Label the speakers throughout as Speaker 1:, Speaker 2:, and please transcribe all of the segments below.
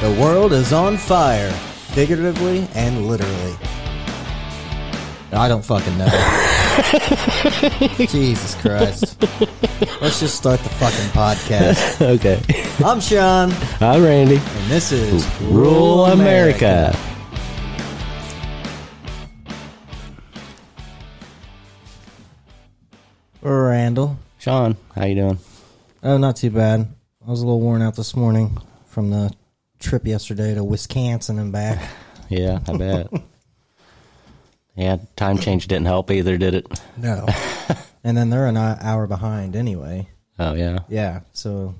Speaker 1: The world is on fire, figuratively and literally. I don't fucking know. Jesus Christ. Let's just start the fucking podcast.
Speaker 2: okay.
Speaker 1: I'm Sean,
Speaker 2: I'm Randy.
Speaker 1: and this is
Speaker 2: Rule America.
Speaker 1: Randall.
Speaker 2: Sean, how you doing?
Speaker 1: Oh, not too bad. I was a little worn out this morning from the trip yesterday to Wisconsin and back.
Speaker 2: Yeah, I bet. yeah, time change didn't help either, did it?
Speaker 1: No. and then they're an hou- hour behind anyway.
Speaker 2: Oh yeah.
Speaker 1: Yeah. So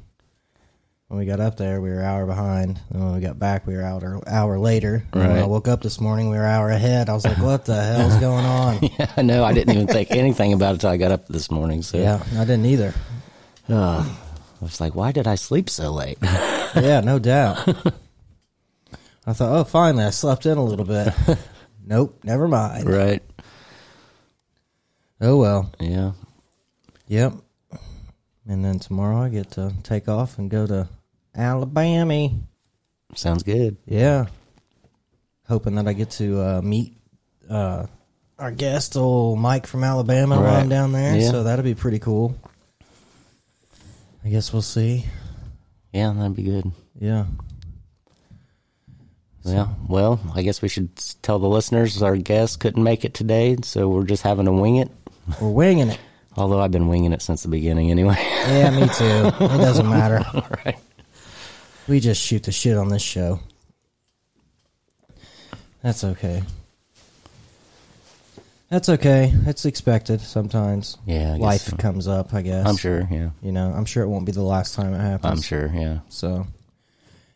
Speaker 1: when we got up there, we were an hour behind. And when we got back, we were out an hour later. And When I
Speaker 2: Right.
Speaker 1: woke up this morning, we were an hour ahead. I was like, what the hell's going on?
Speaker 2: Yeah, I know. I didn't even think anything about it until I got up this morning. So
Speaker 1: yeah. I didn't either.
Speaker 2: Uh, I was like, why did I sleep so late?
Speaker 1: Yeah, no doubt. I thought, oh, finally, I slept in a little bit. nope, never mind.
Speaker 2: right.
Speaker 1: Oh, well.
Speaker 2: Yeah.
Speaker 1: Yep. And then tomorrow I get to take off and go to Alabama.
Speaker 2: Sounds good.
Speaker 1: Yeah. Hoping that I get to uh, meet uh, our guest, old Mike from Alabama, while I'm
Speaker 2: Right.
Speaker 1: down there.
Speaker 2: Yeah.
Speaker 1: So that'll be pretty cool. I guess we'll see.
Speaker 2: Yeah, that'd be good.
Speaker 1: Yeah.
Speaker 2: Yeah. Well, I guess we should s- tell the listeners our guest couldn't make it today, so we're just having to wing it.
Speaker 1: We're winging it.
Speaker 2: Although I've been winging it since the beginning anyway.
Speaker 1: Yeah, me too. It doesn't matter.
Speaker 2: right.
Speaker 1: We just shoot the shit on this show. That's okay. That's okay. It's expected sometimes.
Speaker 2: Yeah, I guess
Speaker 1: Life
Speaker 2: so.
Speaker 1: comes up, I guess.
Speaker 2: I'm sure, yeah.
Speaker 1: You know, I'm sure it won't be the last time it happens.
Speaker 2: I'm sure, yeah.
Speaker 1: So,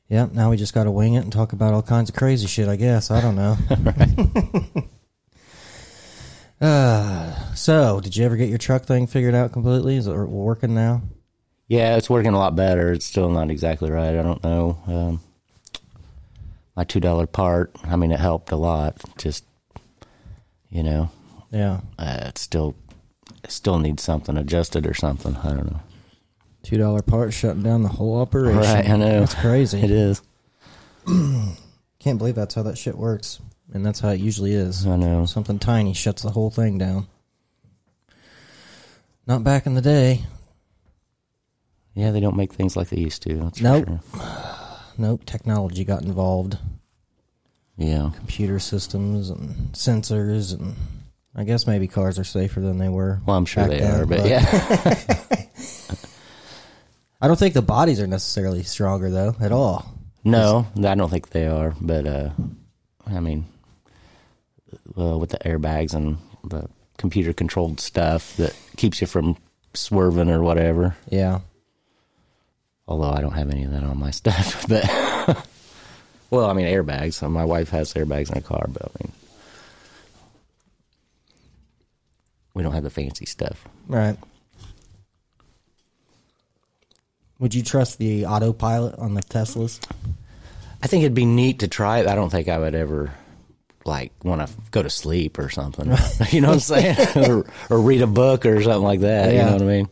Speaker 1: yeah, now we just got to wing it and talk about all kinds of crazy shit, I guess. I don't know. uh, so, did you ever get your truck thing figured out completely? Is it working now?
Speaker 2: Yeah, it's working a lot better. It's still not exactly right. I don't know. Um, my two dollar part. I mean, it helped a lot. Just you know,
Speaker 1: Yeah.
Speaker 2: uh, it still it still needs something adjusted or something. I don't know.
Speaker 1: $2 part shutting down the whole operation.
Speaker 2: Right, I know.
Speaker 1: That's crazy.
Speaker 2: It is.
Speaker 1: Can't believe that's how that shit works. And that's how it usually is.
Speaker 2: I know.
Speaker 1: Something tiny shuts the whole thing down. Not back in the day.
Speaker 2: Yeah, they don't make things like they used to. That's for
Speaker 1: Nope.
Speaker 2: sure.
Speaker 1: Nope, technology got involved.
Speaker 2: Yeah.
Speaker 1: Computer systems and sensors and I guess maybe cars are safer than they were.
Speaker 2: Well, I'm sure
Speaker 1: back
Speaker 2: they
Speaker 1: then,
Speaker 2: are, but, yeah,
Speaker 1: I don't think the bodies are necessarily stronger though at all.
Speaker 2: no, I don't think they are. But uh, I mean, well, with the airbags and the computer controlled stuff that keeps you from swerving or whatever.
Speaker 1: Yeah.
Speaker 2: although I don't have any of that on my stuff. But well, I mean airbags. So my wife has airbags in her car, but I mean we don't have the fancy stuff.
Speaker 1: Right. Would you trust the autopilot on the Teslas?
Speaker 2: I think it'd be neat to try it. I don't think I would ever like want to go to sleep or something. you know what I'm saying? or, or read a book or something like that.
Speaker 1: Yeah.
Speaker 2: You know what I mean?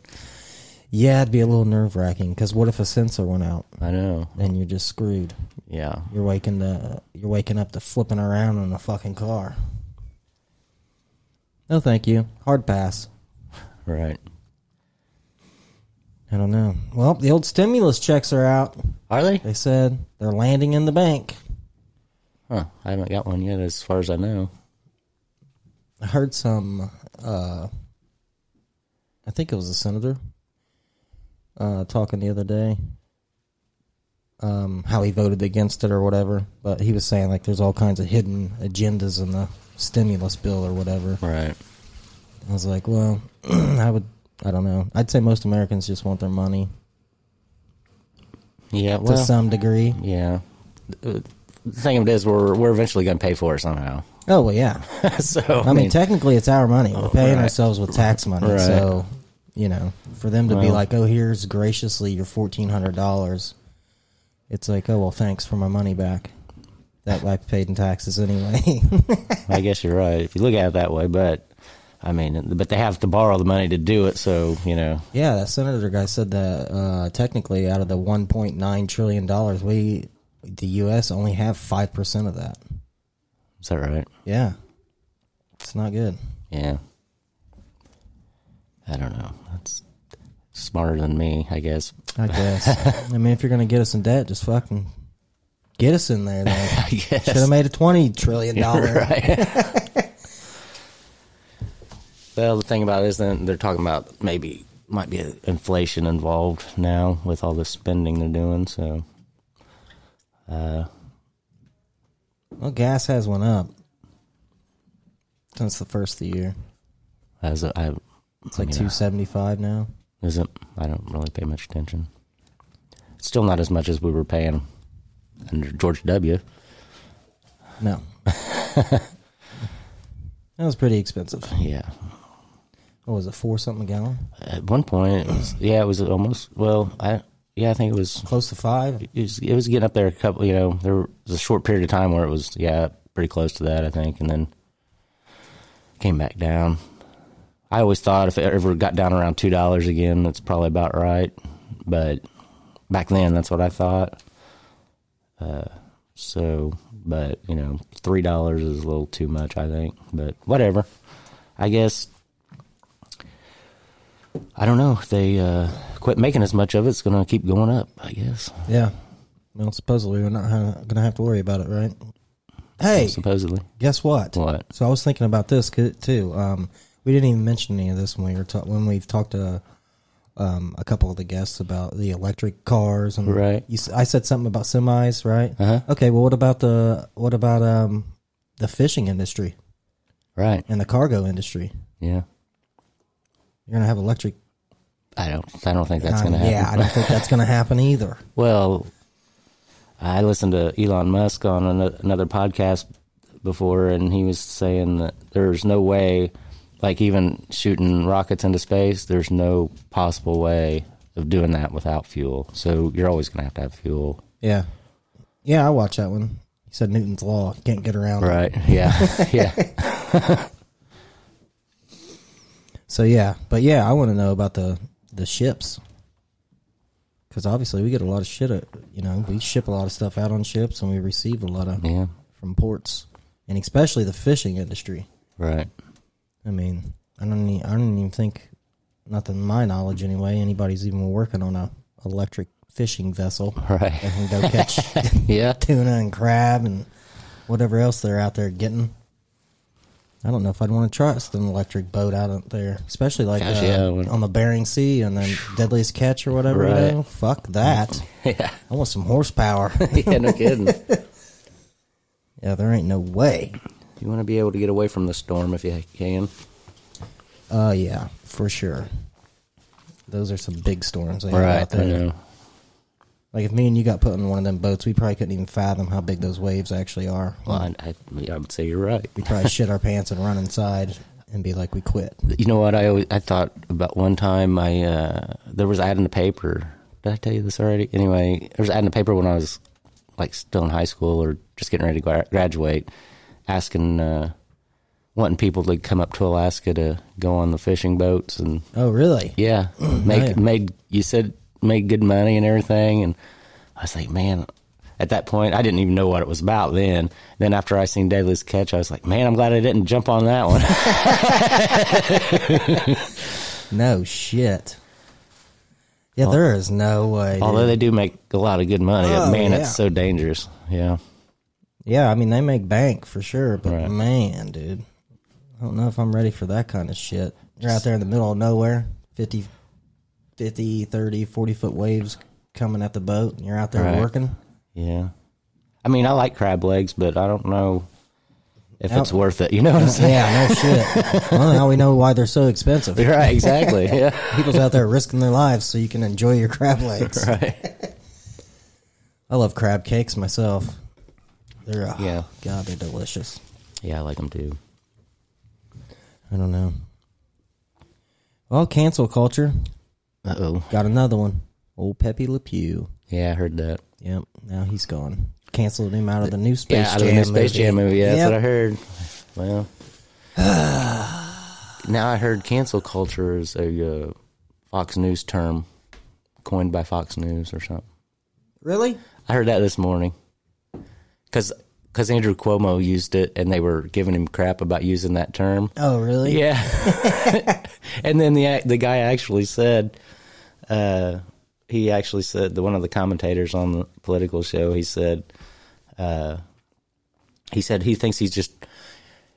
Speaker 1: Yeah, it'd be a little nerve wracking because what if a sensor went out?
Speaker 2: I know.
Speaker 1: Then you're just screwed.
Speaker 2: Yeah.
Speaker 1: You're waking to you're waking up to flipping around in a fucking car. No, thank you. Hard pass.
Speaker 2: Right.
Speaker 1: I don't know. Well, the old stimulus checks are out.
Speaker 2: Are they?
Speaker 1: They said they're landing in the bank.
Speaker 2: Huh. I haven't got one yet, as far as I know.
Speaker 1: I heard some. Uh, I think it was a senator uh, talking the other day. Um, how he voted against it or whatever, but he was saying like there's all kinds of hidden agendas in the stimulus bill or whatever.
Speaker 2: Right.
Speaker 1: I was like, well, I would, I don't know. I'd say most Americans just want their money
Speaker 2: Yeah.
Speaker 1: to
Speaker 2: Well,
Speaker 1: some degree.
Speaker 2: Yeah. The the thing of it is, we're we're eventually going to pay for it somehow.
Speaker 1: Oh well, yeah.
Speaker 2: so
Speaker 1: I mean, technically, it's our money. We're paying
Speaker 2: oh, right.
Speaker 1: ourselves with tax money,
Speaker 2: Right.
Speaker 1: so you know, for them to be
Speaker 2: Well.
Speaker 1: like, oh, here's graciously your fourteen hundred dollars. It's like, oh well, thanks for my money back that I paid in taxes anyway.
Speaker 2: I guess you're right if you look at it that way. But I mean, but they have to borrow the money to do it. So you know,
Speaker 1: yeah, that senator guy said that uh, technically, out of the one point nine trillion dollars, we the U.S. only have five percent of that.
Speaker 2: Is that right?
Speaker 1: Yeah, it's not good.
Speaker 2: Yeah. I don't know. That's smarter than me, I guess.
Speaker 1: I guess. I mean, if you're gonna get us in debt, just fucking get us in there. Then
Speaker 2: I guess.
Speaker 1: should have made a twenty trillion dollar.
Speaker 2: Right. well, the thing about it is, then they're talking about maybe might be inflation involved now with all the spending they're doing. So,
Speaker 1: Well, gas has went up since the first of the year.
Speaker 2: as a, I,
Speaker 1: It's like two seventy five now.
Speaker 2: isn't I don't really pay much attention. It's still not as much as we were paying under George W.
Speaker 1: No, that was pretty expensive.
Speaker 2: Yeah,
Speaker 1: What was it? Four something a gallon,
Speaker 2: at one point, it was, yeah, it was almost well. I yeah, I think it was
Speaker 1: close to five.
Speaker 2: it was, it was getting up there a couple. You know, there was a short period of time where it was yeah pretty close to that I think, and then came back down. I always thought if it ever got down around two dollars again, that's probably about right. But back then, that's what I thought. Uh, so, but you know, three dollars is a little too much, I think. But whatever. I guess I don't know if they uh, quit making as much of it. It's going to keep going up, I guess.
Speaker 1: Yeah. Well, supposedly we're not ha- gonna have to worry about it, right? Hey,
Speaker 2: supposedly.
Speaker 1: guess what?
Speaker 2: What?
Speaker 1: So I was thinking about this c- too. Um, we didn't even mention any of this when we were ta- when we've talked to um, a couple of the guests about the electric cars and
Speaker 2: Right.
Speaker 1: You, s- I said something about semis, right? Uh-huh. Okay. Well, what about the what about um, the fishing industry
Speaker 2: Right.
Speaker 1: and the cargo industry?
Speaker 2: Yeah.
Speaker 1: You're gonna have electric.
Speaker 2: I don't. I don't think that's
Speaker 1: I
Speaker 2: going to
Speaker 1: mean,
Speaker 2: happen.
Speaker 1: Uh, yeah, I don't think that's gonna happen either.
Speaker 2: Well, I listened to Elon Musk on an, another podcast before, and he was saying that there's no way, like even shooting rockets into space, there's no possible way of doing that without fuel. So you're always going to have to have fuel.
Speaker 1: Yeah, yeah. I watched that one. He said Newton's law can't get around. it.
Speaker 2: Right. Yeah. yeah.
Speaker 1: So yeah, but yeah, I want to know about the the ships because obviously we get a lot of shit. uh, You know, we ship a lot of stuff out on ships, and we receive a lot of
Speaker 2: Yeah.
Speaker 1: from ports, and especially the fishing industry.
Speaker 2: Right.
Speaker 1: I mean, I don't need, I don't even think, not to my knowledge anyway, anybody's even working on a electric fishing vessel
Speaker 2: Right.
Speaker 1: that can go catch
Speaker 2: Yeah.
Speaker 1: tuna and crab and whatever else they're out there getting. I don't know if I'd want to trust an electric boat out out there, especially like
Speaker 2: Gosh,
Speaker 1: uh,
Speaker 2: yeah, when-
Speaker 1: on the Bering Sea and then Deadliest Catch or whatever. You
Speaker 2: Right.
Speaker 1: know? Fuck that.
Speaker 2: Yeah.
Speaker 1: I want some horsepower.
Speaker 2: Yeah. No kidding.
Speaker 1: yeah, there ain't no way.
Speaker 2: you want to be able to get away from the storm if you can.
Speaker 1: Oh yeah, for sure. Those are some big storms they have out
Speaker 2: Right. I
Speaker 1: there.
Speaker 2: know.
Speaker 1: Like if me and you got put in one of them boats, we probably couldn't even fathom how big those waves actually are.
Speaker 2: Well, I, I, I would say you're right.
Speaker 1: We probably shit our pants and run inside and be like, we quit.
Speaker 2: You know what? I always, I thought about one time. I uh, there was an ad in the paper. Did I tell you this already? Anyway, there was an ad in the paper when I was like still in high school or just getting ready to gra- graduate, asking, uh, wanting people to come up to Alaska to go on the fishing boats and
Speaker 1: Oh really?
Speaker 2: yeah, make
Speaker 1: yeah.
Speaker 2: made you said made good money and everything, and I was like, man. At that point, I didn't even know what it was about. Then, then after I seen Daly's catch, I was like, man, I'm glad I didn't jump on that one.
Speaker 1: No shit. Yeah, there is no way. dude.
Speaker 2: Although they do make a lot of good money,
Speaker 1: Oh,
Speaker 2: man,
Speaker 1: yeah.
Speaker 2: it's so dangerous. Yeah,
Speaker 1: yeah, I mean they make bank for sure, but
Speaker 2: Right.
Speaker 1: man, dude, I don't know if I'm ready for that kind of shit. You're out there in the middle of nowhere, 50, 50 30, 40 foot waves coming at the boat, and you're out there
Speaker 2: Right.
Speaker 1: working.
Speaker 2: yeah. I mean, I like crab legs, but I don't know if
Speaker 1: Yep.
Speaker 2: it's worth it. You know what I'm saying?
Speaker 1: Yeah, no shit. well, now we know why they're so expensive.
Speaker 2: Right? Exactly. Yeah.
Speaker 1: People's out there risking their lives so you can enjoy your crab legs.
Speaker 2: Right.
Speaker 1: I love crab cakes myself. They're oh,
Speaker 2: Yeah.
Speaker 1: God, they're delicious.
Speaker 2: Yeah, I like them too.
Speaker 1: I don't know. Well, cancel culture.
Speaker 2: Uh oh.
Speaker 1: Got another one. Old Pepe Le Pew.
Speaker 2: Yeah, I heard that.
Speaker 1: Yep. Now he's gone. Canceled him out of the new Space Jam
Speaker 2: yeah, out of the new Space
Speaker 1: movie.
Speaker 2: Jam movie. Yeah, that's
Speaker 1: Yep.
Speaker 2: what I heard. Well, now I heard cancel culture is a uh, Fox News term coined by Fox News or something.
Speaker 1: Really?
Speaker 2: I heard that this morning. because because Andrew Cuomo used it and they were giving him crap about using that term.
Speaker 1: Oh, really?
Speaker 2: Yeah. and then the ac- the guy actually said, uh, he actually said the one of the commentators on the political show. He said, uh, he said he thinks he's just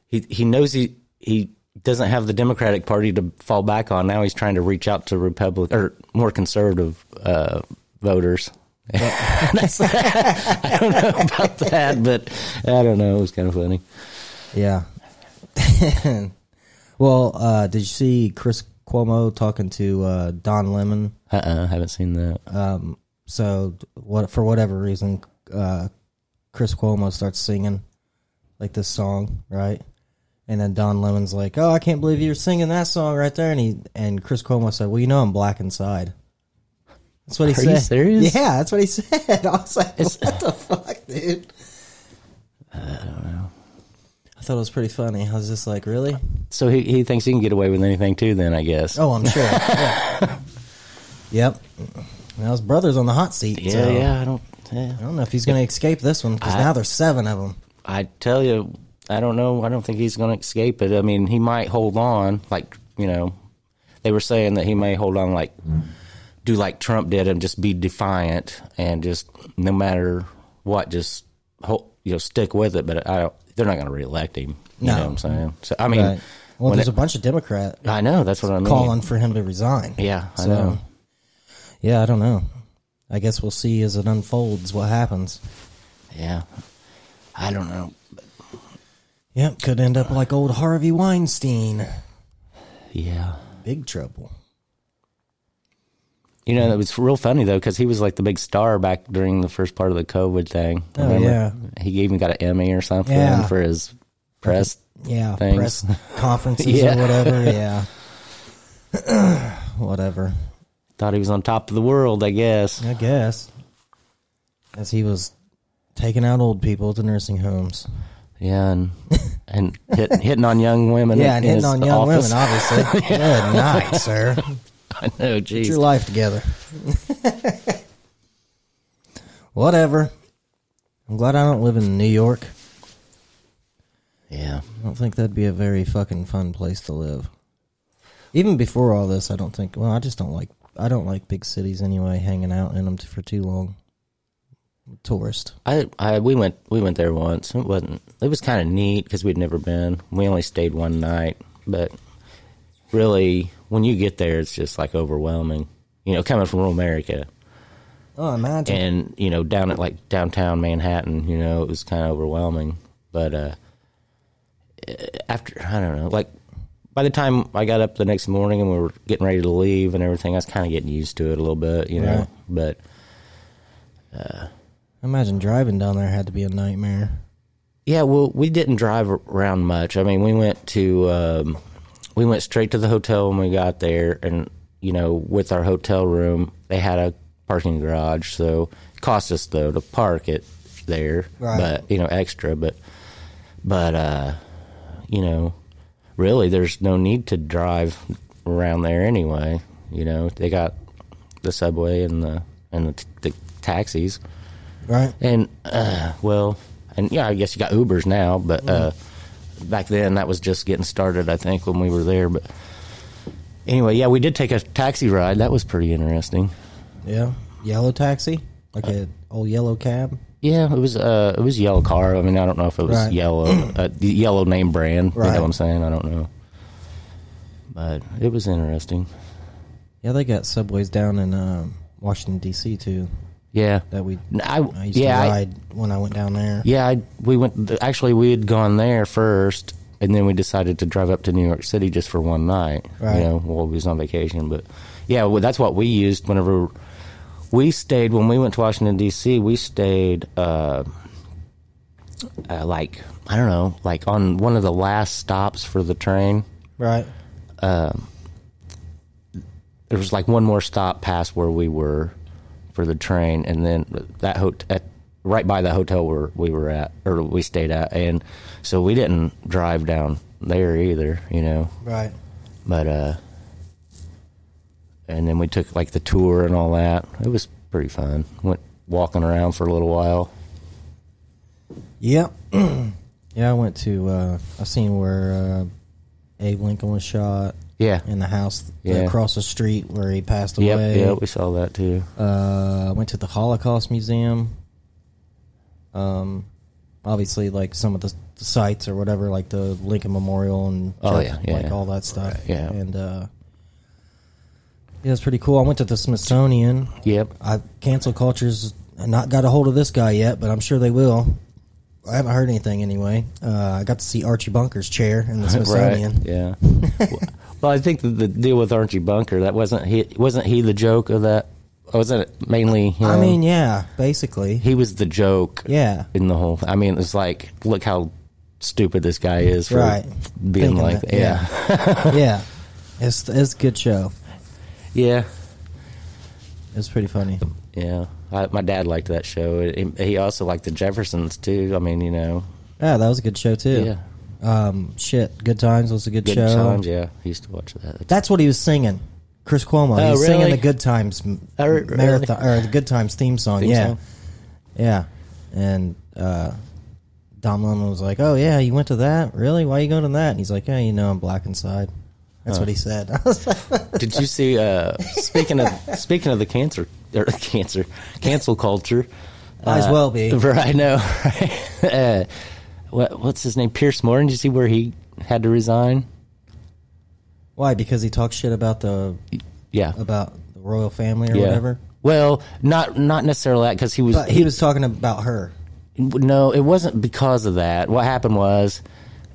Speaker 2: he he knows he he doesn't have the Democratic Party to fall back on. Now he's trying to reach out to Republic or more conservative uh, voters. That's, I don't know about that, but I don't know. It was kind of funny.
Speaker 1: Yeah. well, uh, did you see Chris Cuomo talking to uh, Don Lemon?
Speaker 2: Uh, uh I haven't seen that.
Speaker 1: So, what for whatever reason, uh, Chris Cuomo starts singing like this song, right? And then Don Lemon's like, "Oh, I can't believe you're singing that song right there." And he and Chris Cuomo said, "Well, you know I'm black inside." That's what he
Speaker 2: Are
Speaker 1: said.
Speaker 2: you serious?
Speaker 1: Yeah, that's what he said. I was like,
Speaker 2: It's-
Speaker 1: "What the fuck, dude?" I don't know. I thought it was pretty funny. I was just like, "Really?"
Speaker 2: So he, he thinks he can get away with anything too. Then I guess.
Speaker 1: Oh, I'm sure. yeah. Yep. Now his brother's on the hot seat.
Speaker 2: yeah,
Speaker 1: so
Speaker 2: yeah. I don't. Yeah.
Speaker 1: I don't know if he's going to escape this one because now there's seven of them.
Speaker 2: I tell you, I don't know. I don't think he's going to escape it. I mean, he might hold on. Like you know, they were saying that he may hold on. Like do like Trump did and just be defiant and just no matter what, just hold, you know stick with it. But I don't. They're not going to reelect him. You
Speaker 1: No.
Speaker 2: know what I'm saying? So I mean,
Speaker 1: Right. Well,
Speaker 2: when
Speaker 1: there's
Speaker 2: it-
Speaker 1: a bunch of Democrat
Speaker 2: I know that's what I mean.
Speaker 1: calling for him to resign.
Speaker 2: Yeah, I
Speaker 1: So-
Speaker 2: know.
Speaker 1: Yeah, I don't know. I guess we'll see as it unfolds what happens.
Speaker 2: Yeah, I don't know.
Speaker 1: Yep, could end up like old Harvey Weinstein.
Speaker 2: Yeah.
Speaker 1: Big trouble.
Speaker 2: You know, it was real funny though because he was like the big star back during the first part of the COVID thing.
Speaker 1: Oh,
Speaker 2: yeah, he even got an Emmy or something
Speaker 1: Yeah.
Speaker 2: for his press.
Speaker 1: Yeah,
Speaker 2: Things.
Speaker 1: press conferences
Speaker 2: Yeah.
Speaker 1: or whatever. Yeah. whatever.
Speaker 2: Thought he was on top of the world, I guess.
Speaker 1: I guess. As he was taking out old people at the nursing homes.
Speaker 2: Yeah, and and hit, hitting on young women.
Speaker 1: Yeah, and hitting
Speaker 2: in his
Speaker 1: on young
Speaker 2: office.
Speaker 1: women, obviously. Good night, sir.
Speaker 2: I know,
Speaker 1: Get
Speaker 2: jeez.
Speaker 1: your life together. Whatever. I'm glad I don't live in New York.
Speaker 2: yeah,
Speaker 1: I don't think that'd be a very fucking fun place to live. Even before all this, I don't think. Well, I just don't like. I don't like big cities anyway. Hanging out in them for too long. Tourist.
Speaker 2: I, I we went we went there once. It wasn't. It was kind of neat because we'd never been. We only stayed one night, but really, when you get there, it's just like overwhelming. You know, coming from rural America,
Speaker 1: Oh, imagine.
Speaker 2: and you know down at like downtown manhattan you know it was kind of overwhelming but uh after i don't know like by the time i got up the next morning and we were getting ready to leave and everything i was kind of getting used to it a little bit you know
Speaker 1: Right.
Speaker 2: but
Speaker 1: Imagine driving down there had to be a nightmare.
Speaker 2: yeah well we didn't drive around much i mean we went to um we went straight to the hotel when we got there and you know with our hotel room they had a parking garage so it cost us though to park it there
Speaker 1: Right.
Speaker 2: but you know extra but but uh you know really there's no need to drive around there anyway you know they got the subway and the and the, t- the taxis
Speaker 1: Right.
Speaker 2: and uh, well, and yeah, I guess you got Ubers now, but uh,
Speaker 1: Mm-hmm.
Speaker 2: back then that was just getting started. I think when we were there, but anyway, yeah, we did take a taxi ride. That was pretty interesting.
Speaker 1: Yeah. Yellow taxi,
Speaker 2: Uh,
Speaker 1: like a old yellow cab.
Speaker 2: Yeah, it was uh, it was a yellow car. I mean, I don't know if it was
Speaker 1: Right.
Speaker 2: yellow, uh, the yellow name brand. You
Speaker 1: Right.
Speaker 2: know what I'm saying? I don't know, but it was interesting.
Speaker 1: Yeah, they got subways down in um, Washington D.C. too.
Speaker 2: Yeah,
Speaker 1: That we
Speaker 2: I,
Speaker 1: I used
Speaker 2: yeah,
Speaker 1: to
Speaker 2: I,
Speaker 1: ride when I went down there.
Speaker 2: Yeah, I, we went. Actually, we had gone there first, and then we decided to drive up to New York City just for one night.
Speaker 1: Right.
Speaker 2: You know, while we was on vacation. But yeah, well, that's what we used whenever we stayed. When we went to Washington D.C., we stayed uh, uh, like I don't know, like on one of the last stops for the train.
Speaker 1: Right.
Speaker 2: There was like one more stop past where we were for the train, and then that hot at, right by the hotel where we were at or we stayed at, and so we didn't drive down there either, you know.
Speaker 1: Right.
Speaker 2: But uh, and then we took like the tour and all that. It was pretty fun. Went walking around for a little while.
Speaker 1: Yeah. yeah, I went to, uh, I seen where uh, Abe Lincoln was shot
Speaker 2: Yeah.
Speaker 1: in the house
Speaker 2: Yeah.
Speaker 1: across the street where he passed
Speaker 2: Yep.
Speaker 1: away.
Speaker 2: Yeah. We saw that too.
Speaker 1: Uh, I went to the Holocaust Museum. Um, obviously, like some of the, the sites or whatever, like the Lincoln Memorial and
Speaker 2: Oh, yeah, yeah,
Speaker 1: like
Speaker 2: yeah.
Speaker 1: all that stuff.
Speaker 2: Right, yeah.
Speaker 1: and uh, yeah, it's pretty cool. I went to the Smithsonian.
Speaker 2: Yep.
Speaker 1: I cancel cultures not got a hold of this guy yet, but I'm sure they will. I haven't heard anything anyway. Uh, I got to see Archie Bunker's chair in the Smithsonian.
Speaker 2: Right. Yeah. well, I think that the deal with Archie Bunker that wasn't he wasn't he the joke of that? Wasn't it mainly? Him?
Speaker 1: I mean, yeah, basically,
Speaker 2: he was the joke.
Speaker 1: yeah.
Speaker 2: in the whole. I mean, it's like, look how stupid this guy is for
Speaker 1: Right. Thinking
Speaker 2: being like,
Speaker 1: that,
Speaker 2: yeah,
Speaker 1: yeah. It's it's a good show.
Speaker 2: yeah,
Speaker 1: It's pretty funny.
Speaker 2: yeah. I, my dad liked that show. It, he also liked the Jeffersons too. I mean, you know,
Speaker 1: Yeah, that was a good show too.
Speaker 2: yeah,
Speaker 1: Um, shit, Good Times was a good,
Speaker 2: good
Speaker 1: show.
Speaker 2: times. Yeah, he used to watch that.
Speaker 1: That's what he was singing. Chris Cuomo.
Speaker 2: Oh,
Speaker 1: he was singing
Speaker 2: really?
Speaker 1: the Good Times m-
Speaker 2: Oh, re- really?
Speaker 1: marathon or the Good Times theme song.
Speaker 2: Theme
Speaker 1: yeah,
Speaker 2: song?
Speaker 1: yeah. And uh, Dom Lemon was like, "Oh yeah, you went to that? Really? Why you going to that?" And he's like, "Yeah, you know, I'm black inside." That's what he said. I was like,
Speaker 2: Did you see? Uh, speaking of speaking of the cancer or cancer cancel culture,
Speaker 1: Might
Speaker 2: Uh,
Speaker 1: as well be.
Speaker 2: Right, I know. uh, what, what's his name? Pierce Morgan. Did you see where he had to resign?
Speaker 1: Why? Because he talks shit about the
Speaker 2: Yeah,
Speaker 1: about the royal family or
Speaker 2: yeah.
Speaker 1: whatever.
Speaker 2: Well, not not necessarily that because he was
Speaker 1: But he was talking about her.
Speaker 2: No, it wasn't because of that. What happened was,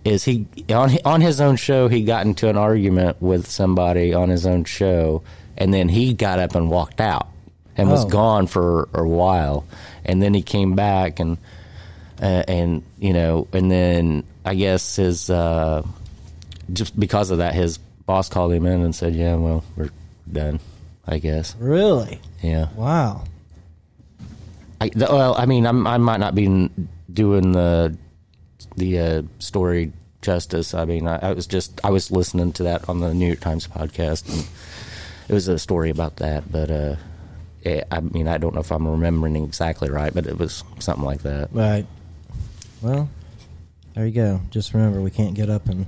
Speaker 2: is he on on his own show he got into an argument with somebody on his own show, and then he got up and walked out and was
Speaker 1: Oh.
Speaker 2: gone for a while, and then he came back and uh, and you know and then I guess his uh, just because of that his boss called him in and said, yeah, well we're done, I guess,
Speaker 1: Really?
Speaker 2: yeah.
Speaker 1: Wow.
Speaker 2: I, th- well, I mean, I'm, I might not be n- doing the the uh, story justice. I mean, I, I was just I was listening to that on the New York Times podcast, and it was a story about that. But uh, yeah, I mean, I don't know if I'm remembering exactly right, but it was something like that.
Speaker 1: Right. Well, there you go. Just remember, we can't get up and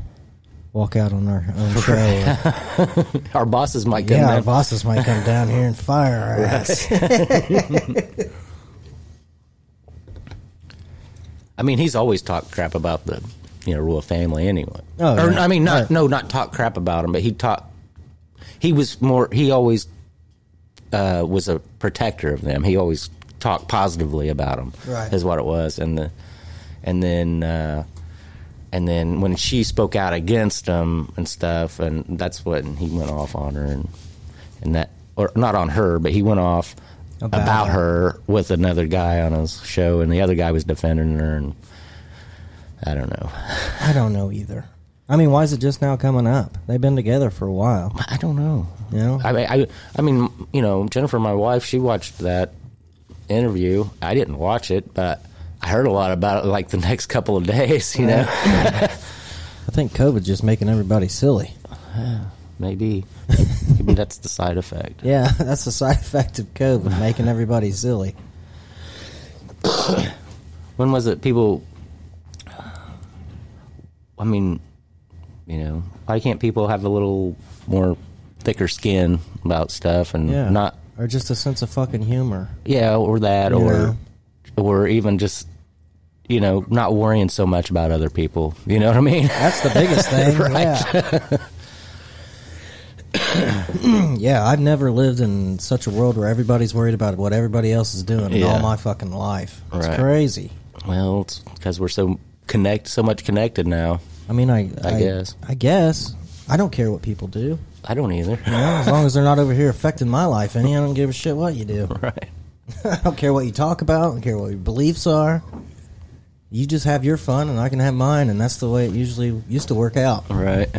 Speaker 1: walk out on our own show. or-
Speaker 2: Our bosses might come.
Speaker 1: yeah,
Speaker 2: in.
Speaker 1: our bosses might come down here and fire our ass.
Speaker 2: I mean, he's always talked crap about the you know royal family anyway.
Speaker 1: Oh,
Speaker 2: or,
Speaker 1: yeah.
Speaker 2: I mean, not
Speaker 1: Right.
Speaker 2: no, not talk crap about him, but he talked. He was more. He always uh, was a protector of them. He always talked positively about them.
Speaker 1: Right.
Speaker 2: is what it was, and the and then. Uh, and then when she spoke out against him and stuff, and that's when he went off on her and and that or not on her, but he went off
Speaker 1: About
Speaker 2: about, her with another guy on his show, and the other guy was defending her, and I don't know,
Speaker 1: I don't know either. I mean, why is it just now coming up? They've been together for a while.
Speaker 2: I don't know.
Speaker 1: You know?
Speaker 2: I mean, I, I mean, you know, Jennifer, my wife, she watched that interview. I didn't watch it, but I heard a lot about it like the next couple of days. You know,
Speaker 1: I think COVID's just making everybody silly.
Speaker 2: maybe maybe that's the side effect.
Speaker 1: Yeah, that's the side effect of COVID, making everybody silly.
Speaker 2: when was it people i mean you know why can't people have a little more thicker skin about stuff and
Speaker 1: Yeah.
Speaker 2: not
Speaker 1: Or just a sense of fucking humor.
Speaker 2: yeah or that or
Speaker 1: know.
Speaker 2: or even just you know not worrying so much about other people you know what i mean
Speaker 1: That's the biggest thing. Yeah. yeah, I've never lived in such a world where everybody's worried about what everybody else is doing in
Speaker 2: Yeah.
Speaker 1: all my fucking life. It's
Speaker 2: Right.
Speaker 1: crazy.
Speaker 2: well it's because we're so connect so much connected now
Speaker 1: I mean, I,
Speaker 2: I guess.
Speaker 1: I guess I don't care what people do.
Speaker 2: i don't either
Speaker 1: You know, as long as they're not over here affecting my life any, I don't give a shit what you do.
Speaker 2: right
Speaker 1: I don't care what you talk about. I don't care what your beliefs are. You just have your fun, and I can have mine, and that's the way it usually used to work out.
Speaker 2: right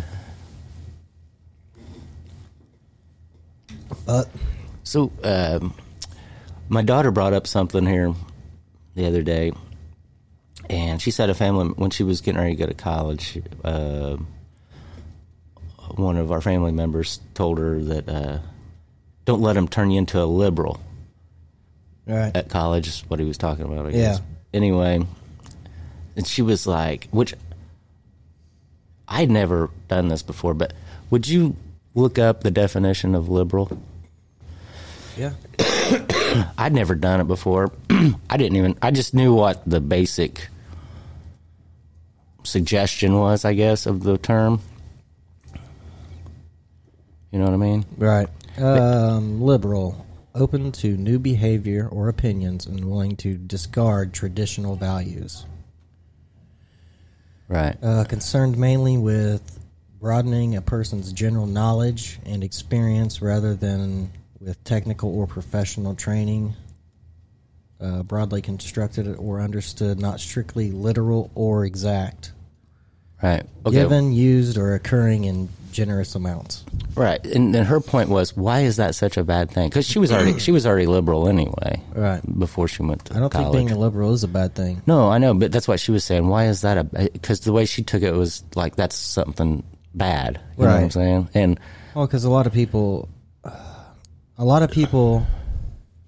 Speaker 1: But
Speaker 2: So, um, my daughter brought up something here the other day, and she said a family when she was getting ready to go to college, uh, one of our family members told her that uh, don't let him turn you into a liberal
Speaker 1: all right,
Speaker 2: Uh, at college. Is what he was talking about, I
Speaker 1: Yeah.
Speaker 2: guess. Anyway, and she was like, which I'd never done this before, but would you look up the definition of liberal?
Speaker 1: Yeah.
Speaker 2: I'd never done it before. I didn't even. I just knew what the basic suggestion was, I guess, of the term. You know what I mean?
Speaker 1: Right. Um, liberal. Open to new behavior or opinions and willing to discard traditional values.
Speaker 2: Right.
Speaker 1: Uh, concerned mainly with broadening a person's general knowledge and experience rather than with technical or professional training. Uh, broadly constructed or understood, not strictly literal or exact.
Speaker 2: Right. Okay.
Speaker 1: Given, used, or occurring in generous amounts.
Speaker 2: Right. And then her point was, why is that such a bad thing? Because she was already she was already liberal anyway.
Speaker 1: Right.
Speaker 2: Before she went to
Speaker 1: I don't
Speaker 2: college.
Speaker 1: think being a liberal is a bad thing.
Speaker 2: No, I know, but that's what she was saying. Why is that a? Because the way she took it was like that's something bad. You know what I'm
Speaker 1: Right.
Speaker 2: saying? And
Speaker 1: Well, because a lot of people, a lot of people,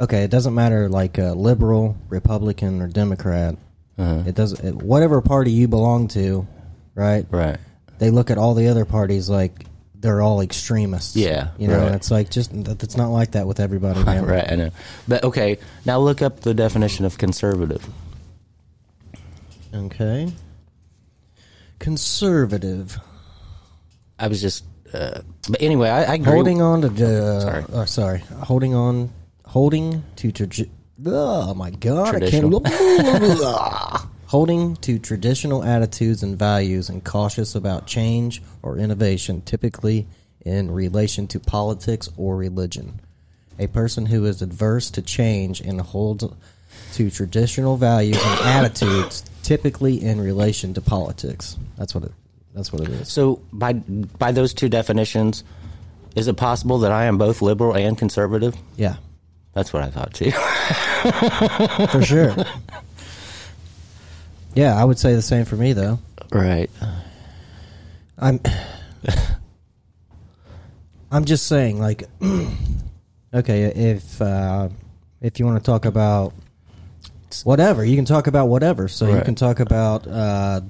Speaker 1: okay, it doesn't matter like uh, liberal, Republican, or Democrat.
Speaker 2: Uh-huh.
Speaker 1: It doesn't. It, whatever party you belong to, right?
Speaker 2: right,
Speaker 1: They look at all the other parties like they're all extremists.
Speaker 2: Yeah,
Speaker 1: you know,
Speaker 2: right.
Speaker 1: and it's like just that- it's not like that with everybody, man.
Speaker 2: right, I know. But okay, now look up the definition of conservative.
Speaker 1: Okay. Conservative,
Speaker 2: I was just, uh, but anyway, I, I agree.
Speaker 1: holding on to the.
Speaker 2: Sorry.
Speaker 1: Oh, sorry, holding on, holding to. traje- oh my god! I can't.
Speaker 2: Traditional.
Speaker 1: Holding to traditional attitudes and values and cautious about change or innovation, typically in relation to politics or religion. A person who is adverse to change and holds to traditional values and attitudes, typically in relation to politics. That's what it. That's what it is.
Speaker 2: So by by those two definitions, is it possible that I am both liberal and conservative?
Speaker 1: Yeah,
Speaker 2: That's what I thought too.
Speaker 1: for sure. yeah, I would say the same for me though.
Speaker 2: right.
Speaker 1: I'm I'm just saying like okay if uh, if you want to talk about whatever you can talk about whatever so you
Speaker 2: Right.
Speaker 1: can talk about uh,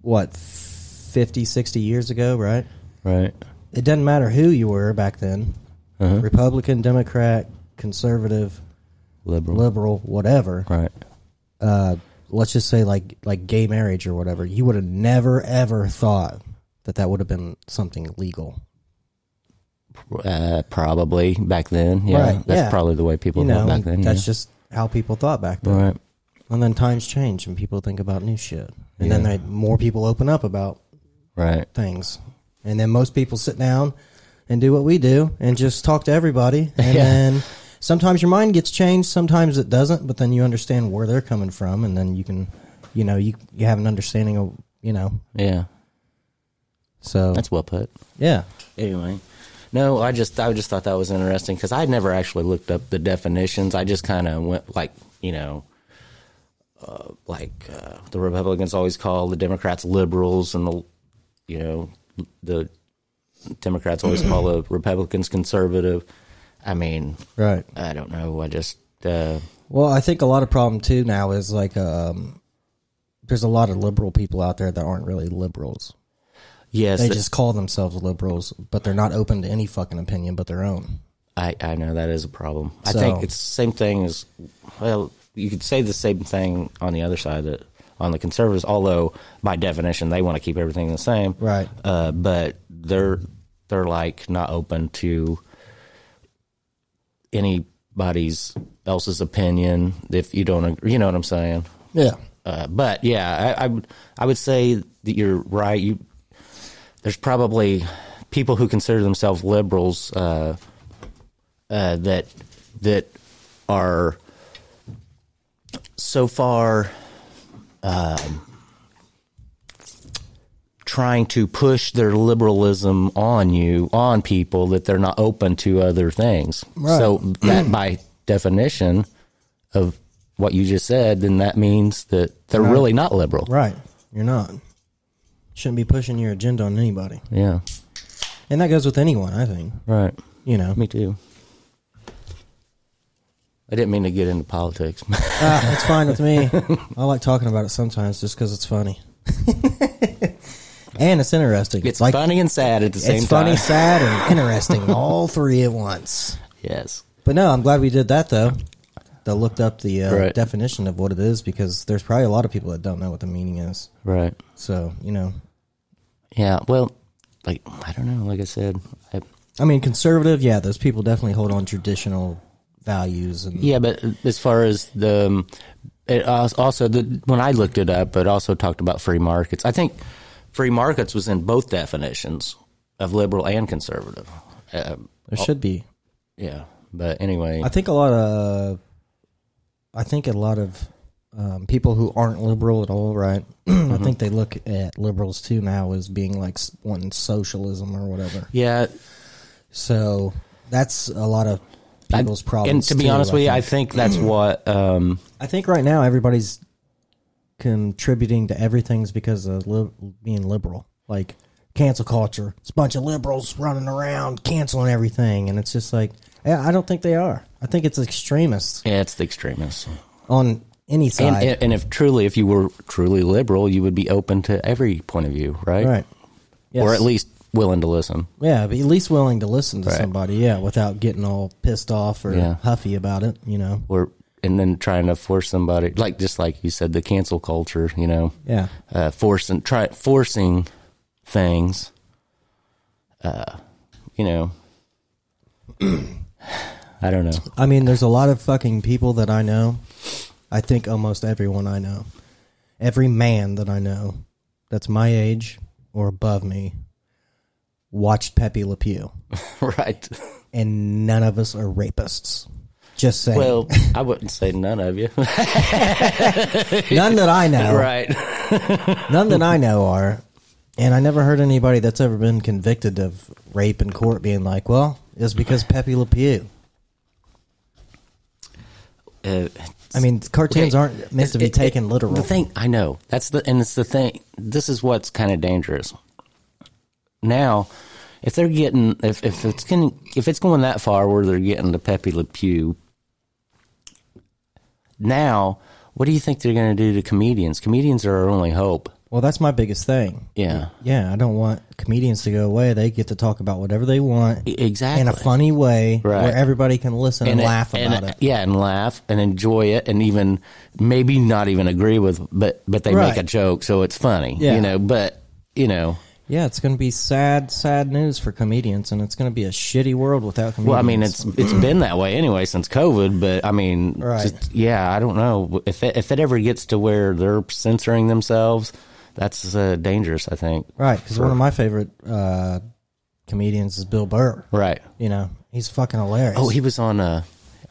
Speaker 1: what 50 60 years ago right
Speaker 2: Right.
Speaker 1: it doesn't matter who you were back then
Speaker 2: Uh-huh.
Speaker 1: Republican Democrat conservative
Speaker 2: Liberal.
Speaker 1: liberal whatever
Speaker 2: right.
Speaker 1: uh, let's just say like like gay marriage or whatever, you would have never ever thought that that would have been something legal.
Speaker 2: Uh, probably back then. Yeah.
Speaker 1: Right,
Speaker 2: That's
Speaker 1: yeah.
Speaker 2: probably the way people
Speaker 1: You know,
Speaker 2: thought back then.
Speaker 1: that's
Speaker 2: yeah.
Speaker 1: just how people thought back then.
Speaker 2: right.
Speaker 1: And then times change, and people think about new shit, and then
Speaker 2: Yeah.
Speaker 1: they, more people open up about
Speaker 2: Right.
Speaker 1: things, and then most people sit down and do what we do and just talk to everybody, and
Speaker 2: Yeah.
Speaker 1: then. Sometimes your mind gets changed, sometimes it doesn't, but then you understand where they're coming from, and then you can, you know, you you have an understanding of, you know,
Speaker 2: Yeah.
Speaker 1: so
Speaker 2: That's well put.
Speaker 1: yeah,
Speaker 2: Anyway, no, I just I just thought that was interesting because I never actually looked up the definitions. I just kind of went like you know, uh, like uh, the Republicans always call the Democrats liberals, and the you know the Democrats always call the Republicans conservative. I mean,
Speaker 1: right.
Speaker 2: I don't know. I just uh,
Speaker 1: Well, I think a lot of problem too now is like um, there's a lot of liberal people out there that aren't really liberals.
Speaker 2: yes,
Speaker 1: They just call themselves liberals, but they're not open to any fucking opinion but their own.
Speaker 2: I, I know that is a problem. I
Speaker 1: So-
Speaker 2: think it's the same thing as well. You could say the same thing on the other side that on the conservatives, although by definition they want to keep everything the same,
Speaker 1: Right.
Speaker 2: Uh, but they're they're like not open to anybody's else's opinion if you don't agree. You know what I'm saying?
Speaker 1: Yeah.
Speaker 2: Uh, but yeah, I, I would I would say that you're right. You there's probably people who consider themselves liberals uh, uh, that that are so far um, trying to push their liberalism on you on people that they're not open to other things.
Speaker 1: Right.
Speaker 2: So that by definition of what you just said, then that means that they're really not liberal.
Speaker 1: Right. You're not. Shouldn't be pushing your agenda on anybody.
Speaker 2: Yeah.
Speaker 1: And that goes with anyone, I think.
Speaker 2: Right.
Speaker 1: You know.
Speaker 2: Me too. I didn't mean to get into politics.
Speaker 1: Ah, it's fine with me. I like talking about it sometimes just because it's funny. and it's interesting.
Speaker 2: it's
Speaker 1: like
Speaker 2: funny and sad at the same
Speaker 1: it's funny,
Speaker 2: time.
Speaker 1: sad, and interesting, all three at once.
Speaker 2: Yes.
Speaker 1: But no, I'm glad we did that though. They looked up the uh,
Speaker 2: Right.
Speaker 1: definition of what it is because there's probably a lot of people that don't know what the meaning is.
Speaker 2: Right.
Speaker 1: So you know,
Speaker 2: Yeah. Well, like I don't know. Like I said, I,
Speaker 1: I mean, conservative, yeah, those people definitely hold on traditional values and
Speaker 2: yeah. But as far as the um, it als- also the when I looked it up, it also talked about free markets. I think free markets was in both definitions of liberal and conservative. Uh,
Speaker 1: there should be.
Speaker 2: yeah. But anyway,
Speaker 1: I think a lot of, I think a lot of um, people who aren't liberal at all, right?
Speaker 2: Mm-hmm.
Speaker 1: I think they look at liberals too now as being like s- wanting socialism or whatever.
Speaker 2: yeah.
Speaker 1: So that's a lot of people's problems.
Speaker 2: And to be
Speaker 1: too,
Speaker 2: honest with you,
Speaker 1: I
Speaker 2: I think that's what. Um,
Speaker 1: I think right now everybody's contributing to everything's because of li- being liberal. Like cancel culture. It's a bunch of liberals running around canceling everything, and it's just like yeah, I don't think they are. I think it's extremists
Speaker 2: yeah, it's the extremists.
Speaker 1: on any
Speaker 2: And,
Speaker 1: side.
Speaker 2: and and if truly, if you were truly liberal, you would be open to every point of view, right?
Speaker 1: right. Yes.
Speaker 2: Or at least willing to listen.
Speaker 1: yeah, be at least willing to listen to somebody, yeah, without getting all pissed off or
Speaker 2: Yeah.
Speaker 1: huffy about it, you know.
Speaker 2: Or and then trying to force somebody, like just like you said, the cancel culture. You know,
Speaker 1: Yeah.
Speaker 2: uh, forcing try forcing things. Uh, you know, I don't know.
Speaker 1: I mean, there's a lot of fucking people that I know. I think almost everyone I know, every man that I know that's my age or above me, watched Pepe Le Pew,
Speaker 2: right.
Speaker 1: and none of us are rapists. Just saying,
Speaker 2: Well, I wouldn't say none of you.
Speaker 1: none that I know,
Speaker 2: right.
Speaker 1: none that I know are. And I never heard anybody that's ever been convicted of rape in court being like, "Well, it's because Pepe Le Pew."
Speaker 2: Uh,
Speaker 1: I mean, cartoons
Speaker 2: Okay.
Speaker 1: aren't meant to be
Speaker 2: It- it-
Speaker 1: taken literal.
Speaker 2: The thing I know that's the and it's the thing. This is what's kind of dangerous. Now, if they're getting if if it's getting if it's going that far where they're getting the Pepe Le Pew. Now, what do you think they're going to do to comedians? Comedians are our only hope.
Speaker 1: well, that's my biggest thing.
Speaker 2: Yeah,
Speaker 1: Yeah, I don't want comedians to go away. They get to talk about whatever they want
Speaker 2: E- exactly.
Speaker 1: in a funny way
Speaker 2: Right.
Speaker 1: where everybody can listen and,
Speaker 2: it-
Speaker 1: laugh about
Speaker 2: and,
Speaker 1: it.
Speaker 2: Yeah, and laugh and enjoy it, and even maybe not even agree with, but but they make
Speaker 1: Right.
Speaker 2: a joke, so it's funny.
Speaker 1: Yeah.
Speaker 2: You know, but you know.
Speaker 1: Yeah, it's going to be sad, sad news for comedians, and it's going to be a shitty world without comedians.
Speaker 2: Well, I mean, it's it's been that way anyway since COVID. But I mean,
Speaker 1: Right.
Speaker 2: just- yeah, I don't know if it, if it ever gets to where they're censoring themselves. That's uh, dangerous, I think.
Speaker 1: right because one of my favorite uh, comedians is Bill Burr.
Speaker 2: Right.
Speaker 1: You know, he's fucking hilarious.
Speaker 2: Oh, he was on. Uh,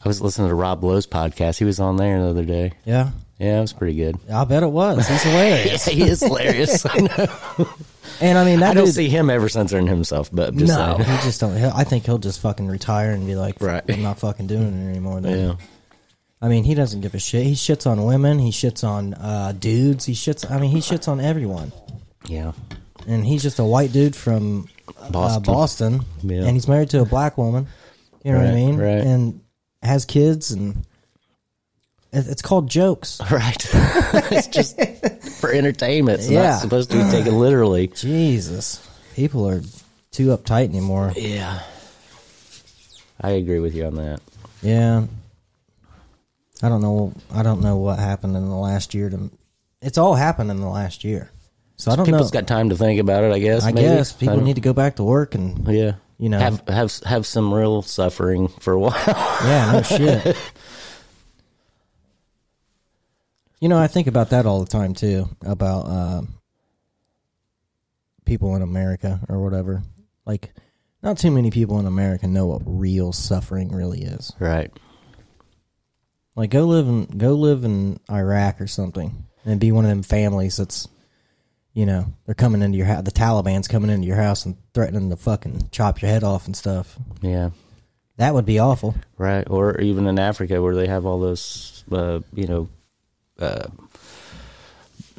Speaker 2: I was listening to Rob Lowe's podcast. He was on there the other day.
Speaker 1: yeah,
Speaker 2: Yeah, it was pretty good.
Speaker 1: I bet it was. He's hilarious.
Speaker 2: he is hilarious. I, know.
Speaker 1: And I mean, that
Speaker 2: I don't
Speaker 1: dude-
Speaker 2: see him ever censoring himself, but I'm just
Speaker 1: no,
Speaker 2: saying.
Speaker 1: he just don't. he'll- I think he'll just fucking retire and be like,
Speaker 2: Right.
Speaker 1: I'm not fucking doing it anymore. Then.
Speaker 2: Yeah.
Speaker 1: I mean, he doesn't give a shit. He shits on women. He shits on uh, dudes. He shits. I mean, he shits on everyone.
Speaker 2: Yeah.
Speaker 1: And he's just a white dude from Boston, uh,
Speaker 2: Boston.
Speaker 1: Boston
Speaker 2: Yeah.
Speaker 1: and he's married to a black woman. You know what I
Speaker 2: Right,
Speaker 1: mean?
Speaker 2: right.
Speaker 1: And has kids, and it- it's called jokes.
Speaker 2: Right. it's just for entertainment. It's
Speaker 1: Yeah.
Speaker 2: not supposed to be taken literally.
Speaker 1: Jesus, people are too uptight anymore.
Speaker 2: Yeah. I agree with you on that.
Speaker 1: Yeah, I don't know. I don't know what happened in the last year. To it's all happened in the last year. So I don't
Speaker 2: People's
Speaker 1: know.
Speaker 2: got time to think about it, I guess.
Speaker 1: I
Speaker 2: maybe.
Speaker 1: guess people
Speaker 2: don't-
Speaker 1: need to go back to work and
Speaker 2: yeah,
Speaker 1: you know.
Speaker 2: have have have some real suffering for a while.
Speaker 1: Yeah, no shit. You know, I think about that all the time too. About um people in America or whatever. Like, not too many people in America know what real suffering really is.
Speaker 2: right.
Speaker 1: Like, go live in go live in Iraq or something, and be one of them families that's, you know, they're coming into your house. The Taliban's coming into your house and threatening to fucking chop your head off and stuff.
Speaker 2: Yeah.
Speaker 1: That would be awful.
Speaker 2: Right. Or even in Africa where they have all those, uh, you know, uh,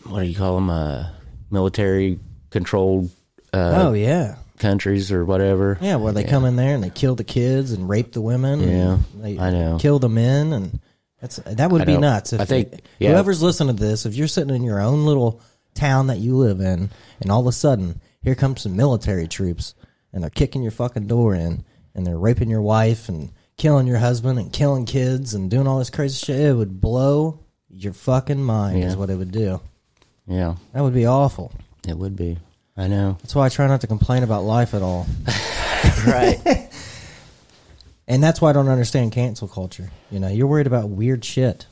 Speaker 2: what do you call them? Uh, military controlled. Uh,
Speaker 1: oh yeah.
Speaker 2: countries or whatever.
Speaker 1: Yeah, where they come in there and they kill the kids and rape the women.
Speaker 2: Yeah,
Speaker 1: and they
Speaker 2: I know.
Speaker 1: Kill the men and that's that would
Speaker 2: I
Speaker 1: be
Speaker 2: know.
Speaker 1: nuts. If
Speaker 2: I think-
Speaker 1: you-
Speaker 2: yeah.
Speaker 1: whoever's listening to this, if you're sitting in your own little town that you live in, and all of a sudden here comes some military troops and they're kicking your fucking door in and they're raping your wife and killing your husband and killing kids and doing all this crazy shit, it would blow your fucking mind. Is
Speaker 2: Yeah.
Speaker 1: what it would do.
Speaker 2: Yeah,
Speaker 1: That would be awful.
Speaker 2: it would be. I know.
Speaker 1: That's why I try not to complain about life at all.
Speaker 2: Right.
Speaker 1: And that's why I don't understand cancel culture. You know, you're worried about weird shit.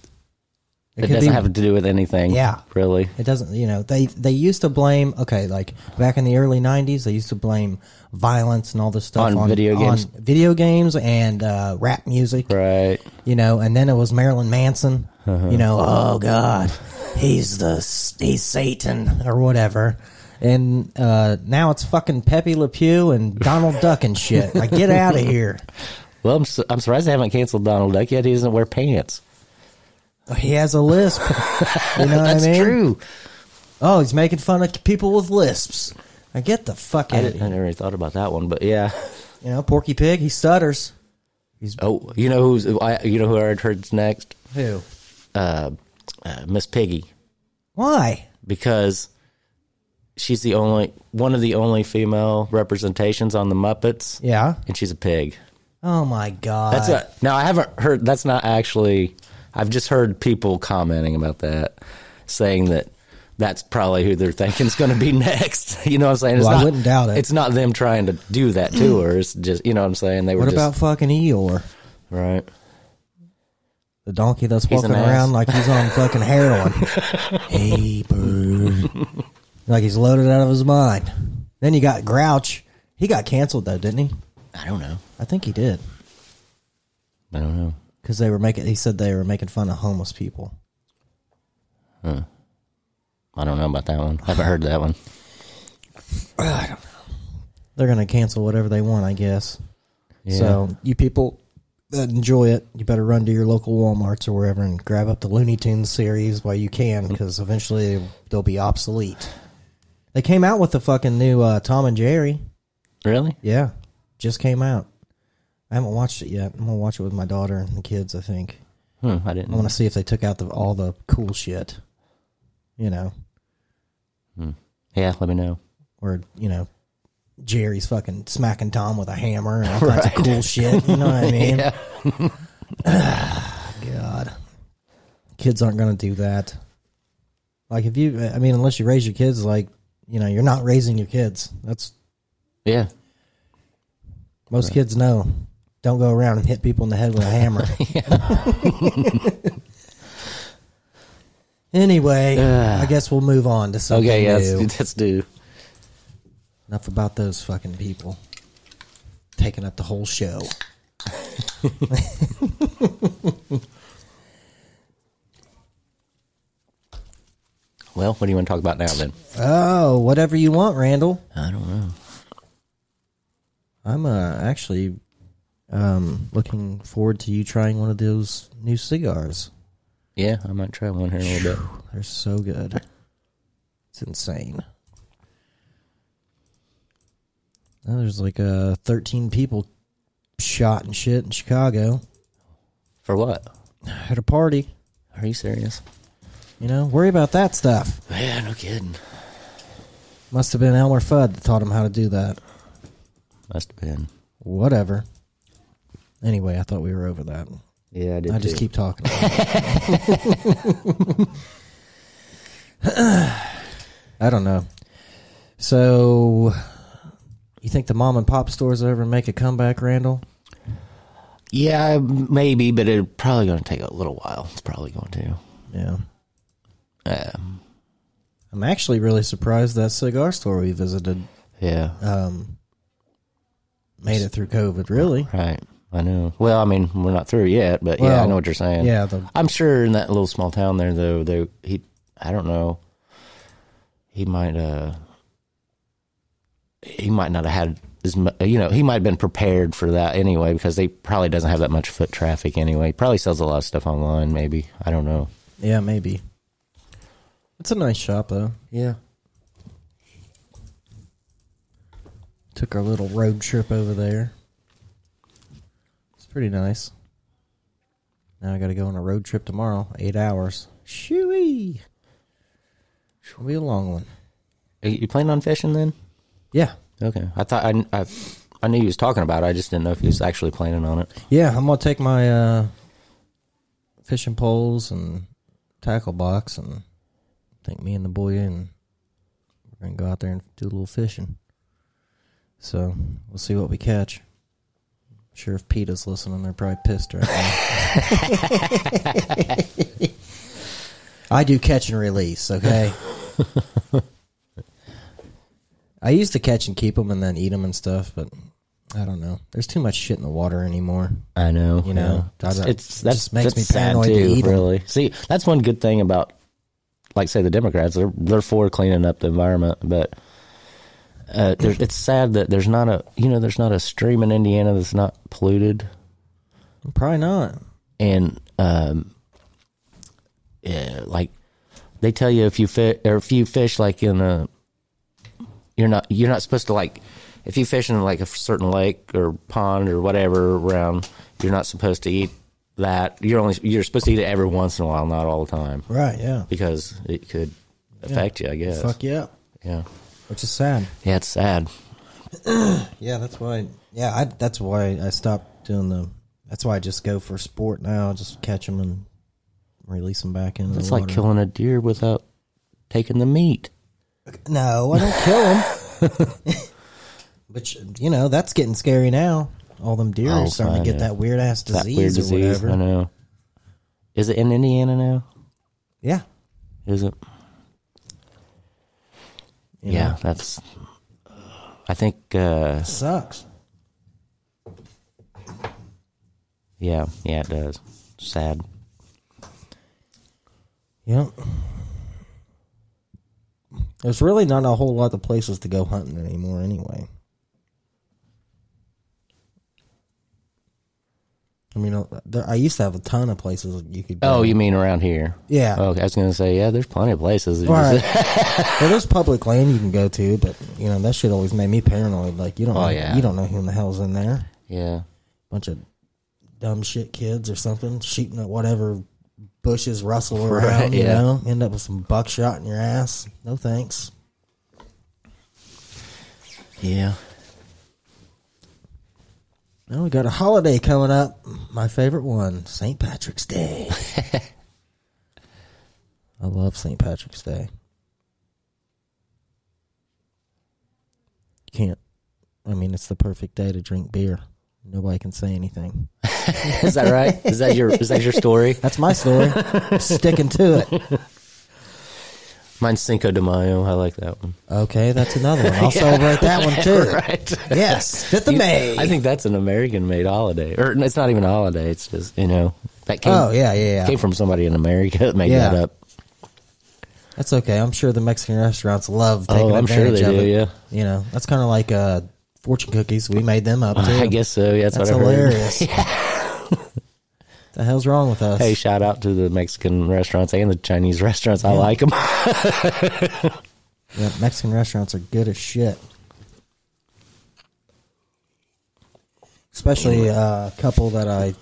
Speaker 2: it
Speaker 1: could
Speaker 2: doesn't
Speaker 1: be-
Speaker 2: have to do with anything.
Speaker 1: Yeah.
Speaker 2: Really.
Speaker 1: It doesn't. You know, they they used to blame. Okay, like back in the early '90s, they used to blame violence and all this stuff
Speaker 2: On video games.
Speaker 1: on video games and uh, rap music.
Speaker 2: Right. Uh-huh.
Speaker 1: You know, and then it was Marilyn Manson. You know, oh God, he's the s- he's Satan or whatever. And uh, now it's fucking Pepe Le Pew and Donald Duck and shit. Like, get out of here.
Speaker 2: Well, I'm, su- I'm surprised they haven't canceled Donald Duck yet. He doesn't wear pants.
Speaker 1: Oh, He has a lisp. You know
Speaker 2: That's
Speaker 1: what I mean?
Speaker 2: true.
Speaker 1: Oh, he's making fun of people with lisps. I get the fuck
Speaker 2: I,
Speaker 1: out of
Speaker 2: didn't, I
Speaker 1: here.
Speaker 2: never really thought about that one, but yeah.
Speaker 1: You know, Porky Pig, he stutters.
Speaker 2: Oh, you know who's I, you know who I heard's next?
Speaker 1: Who?
Speaker 2: Uh, uh, Miss Piggy,
Speaker 1: Why?
Speaker 2: because she's the only one of the only female representations on the Muppets,
Speaker 1: Yeah.
Speaker 2: and she's a pig.
Speaker 1: Oh my god.
Speaker 2: That's a, now I haven't heard. That's not actually. I've just heard people commenting about that, saying that that's probably who they're thinking's going to be next. You know what I'm saying? It's
Speaker 1: Well, I
Speaker 2: not,
Speaker 1: wouldn't doubt it. Mm.
Speaker 2: It's not them trying to do that to her. It's just you know what I'm saying. They were
Speaker 1: what
Speaker 2: just
Speaker 1: about fucking Eeyore?
Speaker 2: right.
Speaker 1: The donkey that's
Speaker 2: He's
Speaker 1: walking
Speaker 2: an ass.
Speaker 1: around like he's on fucking heroin. hey, bird. like he's loaded out of his mind. Then you got Grouch. He got canceled though, didn't he?
Speaker 2: I don't know.
Speaker 1: I think he did
Speaker 2: I don't know.
Speaker 1: because they were making. He said they were making fun of homeless people.
Speaker 2: I don't know about that one. I haven't heard that one.
Speaker 1: They're gonna cancel whatever they want, I guess.
Speaker 2: Yeah.
Speaker 1: So you people that enjoy it, you better run to your local WalMarts or wherever and grab up the Looney Tunes series while you can, because eventually they'll be obsolete. They came out with the fucking new uh, Tom and Jerry.
Speaker 2: really?
Speaker 1: Yeah, just came out. I haven't watched it yet. I'm gonna watch it with my daughter and the kids. I think
Speaker 2: Hmm, I didn't.
Speaker 1: I want to see if they took out the, all the cool shit, you know,
Speaker 2: yeah, let me know.
Speaker 1: where you know Jerry's fucking smacking Tom with a hammer and all kinds of cool shit. You know what I mean? Ah,
Speaker 2: Yeah.
Speaker 1: God. Kids aren't going to do that. Like, if you, I mean, unless you raise your kids, like, you know, you're not raising your kids. That's,
Speaker 2: Yeah.
Speaker 1: most kids know. Don't go around and hit people in the head with a hammer. anyway, I guess we'll move on to something
Speaker 2: Okay. Yeah.
Speaker 1: new.
Speaker 2: That's, that's due.
Speaker 1: Enough about those fucking people taking up the whole show.
Speaker 2: Well, what do you want to talk about now then?
Speaker 1: Oh, whatever you want, Randall.
Speaker 2: I don't know.
Speaker 1: I'm uh, actually um, looking forward to you trying one of those new cigars.
Speaker 2: Yeah, I might try one here in a little bit.
Speaker 1: They're so good. It's insane. Now there's like uh, 13 people shot and shit in Chicago
Speaker 2: For what?
Speaker 1: at a party.
Speaker 2: Are you serious?
Speaker 1: You know, worry about that stuff.
Speaker 2: Yeah, no kidding.
Speaker 1: Must have been Elmer Fudd that taught him how to do that.
Speaker 2: Must have been.
Speaker 1: Whatever. Anyway, I thought we were over that.
Speaker 2: Yeah, I did.
Speaker 1: I just keep talking. about it. I don't know. So, you think the mom and pop stores ever make a comeback, Randall?
Speaker 2: Yeah, maybe, but it probably going to take a little while. It's probably going to.
Speaker 1: Yeah.
Speaker 2: Um,
Speaker 1: I'm actually really surprised that cigar store we visited
Speaker 2: yeah,
Speaker 1: um, made it through COVID, really.
Speaker 2: right. I know. Well, I mean, we're not through yet, but yeah, I
Speaker 1: Well,
Speaker 2: know what you're saying.
Speaker 1: Yeah, the,
Speaker 2: I'm sure in that little small town there, though, though he, I don't know, he might, uh, he might not have had as much, you know, he might have been prepared for that anyway, because they probably doesn't have that much foot traffic anyway. Probably sells a lot of stuff online, maybe. I don't know.
Speaker 1: yeah, maybe. It's a nice shop, though.
Speaker 2: Yeah.
Speaker 1: took our little road trip over there. It's pretty nice. Now I got to go on a road trip tomorrow, eight hours. Shooey. It'll be a long one.
Speaker 2: Are you planning on fishing then?
Speaker 1: Yeah,
Speaker 2: Okay. I thought I, I, I knew he was talking about it. I just didn't know if he was actually planning on it.
Speaker 1: yeah. I'm gonna take my uh, fishing poles and tackle box, and take me and the boy in. We're gonna go out there and do a little fishing. So we'll see what we catch. sure, if Peta's listening, they're probably pissed right now. I do catch and release. Okay. I used to catch and keep them and then eat them and stuff, but I don't know. There's too much shit in the water anymore.
Speaker 2: I know.
Speaker 1: You know,
Speaker 2: yeah.
Speaker 1: I-
Speaker 2: it's,
Speaker 1: I-
Speaker 2: it's
Speaker 1: it
Speaker 2: that's,
Speaker 1: just makes
Speaker 2: that's
Speaker 1: me
Speaker 2: sad
Speaker 1: paranoid to
Speaker 2: too,
Speaker 1: eat 'em.
Speaker 2: really. See, that's one good thing about, like, say the Democrats. They're they're for cleaning up the environment, but uh, there, it's sad that there's not a you know there's not a stream in Indiana that's not polluted.
Speaker 1: Probably not.
Speaker 2: and um, yeah, like they tell you if you fish or if you fish like in a you're not you're not supposed to like if you fish in like a certain lake or pond or whatever around you're not supposed to eat that you're only you're supposed to eat it every once in a while not all the time
Speaker 1: Right, yeah.
Speaker 2: because it could affect you I guess
Speaker 1: Fuck yeah.
Speaker 2: yeah
Speaker 1: Which is sad.
Speaker 2: yeah it's sad
Speaker 1: Yeah, that's why. Yeah, I, that's why I stopped doing the. That's why I just go for sport now. Just catch them and release them back into
Speaker 2: it's
Speaker 1: the
Speaker 2: like
Speaker 1: water.
Speaker 2: killing a deer without taking the meat
Speaker 1: No, I don't kill them. Which you know that's getting scary now. All them deer
Speaker 2: Oh,
Speaker 1: are starting
Speaker 2: I
Speaker 1: to get
Speaker 2: know.
Speaker 1: that weird ass
Speaker 2: that
Speaker 1: disease
Speaker 2: weird
Speaker 1: or
Speaker 2: disease I
Speaker 1: whatever.
Speaker 2: know is it in Indiana now
Speaker 1: Yeah,
Speaker 2: is it
Speaker 1: you
Speaker 2: yeah,
Speaker 1: know,
Speaker 2: that's. I think. Uh,
Speaker 1: sucks.
Speaker 2: yeah, yeah, it does. Sad.
Speaker 1: Yep. There's really not a whole lot of places to go hunting anymore, anyway. I mean, uh, there, I used to have a ton of places you could go.
Speaker 2: Oh, you Oh, mean around here?
Speaker 1: yeah.
Speaker 2: Okay, I was gonna say yeah. There's plenty of places. that
Speaker 1: Uh, All
Speaker 2: just-
Speaker 1: right. well, there's public land you can go to, but you know that shit always made me paranoid. Like you don't,
Speaker 2: Oh,
Speaker 1: know,
Speaker 2: yeah.
Speaker 1: you don't know who in the hell's in there.
Speaker 2: yeah,
Speaker 1: Bunch of dumb shit kids or something shooting at whatever bushes rustle around.
Speaker 2: Right,
Speaker 1: You
Speaker 2: yeah.
Speaker 1: know, end up with some buckshot in your ass. No thanks.
Speaker 2: yeah.
Speaker 1: Now we got a holiday coming up. My favorite one, St. Patrick's Day. I love St. Patrick's Day. You can't. I mean, it's the perfect day to drink beer. Nobody can say anything.
Speaker 2: Is that right? Is that your is that your story?
Speaker 1: That's my story. I'm sticking to it.
Speaker 2: Mine's Cinco de Mayo. I like that one.
Speaker 1: Okay, that's another one. I'll celebrate that one too.
Speaker 2: Right.
Speaker 1: Yes, fifth of May.
Speaker 2: I think that's an American made holiday, or it's not even a holiday. It's just you know that came
Speaker 1: oh yeah, yeah, yeah.
Speaker 2: came from somebody in America that made
Speaker 1: Yeah.
Speaker 2: that up.
Speaker 1: That's okay. I'm sure the Mexican restaurants love taking
Speaker 2: oh, I'm sure
Speaker 1: advantage
Speaker 2: they
Speaker 1: of
Speaker 2: do.
Speaker 1: it.
Speaker 2: Yeah,
Speaker 1: You know, that's kind of like uh, fortune cookies. We made them up too.
Speaker 2: I guess so. Yeah, that's,
Speaker 1: that's
Speaker 2: what I heard.
Speaker 1: hilarious. the hell's wrong with us?
Speaker 2: Hey, shout out to the Mexican restaurants and the Chinese restaurants. I like them.
Speaker 1: Yeah, Mexican restaurants are good as shit. Especially uh, a couple that I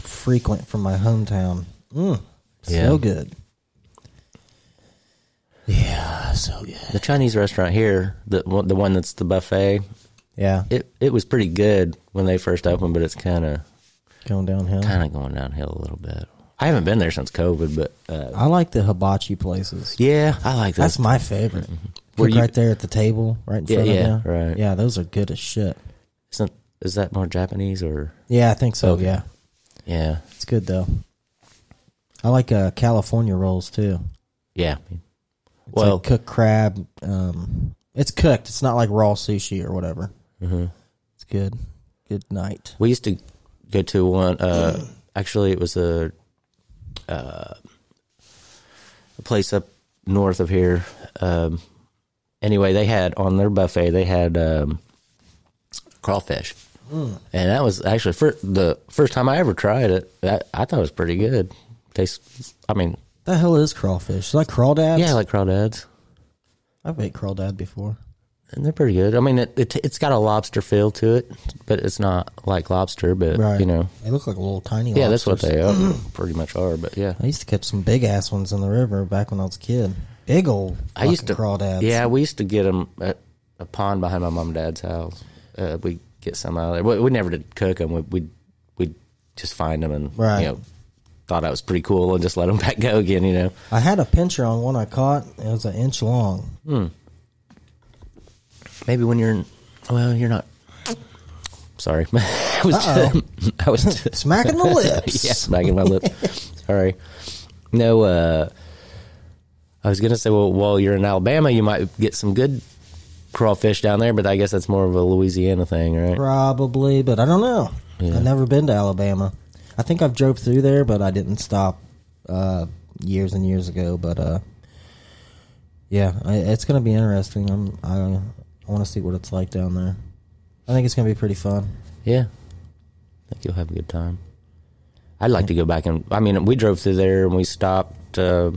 Speaker 1: frequent from my hometown. Mm,
Speaker 2: Yeah.
Speaker 1: So good. Yeah, so good.
Speaker 2: The Chinese restaurant here, the one- the one that's the buffet,
Speaker 1: Yeah,
Speaker 2: it it was pretty good when they first opened, but it's kind of
Speaker 1: going downhill.
Speaker 2: kind of going downhill a little bit. I haven't been there since COVID, but uh,
Speaker 1: I like the hibachi places.
Speaker 2: yeah, I like
Speaker 1: That's
Speaker 2: that.
Speaker 1: my favorite.
Speaker 2: Were
Speaker 1: Cook
Speaker 2: Mm-hmm. you-
Speaker 1: right there at the table, right in
Speaker 2: Yeah,
Speaker 1: front
Speaker 2: yeah,
Speaker 1: of you.
Speaker 2: right.
Speaker 1: Yeah, those are good as shit.
Speaker 2: Isn't, is that more Japanese or
Speaker 1: Yeah, I think so. Yeah,
Speaker 2: yeah,
Speaker 1: it's good though. I like uh, California rolls too.
Speaker 2: yeah?
Speaker 1: It's
Speaker 2: Well,
Speaker 1: like cooked crab. Um, it's cooked. It's not like raw sushi or whatever. Mm-hmm. It's good. Good night.
Speaker 2: we used to go to one. Uh,
Speaker 1: Mm.
Speaker 2: actually, it was a uh, a place up north of here. Um, anyway, they had on their buffet they had um, crawfish,
Speaker 1: Mm.
Speaker 2: and that was actually fir- the first time I ever tried it. I, I thought it was pretty good. Tastes. I mean,
Speaker 1: The hell is crawfish? Is that crawdads?
Speaker 2: yeah, I like crawdads.
Speaker 1: I've ate crawdad before.
Speaker 2: And they're pretty good. I mean, it, it it's got a lobster feel to it, but it's not like lobster. But
Speaker 1: Right.
Speaker 2: you know,
Speaker 1: They look like little tiny
Speaker 2: yeah, that's what
Speaker 1: lobsters.
Speaker 2: they are, pretty much are. But yeah,
Speaker 1: I used to catch some big ass ones in the river back when I was a kid. Big old
Speaker 2: I used to
Speaker 1: fucking crawdads.
Speaker 2: Yeah, we used to get them at a pond behind my mom and dad's house. Uh, we get some out of there. We, we never did cook them. We we we just find them and
Speaker 1: Right.
Speaker 2: you know thought that was pretty cool and just let them back go again. You know,
Speaker 1: I had a pincher on one I caught. It was an inch long.
Speaker 2: maybe when you're in, well, you're not. Sorry, I was
Speaker 1: Uh-oh.
Speaker 2: I was
Speaker 1: Smacking the lips.
Speaker 2: yeah, smacking my lip. Sorry. No, uh, I was gonna say, well, while you're in Alabama, you might get some good crawfish down there, but I guess that's more of a Louisiana thing, right?
Speaker 1: Probably, but I don't know.
Speaker 2: Yeah.
Speaker 1: I've never been to Alabama. I think I've drove through there, but I didn't stop uh, years and years ago. But uh, yeah, I, it's going to be interesting. I'm, I, I want to see what it's like down there. I think it's going to be pretty fun.
Speaker 2: Yeah, I think you'll have a good time. I'd like to go back and. I mean, we drove through there and we stopped. Uh,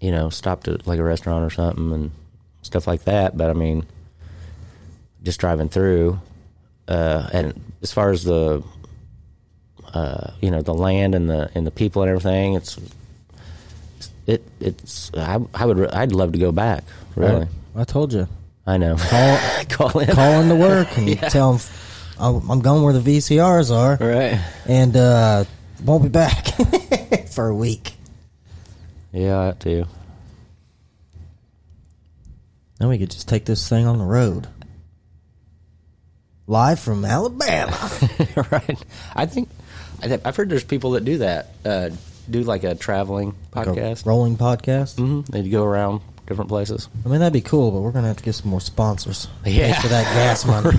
Speaker 2: you know, stopped at like a restaurant or something and stuff like that. But I mean, just driving through. Uh, and as far as the, uh, you know, the land and the and the people and everything, it's it it's I I would re- I'd love to go back. Really,
Speaker 1: I, I told you.
Speaker 2: I know.
Speaker 1: Call,
Speaker 2: Call in.
Speaker 1: call into work and tell them I'm, I'm going where the VCRs are
Speaker 2: Right.
Speaker 1: and uh, won't be back for a week.
Speaker 2: Yeah, I have to.
Speaker 1: Then we could just take this thing on the road. Live from Alabama.
Speaker 2: right. I think I th- I've heard there's people that do that. Uh, do like a traveling podcast.
Speaker 1: Rolling podcast.
Speaker 2: hmm They go around different places.
Speaker 1: I mean, that'd be cool, but we're going to have to get some more sponsors. Pay
Speaker 2: Yeah.
Speaker 1: for that gas money.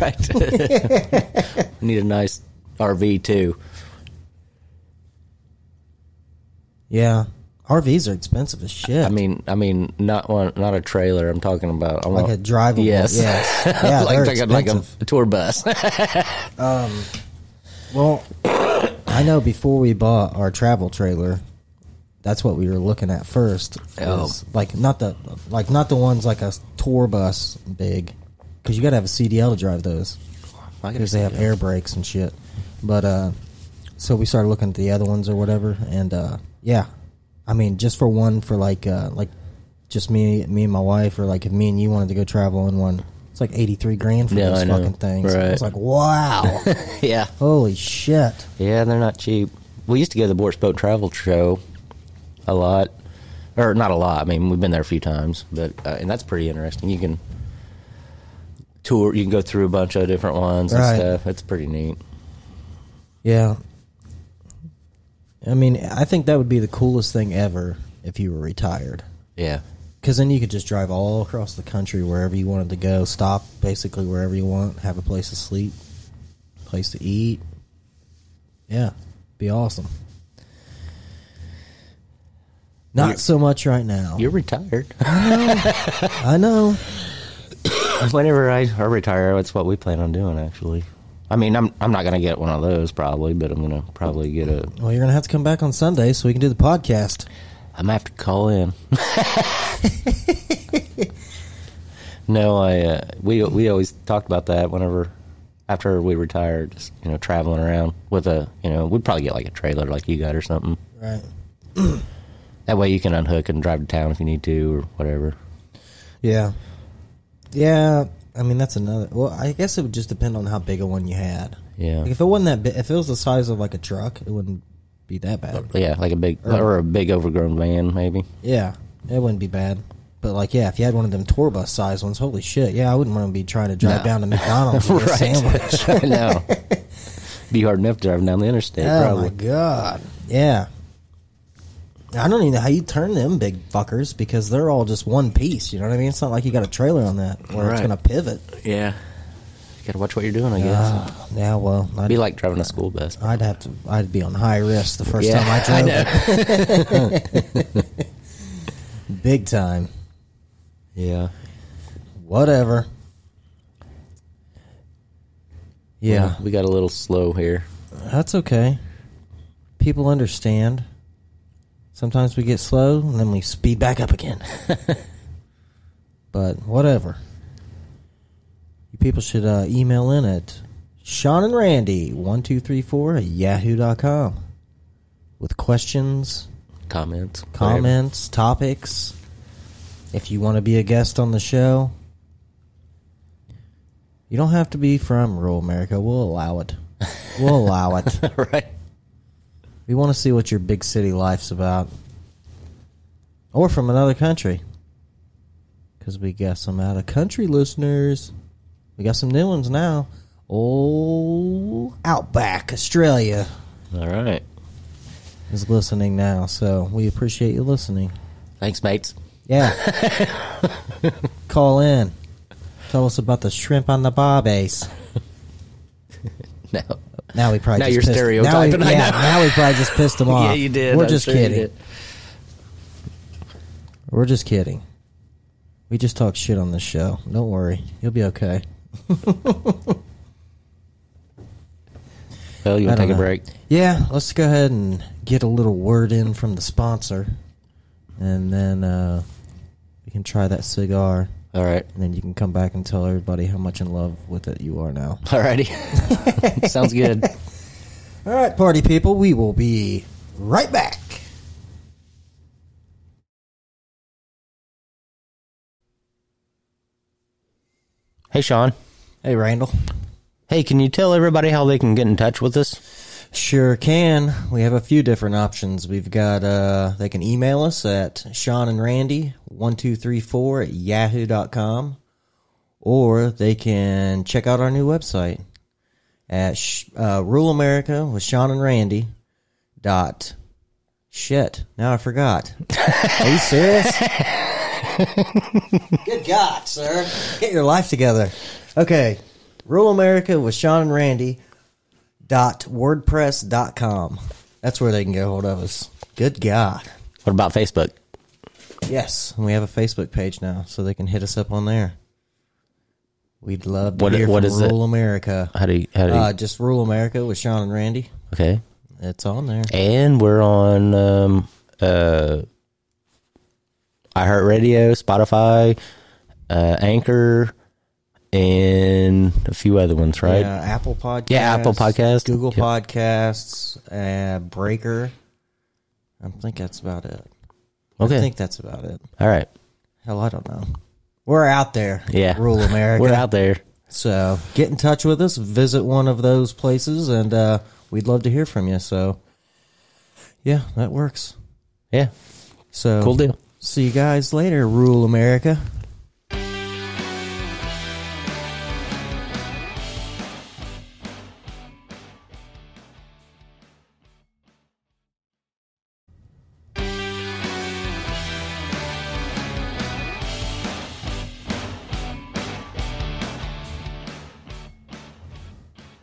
Speaker 2: Right. Need a nice RV too.
Speaker 1: Yeah. RVs are expensive as shit.
Speaker 2: I mean, I mean, not one, not a trailer. I'm talking about I
Speaker 1: like
Speaker 2: want-
Speaker 1: a drivable.
Speaker 2: Yes.
Speaker 1: yes. Yeah,
Speaker 2: like
Speaker 1: they're
Speaker 2: like, a, like a
Speaker 1: expensive.
Speaker 2: tour bus.
Speaker 1: Well, I know before we bought our travel trailer, that's what we were looking at first.
Speaker 2: Oh.
Speaker 1: was, Like not the like not the ones like a tour bus big, because you got to have a CDL to drive those because they have air brakes and shit. But uh, so we started looking at the other ones or whatever, and uh, yeah, I mean just for one for like uh, like just me me and my wife, or like if me and you wanted to go travel in one, it's like eighty three grand for
Speaker 2: Yeah, I
Speaker 1: those
Speaker 2: know.
Speaker 1: fucking things.
Speaker 2: Right.
Speaker 1: It's like wow,
Speaker 2: yeah.
Speaker 1: holy shit.
Speaker 2: Yeah, they're not cheap. We used to go to the Boards Boat Travel Show a lot, or not a lot. I mean, we've been there a few times, but uh, and that's pretty interesting. You can tour, you can go through a bunch of different ones
Speaker 1: Right.
Speaker 2: and stuff. It's pretty neat.
Speaker 1: Yeah. I mean, I think that would be the coolest thing ever if you were retired.
Speaker 2: Yeah,
Speaker 1: Because then you could just drive all across the country wherever you wanted to go, stop basically wherever you want, have a place to sleep, place to eat. Yeah, be awesome. Not so much right now.
Speaker 2: you're retired.
Speaker 1: I know.
Speaker 2: Whenever I I retire, that's what we plan on doing. Actually, I mean, I'm I'm not gonna get one of those probably, but I'm gonna probably get a.
Speaker 1: Well, you're going to have to come back on Sunday so we can do the podcast.
Speaker 2: I'm gonna have to call in. no, I uh, we we always talked about that whenever after we retired, just you know, traveling around with a you know, we'd probably get like a trailer like you got or something.
Speaker 1: Right.
Speaker 2: That way you can unhook and drive to town if you need to or whatever.
Speaker 1: Yeah. Yeah. I mean, that's another. Well, I guess it would just depend on how big a one you had.
Speaker 2: Yeah.
Speaker 1: Like, if it wasn't that big, if it was the size of like a truck, it wouldn't be that bad.
Speaker 2: Yeah, like a big or a big overgrown van maybe.
Speaker 1: Yeah. It wouldn't be bad. But like, yeah, if you had one of them tour bus size ones, holy shit, yeah, I wouldn't want to be trying to drive
Speaker 2: No.
Speaker 1: down to McDonald's for a sandwich.
Speaker 2: I know. Be hard enough driving down the interstate,
Speaker 1: Oh my
Speaker 2: probably.
Speaker 1: god. Yeah. I don't even know how you turn them big fuckers because they're all just one piece. You know what I mean? It's not like you got a trailer on that where it's
Speaker 2: Right.
Speaker 1: gonna pivot.
Speaker 2: Yeah. Gotta watch what you're doing, I guess.
Speaker 1: Ah, yeah. Well, I
Speaker 2: Be like driving a school bus.
Speaker 1: I'd have to. I'd be on high risk the first
Speaker 2: Yeah,
Speaker 1: time I
Speaker 2: I
Speaker 1: drove it. Big time.
Speaker 2: Yeah.
Speaker 1: Whatever. Yeah,
Speaker 2: We got a little slow here.
Speaker 1: that's okay. People understand. Sometimes we get slow and then we speed back up again. but whatever. You people should uh, email in at Sean and Randy one two three four at yahoo.com with questions,
Speaker 2: Comments. whatever.
Speaker 1: comments, topics. If you want to be a guest on the show, you don't have to be from rural America. We'll allow it. We'll allow it.
Speaker 2: right.
Speaker 1: We want to see what your big city life's about. Or from another country. Because we got some out of country listeners. We got some new ones now. Oh, Outback, Australia
Speaker 2: All right.
Speaker 1: is listening now. So we appreciate you listening.
Speaker 2: Thanks, mates.
Speaker 1: Yeah. Call in. Tell us about the shrimp on the bobbies.
Speaker 2: No.
Speaker 1: Now we probably
Speaker 2: Now
Speaker 1: just
Speaker 2: you're
Speaker 1: pissed,
Speaker 2: stereotyping,
Speaker 1: Now
Speaker 2: I
Speaker 1: we, yeah,
Speaker 2: know.
Speaker 1: now we probably just pissed them off.
Speaker 2: Yeah, you did.
Speaker 1: We're
Speaker 2: I'm
Speaker 1: just
Speaker 2: sure you
Speaker 1: kidding.
Speaker 2: did.
Speaker 1: We're just kidding. We just talk shit on this show. Don't worry, you'll be okay.
Speaker 2: Well,
Speaker 1: I
Speaker 2: you want to
Speaker 1: don't
Speaker 2: take a
Speaker 1: know.
Speaker 2: break?
Speaker 1: Yeah, let's go ahead and get a little word in from the sponsor, and then uh, we can try that cigar,
Speaker 2: All right.
Speaker 1: and then you can come back and tell everybody how much in love with it you are now.
Speaker 2: All righty. Sounds good.
Speaker 1: All right, party people, we will be right back.
Speaker 2: Hey, Sean.
Speaker 1: Hey, Randall.
Speaker 2: Hey, can you tell everybody how they can get in touch with us?
Speaker 1: Sure can. We have a few different options. We've got uh they can email us at Sean and Randy one two three four at yahoo.com or they can check out our new website at sh- uh, Rural America with Sean and Randy dot shit. Now I forgot. Are you serious? Good God, sir. Get your life together. Okay. Rural America with Sean and Randy dot wordpress dot com. That's where they can get a hold of us. Good God.
Speaker 2: What about Facebook?
Speaker 1: Yes. And we have a Facebook page now, so they can hit us up on there. We'd love to
Speaker 2: What-
Speaker 1: hear
Speaker 2: what
Speaker 1: from
Speaker 2: is it?
Speaker 1: Rural America.
Speaker 2: How do you, how do you,
Speaker 1: Uh, just Rural America with Sean and Randy.
Speaker 2: okay.
Speaker 1: It's on there.
Speaker 2: And we're on um, uh, iHeartRadio, Spotify, uh, Anchor, and a few other ones, right?
Speaker 1: Yeah, Apple Podcasts.
Speaker 2: Yeah, Apple Podcasts.
Speaker 1: Google
Speaker 2: Yep.
Speaker 1: Podcasts, uh, Breaker. I think that's about it.
Speaker 2: Okay.
Speaker 1: I think that's about it.
Speaker 2: All right.
Speaker 1: Hell, I don't know. We're out there.
Speaker 2: Yeah.
Speaker 1: Rural America.
Speaker 2: We're out there.
Speaker 1: So get in touch with us, visit one of those places, and uh, we'd love to hear from you. So, yeah, that works.
Speaker 2: Yeah.
Speaker 1: So
Speaker 2: Cool deal.
Speaker 1: See you guys later, rural America.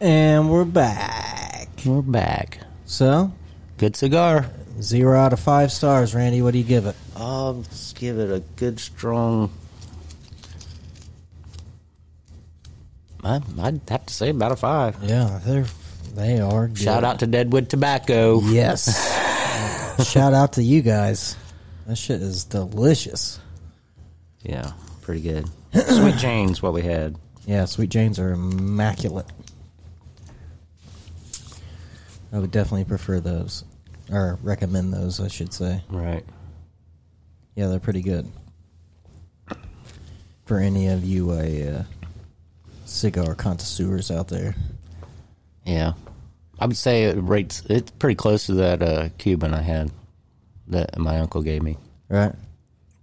Speaker 1: And we're back.
Speaker 2: We're back.
Speaker 1: So,
Speaker 2: Good cigar.
Speaker 1: zero out of five stars, Randy. What do you give it?
Speaker 2: I'll just Oh, give it a good strong. I, I'd have to say about a five.
Speaker 1: Yeah, they're they are. Good.
Speaker 2: Shout out to Deadwood Tobacco.
Speaker 1: Yes. Shout out to you guys. That shit is delicious.
Speaker 2: Yeah, pretty good. Sweet Jane's what we had.
Speaker 1: Yeah, sweet Janes are immaculate. I would definitely prefer those, or recommend those, I should say.
Speaker 2: Right.
Speaker 1: Yeah, they're pretty good. For any of you uh, cigar connoisseurs out there,
Speaker 2: Yeah. I would say it rates it's pretty close to that uh, Cuban I had that my uncle gave me.
Speaker 1: right?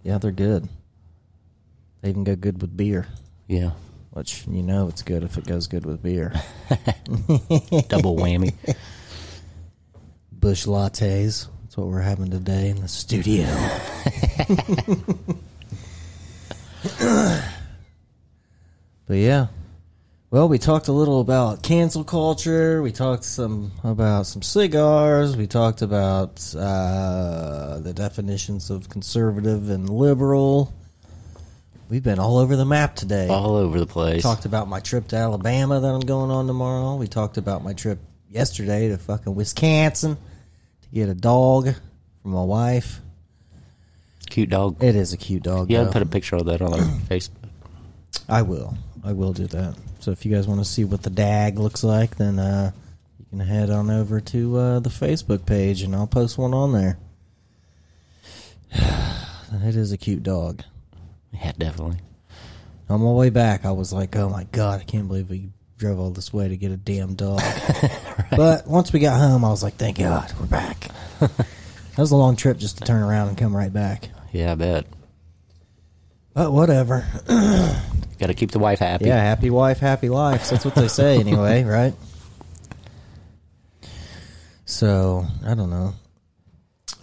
Speaker 1: Yeah, they're good. They even go good with beer,
Speaker 2: Yeah.
Speaker 1: which you know it's good if it goes good with beer.
Speaker 2: Double whammy.
Speaker 1: bush lattes. That's what we're having today in the studio. but yeah. Well, we talked a little about cancel culture. We talked some about some cigars. We talked about uh, the definitions of conservative and liberal. We've been all over the map today.
Speaker 2: All over the place.
Speaker 1: talked about my trip to Alabama that I'm going on tomorrow. We talked about my trip yesterday to fucking Wisconsin to get a dog for my wife.
Speaker 2: Cute dog.
Speaker 1: It is a cute dog.
Speaker 2: Yeah, I
Speaker 1: though.
Speaker 2: put a picture of that on our Facebook.
Speaker 1: I will. I will do that. So if you guys want to see what the DAG looks like, then uh, you can head on over to uh, the Facebook page and I'll post one on there. it is a cute dog.
Speaker 2: Yeah, definitely.
Speaker 1: On my way back, I was like, oh my God, I can't believe we drove all this way to get a damn dog. But once we got home, I was like, thank God, we're back. that was a long trip just to turn around and come right back.
Speaker 2: Yeah, I bet.
Speaker 1: But whatever.
Speaker 2: Got to keep the wife happy.
Speaker 1: Yeah, happy wife, happy life. So That's what they say, anyway, right? So I don't know.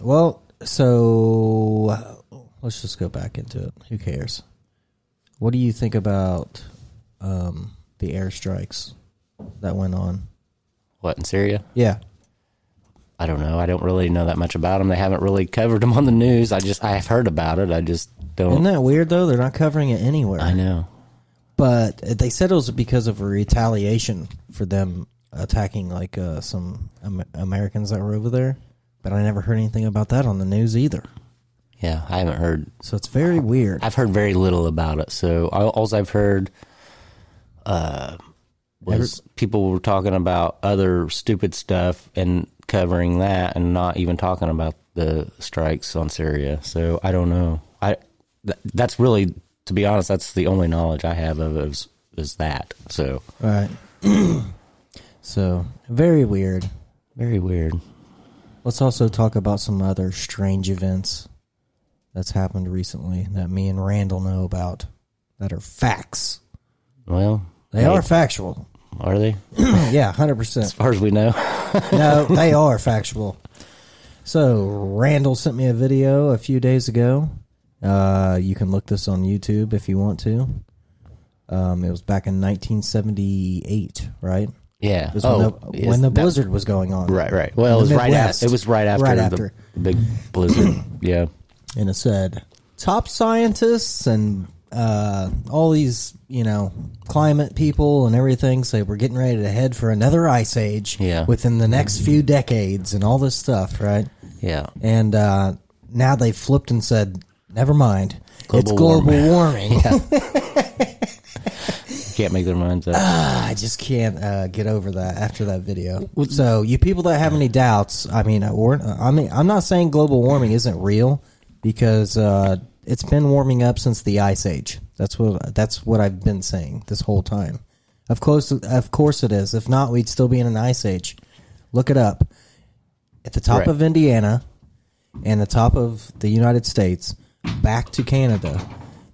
Speaker 1: Well, so let's just go back into it. Who cares? What do you think about um, the airstrikes that went on?
Speaker 2: What in Syria?
Speaker 1: Yeah,
Speaker 2: I don't know. I don't really know that much about them. They haven't really covered them on the news. I just I've heard about it. I just
Speaker 1: isn't
Speaker 2: don't.
Speaker 1: that weird though? They're not covering it anywhere.
Speaker 2: I know.
Speaker 1: but they said it was because of a retaliation for them attacking like uh, some Am- Americans that were over there. But I never heard anything about that on the news either.
Speaker 2: Yeah, I haven't heard.
Speaker 1: So it's very weird.
Speaker 2: I've heard very little about it. So all I've heard uh, was people were talking about other stupid stuff and covering that, and not even talking about the strikes on Syria. So I don't know. I th- that's really, to be honest, that's the only knowledge I have of it is, is that. So
Speaker 1: All right. so very weird.
Speaker 2: very weird.
Speaker 1: Let's also talk about some other strange events that's happened recently that me and Randall know about that are facts.
Speaker 2: Well,
Speaker 1: They
Speaker 2: hey,
Speaker 1: are factual.
Speaker 2: Are they?
Speaker 1: yeah, hundred
Speaker 2: As
Speaker 1: percent.
Speaker 2: far as we know.
Speaker 1: No, they are factual. So Randall sent me a video a few days ago. Uh, you can look this on YouTube if you want to. Um, it was back in 1978, right?
Speaker 2: Yeah.
Speaker 1: It
Speaker 2: Oh,
Speaker 1: was when the,
Speaker 2: yes,
Speaker 1: when the
Speaker 2: that-
Speaker 1: blizzard was going on.
Speaker 2: Right, right.
Speaker 1: the
Speaker 2: Well, it was right
Speaker 1: Midwest.
Speaker 2: after. It was right after,
Speaker 1: Right after.
Speaker 2: the big blizzard. yeah.
Speaker 1: and it said top scientists and uh, all these you know climate people and everything say we're getting ready to head for another ice age
Speaker 2: Yeah.
Speaker 1: within the next few decades and all this stuff right
Speaker 2: Yeah.
Speaker 1: and uh, now they flipped and said never mind it's
Speaker 2: Global
Speaker 1: global
Speaker 2: warming."
Speaker 1: warming,
Speaker 2: Can't make their minds up.
Speaker 1: i just can't uh, get over that after that video so you people that have any doubts i mean or, i mean i'm not saying global warming isn't real because uh, it's been warming up since the ice age that's what that's what i've been saying this whole time of course of course it is if not we'd still be in an ice age look it up at the top
Speaker 2: Right.
Speaker 1: of indiana and the top of the United States back to Canada,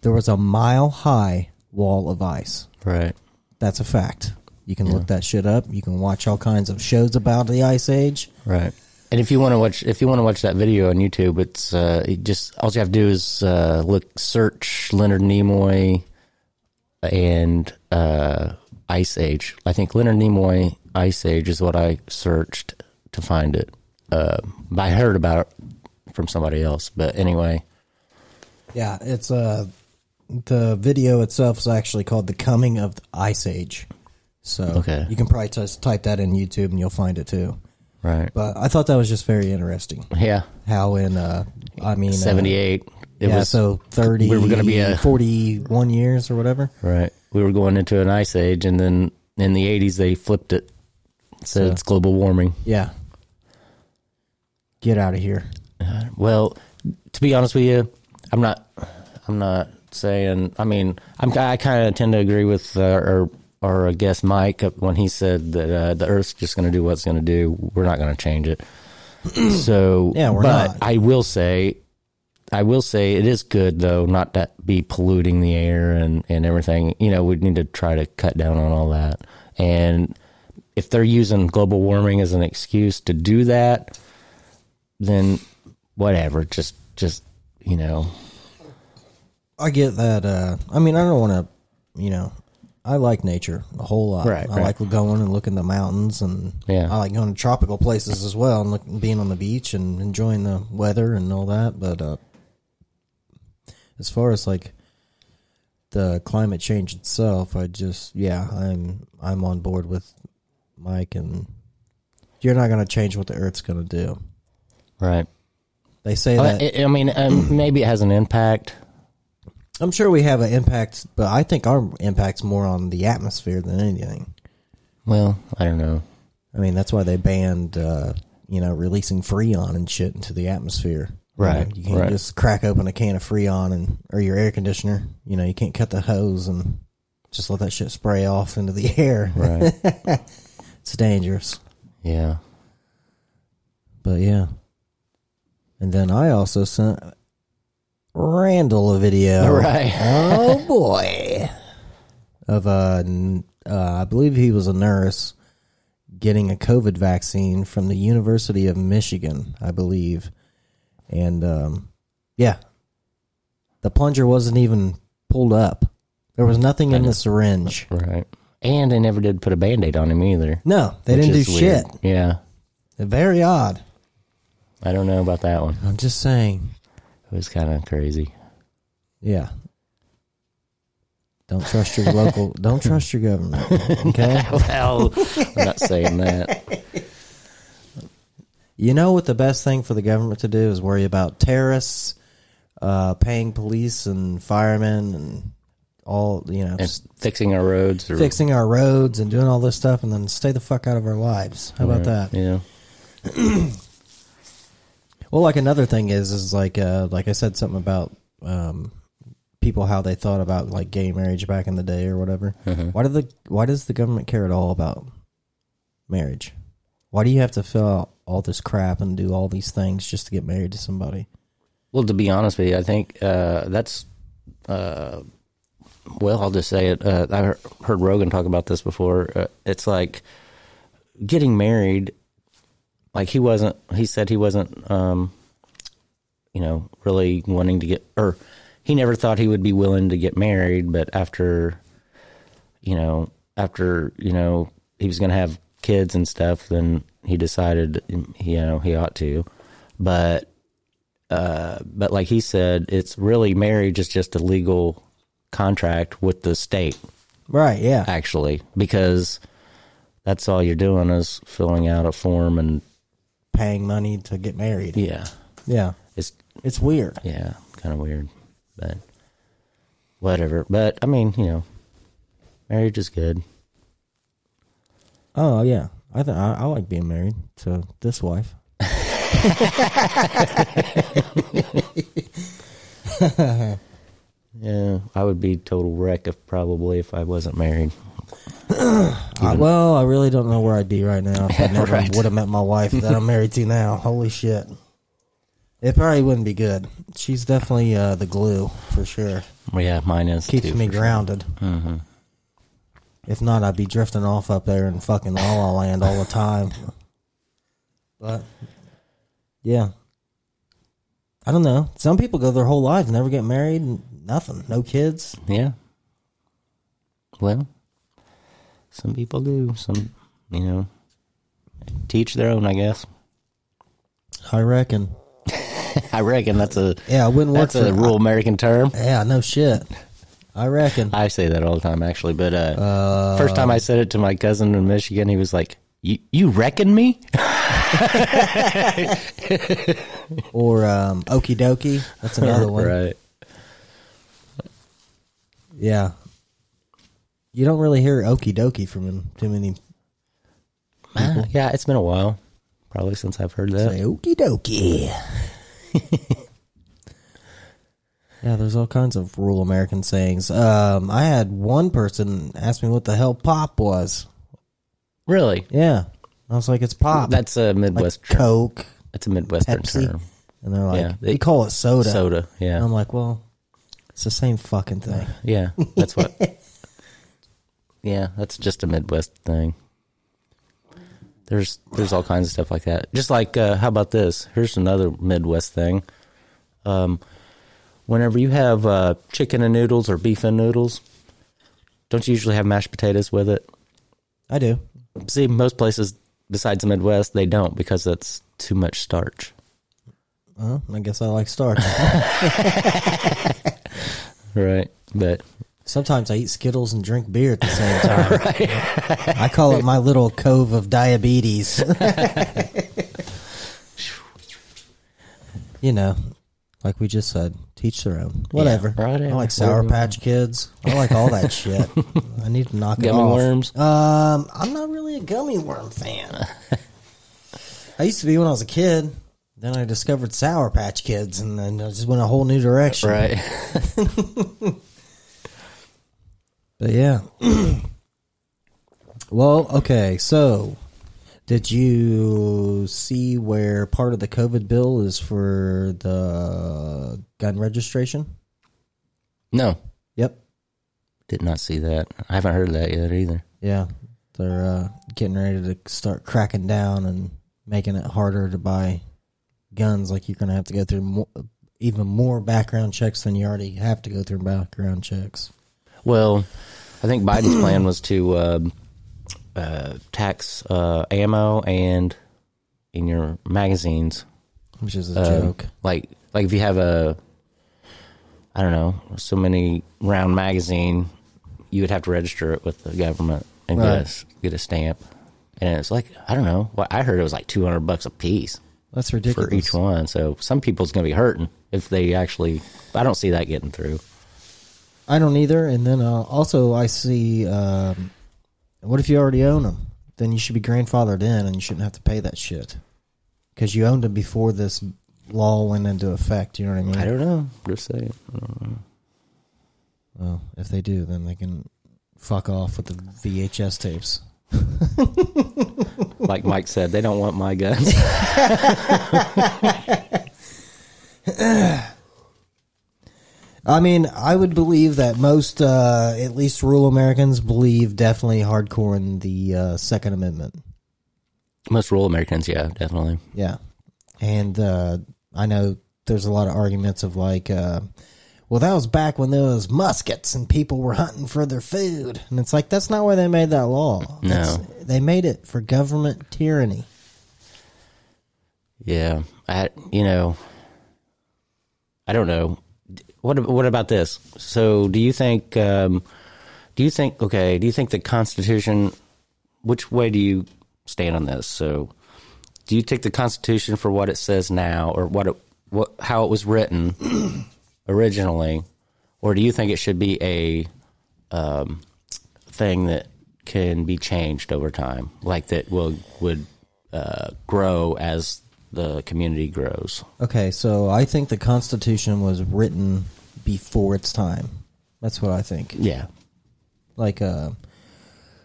Speaker 1: there was a mile high wall of ice.
Speaker 2: right.
Speaker 1: That's a fact. You can look that shit up. You can watch all kinds of shows about the ice age.
Speaker 2: Right. And if you want to watch, if you want to watch that video on YouTube, it's uh, it just all you have to do is uh, look, search Leonard Nimoy and uh, Ice Age. I think Leonard Nimoy Ice Age is what I searched to find it. Uh, but I heard about it from somebody else. But anyway,
Speaker 1: Yeah, it's uh the video itself is actually called "The Coming of the Ice Age." So
Speaker 2: Okay.
Speaker 1: you can probably just type that in YouTube and you'll find it too.
Speaker 2: right.
Speaker 1: But I thought that was just very interesting.
Speaker 2: Yeah,
Speaker 1: How in uh I mean uh,
Speaker 2: seventy-eight. It
Speaker 1: yeah,
Speaker 2: was
Speaker 1: so 30
Speaker 2: we were gonna be uh, a-
Speaker 1: 41 years or whatever.
Speaker 2: right. We were going into an ice age, and then in the eighties they flipped it, said it's global warming.
Speaker 1: Yeah. Get out of here.
Speaker 2: Well, to be honest with you, I'm not. I'm not saying. I mean, I'm. I kind of tend to agree with uh, our our uh, guest Mike when he said that uh, the Earth's just going to do what it's going to do. We're not going to change it. so
Speaker 1: Yeah, we're
Speaker 2: but
Speaker 1: not.
Speaker 2: I will say. I will say it is good though not to be polluting the air and, and everything. You know, we need to try to cut down on all that. And if they're using global warming as an excuse to do that, then whatever. Just, just you know,
Speaker 1: I get that. Uh, I mean, I don't want to, you know, I like nature a whole lot.
Speaker 2: Right,
Speaker 1: I
Speaker 2: right.
Speaker 1: like going and looking at the mountains, and
Speaker 2: Yeah.
Speaker 1: I like going to tropical places as well and looking, being on the beach and enjoying the weather and all that. But uh, as far as like the climate change itself, I just yeah, I'm I'm on board with Mike, and you're not going to change what the Earth's going to do.
Speaker 2: right?
Speaker 1: They say that
Speaker 2: Oh, I, I mean, um, maybe it has an impact.
Speaker 1: I'm sure we have an impact, but I think our impact's more on the atmosphere than anything.
Speaker 2: Well, I don't know.
Speaker 1: I mean, that's why they banned, uh, you know, releasing Freon and shit into the atmosphere. You know,
Speaker 2: Right,
Speaker 1: You, can't
Speaker 2: right.
Speaker 1: just crack open a can of Freon and or your air conditioner. You know, you can't cut the hose and just let that shit spray off into the air.
Speaker 2: Right.
Speaker 1: It's dangerous.
Speaker 2: yeah.
Speaker 1: But yeah. And then I also sent Randall a video.
Speaker 2: Right.
Speaker 1: oh boy. Of a, n- uh, I believe he was a nurse getting a COVID vaccine from the University of Michigan, I believe. And um, yeah, the plunger wasn't even pulled up. There was nothing in the syringe.
Speaker 2: Right. And they never did put a band aid on him either.
Speaker 1: No, they
Speaker 2: which
Speaker 1: didn't do
Speaker 2: is weird.
Speaker 1: shit.
Speaker 2: Yeah.
Speaker 1: Very odd.
Speaker 2: I don't know about that one.
Speaker 1: I'm just saying.
Speaker 2: It was kind of crazy.
Speaker 1: Yeah. Don't trust your local. Don't trust your government. Okay.
Speaker 2: well, I'm not saying that.
Speaker 1: You know what the best thing for the government to do is worry about terrorists, uh, paying police and firemen and all you know,
Speaker 2: And
Speaker 1: just
Speaker 2: fixing our roads or
Speaker 1: fixing our roads and doing all this stuff, and then stay the fuck out of our lives. How about that?
Speaker 2: Yeah.
Speaker 1: Well, like another thing is, is like, uh, like I said something about um, people how they thought about like gay marriage back in the day or whatever. Why do the Why does the government care at all about marriage? Why do you have to fill out all this crap and do all these things just to get married to somebody?
Speaker 2: Well, to be honest with you, I think uh, that's. Uh, well, I'll just say it. Uh, I he- heard Rogan talk about this before. Uh, it's like getting married. Like he wasn't. He said he wasn't. Um, you know, really wanting to get, or he never thought he would be willing to get married. But after, you know, after you know he was going to have kids and stuff, then he decided, you know, he ought to. But but like he said, it's really marriage is just a legal contract with the state,
Speaker 1: Right? Yeah.
Speaker 2: actually, because that's all you're doing is filling out a form and
Speaker 1: Paying money to get married.
Speaker 2: yeah,
Speaker 1: Yeah.
Speaker 2: it's
Speaker 1: It's weird.
Speaker 2: yeah, kind of weird, but whatever. But I mean, you know, marriage is good.
Speaker 1: Oh yeah. I th- I, I like being married to this wife.
Speaker 2: Yeah, I would be total wreck if probably if I wasn't married.
Speaker 1: Uh, well, I really don't know where I'd be right now if I never
Speaker 2: Right.
Speaker 1: would have met my wife that I'm married to now. Holy shit. It probably wouldn't be good. She's definitely uh, the glue for sure.
Speaker 2: Well, yeah, mine is
Speaker 1: Keeps
Speaker 2: too.
Speaker 1: me grounded. If not, I'd be drifting off up there in fucking La La Land all the time. But yeah, I don't know. Some people go their whole lives never get married, nothing, no kids.
Speaker 2: Yeah. Well, some people do. Some, you know, teach their own, I guess.
Speaker 1: I reckon.
Speaker 2: I reckon that's a
Speaker 1: Yeah, I wouldn't work
Speaker 2: that's
Speaker 1: for
Speaker 2: a real American term.
Speaker 1: Yeah, no shit. I reckon.
Speaker 2: I say that all the time, actually. But uh, first time I said it to my cousin in Michigan, he was like, "You you reckon me?"
Speaker 1: or um, Okie Dokie. That's another one.
Speaker 2: right.
Speaker 1: Yeah. You don't really hear Okie Dokie from him too many.
Speaker 2: Ah, yeah, it's been a while, probably since I've heard that.
Speaker 1: Say Okie Dokie. yeah, there's all kinds of rural American sayings. Um, I had one person ask me what the hell pop was.
Speaker 2: Really,
Speaker 1: Yeah. I was Ah, like, it's pop.
Speaker 2: that's a Midwest term.
Speaker 1: Coke,
Speaker 2: That's a Midwestern
Speaker 1: Pepsi.
Speaker 2: term.
Speaker 1: And they're like,
Speaker 2: Yeah,
Speaker 1: we
Speaker 2: they-
Speaker 1: call it soda. Oh
Speaker 2: Soda.
Speaker 1: And
Speaker 2: Yeah,
Speaker 1: I'm like, well, it's the same fucking thing.
Speaker 2: yeah. That's what. yeah, that's just a Midwest thing. There's there's all kinds of stuff like that. Just like uh, how about this? Here's another Midwest thing. Um, whenever you have uh, chicken and noodles or beef and noodles, don't you usually have mashed potatoes with it?
Speaker 1: I do.
Speaker 2: See, most places besides the Midwest, they don't because that's too much starch.
Speaker 1: Well, Uh-huh. I guess I like starch.
Speaker 2: Right. But
Speaker 1: Sometimes I eat Skittles and drink beer at the same time. I call it my little cove of diabetes. you know, Like we just said, teach their own. Whatever.
Speaker 2: whatever.
Speaker 1: I like Sour
Speaker 2: Whatever.
Speaker 1: Patch Kids. I like all that shit. I need to knock it
Speaker 2: Gummy
Speaker 1: off.
Speaker 2: worms?
Speaker 1: Um, I'm not really a gummy worm fan. I used to be when I was a kid. Then I discovered Sour Patch Kids, and then I just went a whole new direction.
Speaker 2: Right.
Speaker 1: But yeah. well, okay. So, did you see where part of the COVID bill is for the gun registration?
Speaker 2: no,
Speaker 1: Yep.
Speaker 2: did not see that. I haven't heard of that yet either.
Speaker 1: Yeah. They're uh, getting ready to start cracking down and making it harder to buy guns. Like, you're going to have to go through mo even more background checks than you already have to go through background checks.
Speaker 2: Well, I think Biden's plan was to um uh, tax uh, ammo and in your magazines.
Speaker 1: Which is a
Speaker 2: Um,
Speaker 1: joke.
Speaker 2: Like like if you have a I don't know, so many round magazine, you would have to register it with the government and get a,
Speaker 1: Right.
Speaker 2: s- get a stamp. And it's like I don't know. What I heard it was like two hundred bucks a piece
Speaker 1: That's
Speaker 2: for
Speaker 1: ridiculous.
Speaker 2: each one. So some people's gonna be hurting if they actually. I don't see that getting through.
Speaker 1: I don't either. And then uh, also, I see. Um, what if you already own them? Then you should be grandfathered in, and you shouldn't have to pay that shit because you owned them before this law went into effect. You know what I mean?
Speaker 2: I don't know. Just saying. I don't know.
Speaker 1: well, if they do, then they can fuck off with the VHS tapes.
Speaker 2: Like Mike said, they don't want my guns.
Speaker 1: I mean, I would believe that most, uh, at least rural Americans, believe definitely hardcore in the uh, Second Amendment.
Speaker 2: Most rural Americans, yeah, definitely.
Speaker 1: Yeah. And uh, I know there's a lot of arguments of like, uh, well, that was back when there was muskets and people were hunting for their food. And it's like, that's not why they made that law.
Speaker 2: No.
Speaker 1: That's- they made it for government tyranny.
Speaker 2: Yeah, I you know, I don't know. What ab- what about this? So, do you think? Um, do you think? Okay, do you think the Constitution? Which way do you stand on this? So, do you take the Constitution for what it says now, or what it what how it was written originally, or do you think it should be a um, thing that can be changed over time, like that will would uh, grow as the community grows.
Speaker 1: Okay, so I think the Constitution was written before its time. That's what I think.
Speaker 2: Yeah,
Speaker 1: Like, uh,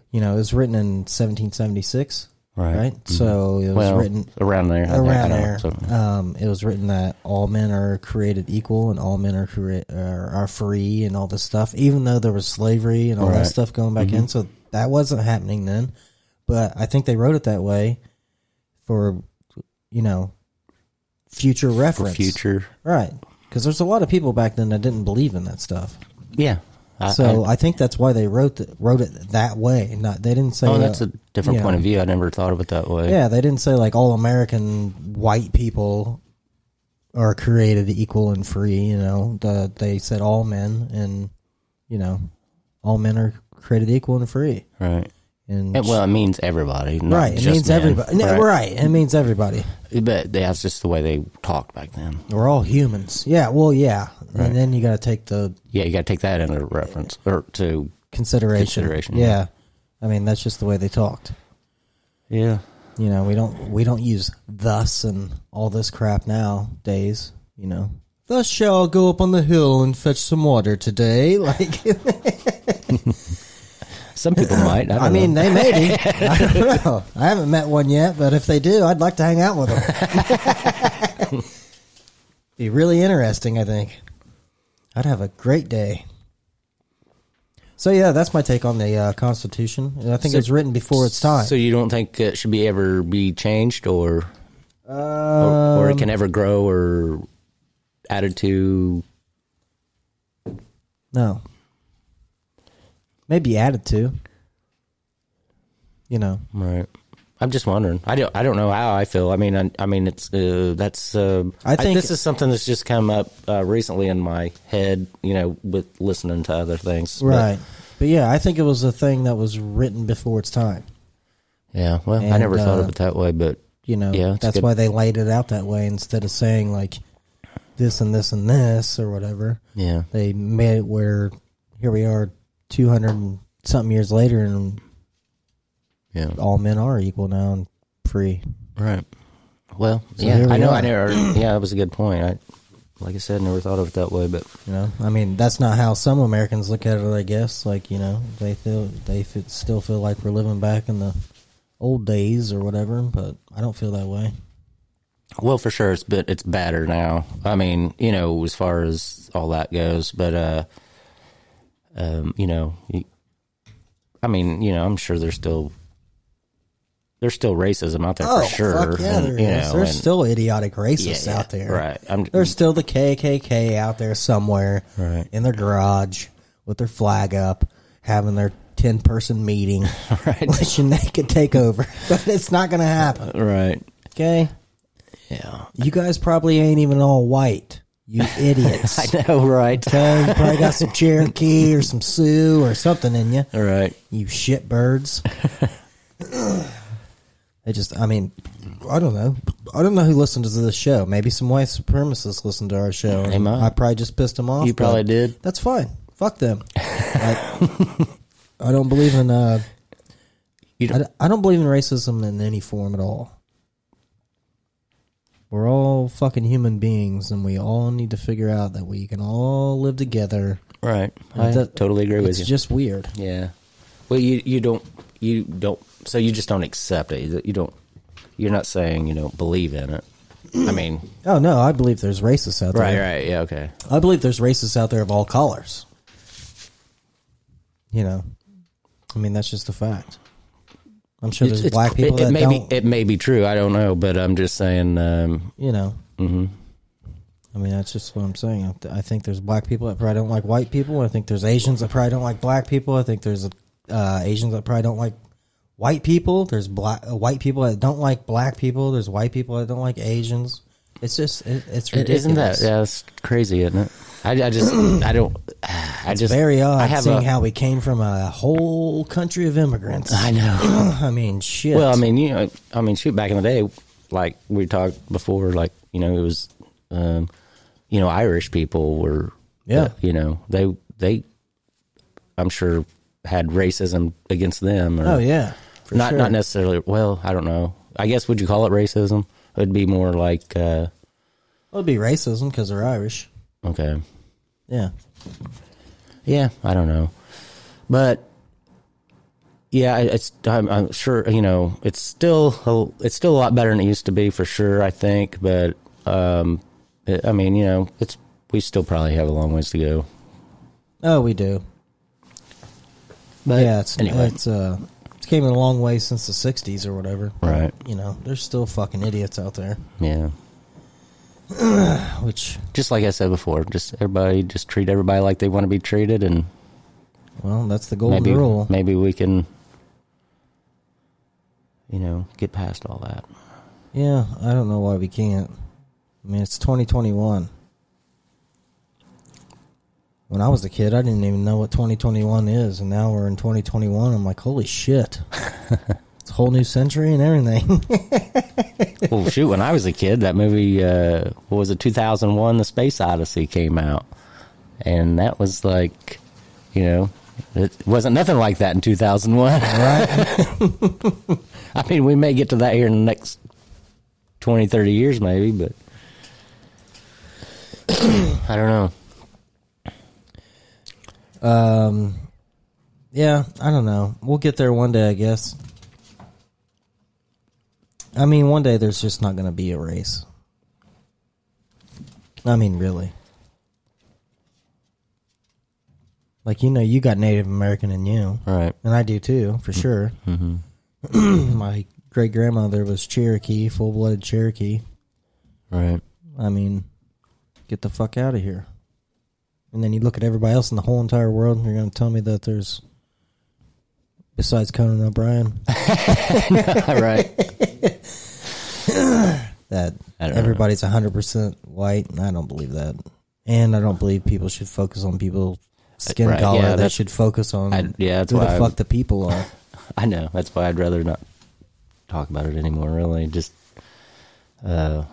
Speaker 1: you know, it was written in 1776,
Speaker 2: Right.
Speaker 1: So it was
Speaker 2: well,
Speaker 1: written
Speaker 2: around there. I think, I
Speaker 1: around
Speaker 2: don't know,
Speaker 1: there.
Speaker 2: so-
Speaker 1: Um, it was written that all men are created equal and all men are crea- are, are free and all this stuff. Even though there was slavery and all
Speaker 2: Right. Mm-hmm.
Speaker 1: that stuff going back in, so that wasn't happening then. But I think they wrote it that way for you know future
Speaker 2: for
Speaker 1: reference,
Speaker 2: future.
Speaker 1: right? Because there's a lot of people back then that didn't believe in that stuff.
Speaker 2: Yeah. I,
Speaker 1: So
Speaker 2: I-
Speaker 1: I, think that's why they wrote the, wrote it that way. Not they didn't say
Speaker 2: oh, that's a different
Speaker 1: yeah.
Speaker 2: point of view. I never thought of it that way.
Speaker 1: Yeah, they didn't say like all American white people are created equal and free. You know, the, they said all men, and you know, all men are created equal and free.
Speaker 2: Right.
Speaker 1: And,
Speaker 2: And, well, it means everybody. Not
Speaker 1: right, it
Speaker 2: just
Speaker 1: means
Speaker 2: men.
Speaker 1: everybody. No, right. it means everybody.
Speaker 2: But that's just the way they talked back then.
Speaker 1: We're all humans. Yeah. Well, yeah. And then you got to take the
Speaker 2: Yeah, you got to take that into reference or to.
Speaker 1: consideration.
Speaker 2: Consideration,
Speaker 1: Yeah.
Speaker 2: yeah.
Speaker 1: I mean, that's just the way they talked.
Speaker 2: Yeah.
Speaker 1: You know, we don't we don't use thus and all this crap nowadays. You know, thus shall I go up on the hill and fetch some water today. Like,
Speaker 2: Some people might. I, don't
Speaker 1: I mean,
Speaker 2: know.
Speaker 1: they maybe. I don't know. I haven't met one yet, but if they do, I'd like to hang out with them. Be really interesting, I think. I'd have a great day. So yeah, that's my take on the uh, Constitution. And I think it was written before its time.
Speaker 2: So you don't think it should be ever be changed or
Speaker 1: uh,
Speaker 2: or, or it can ever grow or added to
Speaker 1: No. Maybe added to. You know.
Speaker 2: right i'm just wondering i don't i don't know how i feel i mean i, I mean it's uh, that's uh,
Speaker 1: I think-
Speaker 2: this is something that's just come up uh, recently in my head you know with listening to other things But,
Speaker 1: Right. But yeah, I think it was a thing that was written before its time.
Speaker 2: yeah well i
Speaker 1: And,
Speaker 2: never thought
Speaker 1: uh,
Speaker 2: of it that way but
Speaker 1: You know,
Speaker 2: Yeah, it's
Speaker 1: that's
Speaker 2: good.
Speaker 1: why they laid it out that way instead of saying like this and this and this or whatever.
Speaker 2: Yeah.
Speaker 1: They made it where here we are, two hundred and something years later, and
Speaker 2: Yeah.
Speaker 1: all men are equal now and free.
Speaker 2: Right. Well,
Speaker 1: So
Speaker 2: yeah,
Speaker 1: here
Speaker 2: I
Speaker 1: we
Speaker 2: know.
Speaker 1: are.
Speaker 2: I never. Yeah, that was a good point. I, like I said, never thought of it that way, but
Speaker 1: You know, I mean, that's not how some Americans look at it. I guess, like you know, they feel they fit, still feel like we're living back in the old days or whatever. But I don't feel that way.
Speaker 2: well, for sure, it's but it's better now. I mean, you know, as far as all that goes, but uh, um, you know, you- I mean, you know, I'm sure there's still there's still racism out there for sure.
Speaker 1: Oh, fuck yeah,
Speaker 2: and,
Speaker 1: there
Speaker 2: you
Speaker 1: is.
Speaker 2: know,
Speaker 1: There's
Speaker 2: and-
Speaker 1: still idiotic
Speaker 2: yeah,
Speaker 1: racists
Speaker 2: yeah,
Speaker 1: out there.
Speaker 2: right? I'm
Speaker 1: There's still the KKK out there somewhere
Speaker 2: Right.
Speaker 1: in their garage with their flag up, having their 10 person meeting,
Speaker 2: right,
Speaker 1: wishing they could take over. But it's not going to happen.
Speaker 2: right,
Speaker 1: Okay?
Speaker 2: yeah.
Speaker 1: You guys probably ain't even all white. You idiots.
Speaker 2: I know, right,
Speaker 1: okay? You probably got some Cherokee or some Sioux or something in you.
Speaker 2: right.
Speaker 1: You shitbirds. they just, I mean, I don't know. I don't know who listens to this show. Maybe some white supremacists listen to our show.
Speaker 2: They might.
Speaker 1: I probably just pissed them off.
Speaker 2: You probably
Speaker 1: but
Speaker 2: did.
Speaker 1: That's fine. Fuck them. I, I don't believe in. Uh,
Speaker 2: You
Speaker 1: I,
Speaker 2: don't,
Speaker 1: d- I don't believe in racism in any form at all. We're all fucking human beings, and we all need to figure out that we can all live together.
Speaker 2: right. I
Speaker 1: That-
Speaker 2: totally agree with
Speaker 1: It's
Speaker 2: you.
Speaker 1: just weird.
Speaker 2: Yeah. Well, you you don't you don't so you just don't accept it. You- You don't. You're not saying you don't believe in it. I mean,
Speaker 1: Oh no, I believe there's racists out there.
Speaker 2: right, right, yeah, okay,
Speaker 1: I believe there's racists out there of all colors. You know, I mean that's just a fact. I'm sure there's black people
Speaker 2: it, it
Speaker 1: that
Speaker 2: may
Speaker 1: don't.
Speaker 2: be it may be true. I don't know, but I'm just saying. Um,
Speaker 1: you know. Mm-hmm. I mean that's just what I'm saying. I th- I think there's black people that probably don't like white people. I think there's Asians that probably don't like black people. I think there's uh, Asians that probably don't like white people. There's black uh, white people that don't like black people. There's white people that don't like Asians. It's just it, it's
Speaker 2: it,
Speaker 1: ridiculous.
Speaker 2: isn't that yeah? That's crazy, isn't it? I, I just I don't. I just
Speaker 1: very odd
Speaker 2: I have
Speaker 1: seeing
Speaker 2: a-
Speaker 1: how we came from a whole country of immigrants.
Speaker 2: I know.
Speaker 1: I mean, shit.
Speaker 2: Well, I mean, you know, I mean, shoot, back in the day, like we talked before, like you know, it was, um, you know, Irish people were,
Speaker 1: Yeah.
Speaker 2: you know, they they, I'm sure, had racism against them, or
Speaker 1: oh yeah, for
Speaker 2: not
Speaker 1: sure.
Speaker 2: not necessarily. Well, I don't know. I guess would you call it racism? It'd be more like, uh,
Speaker 1: Well, it'd be racism because they're Irish.
Speaker 2: okay,
Speaker 1: Yeah,
Speaker 2: Yeah, I don't know, but yeah, it- it's. I'm, I'm sure you know. It's still a, it's still a lot better than it used to be for sure. I think, but um, it, I mean, you know, it's we still probably have a long ways to go.
Speaker 1: oh, we do.
Speaker 2: But
Speaker 1: yeah, it's
Speaker 2: anyway,
Speaker 1: it's uh, it's came a long way since the '60s or whatever.
Speaker 2: Right.
Speaker 1: You know, there's still fucking idiots out there.
Speaker 2: yeah.
Speaker 1: Which,
Speaker 2: Just like I said before, just everybody just treat everybody like they want to be treated, and
Speaker 1: well, that's the golden
Speaker 2: maybe
Speaker 1: rule.
Speaker 2: maybe we can, you know, get past all that.
Speaker 1: Yeah, I don't know why we can't. I mean, it's 2021. When I was a kid, I didn't even know what 2021 is, and now we're in 2021. I'm like, holy shit. it's a whole new century and everything.
Speaker 2: well, shoot, when I was a kid, that movie, uh, what was it, 2001, The Space Odyssey came out. And that was like, you know, it wasn't nothing like that in 2001. I mean, we may get to that here in the next 20, 30 years, maybe, but I don't know.
Speaker 1: um, yeah, I don't know. We'll get there one day, I guess. I mean, one day there's just not going to be a race. I mean, really. Like, you know, you got Native American in you.
Speaker 2: All right.
Speaker 1: And I do too, for sure. My great grandmother was Cherokee, full blooded Cherokee.
Speaker 2: All right.
Speaker 1: I mean, get the fuck out of here. And then you look at everybody else in the whole entire world, and you're going to tell me that there's, besides Conan O'Brien,
Speaker 2: All right.
Speaker 1: that
Speaker 2: I don't know.
Speaker 1: everybody's 100% white. And I don't believe that. And I don't believe people should focus on people's skin
Speaker 2: Uh, Right,
Speaker 1: color.
Speaker 2: yeah,
Speaker 1: they
Speaker 2: that's-
Speaker 1: should focus on
Speaker 2: I- yeah, that's
Speaker 1: who the
Speaker 2: why I-
Speaker 1: fuck the people are.
Speaker 2: I know. That's why I'd rather not talk about it anymore, really. Just, uh,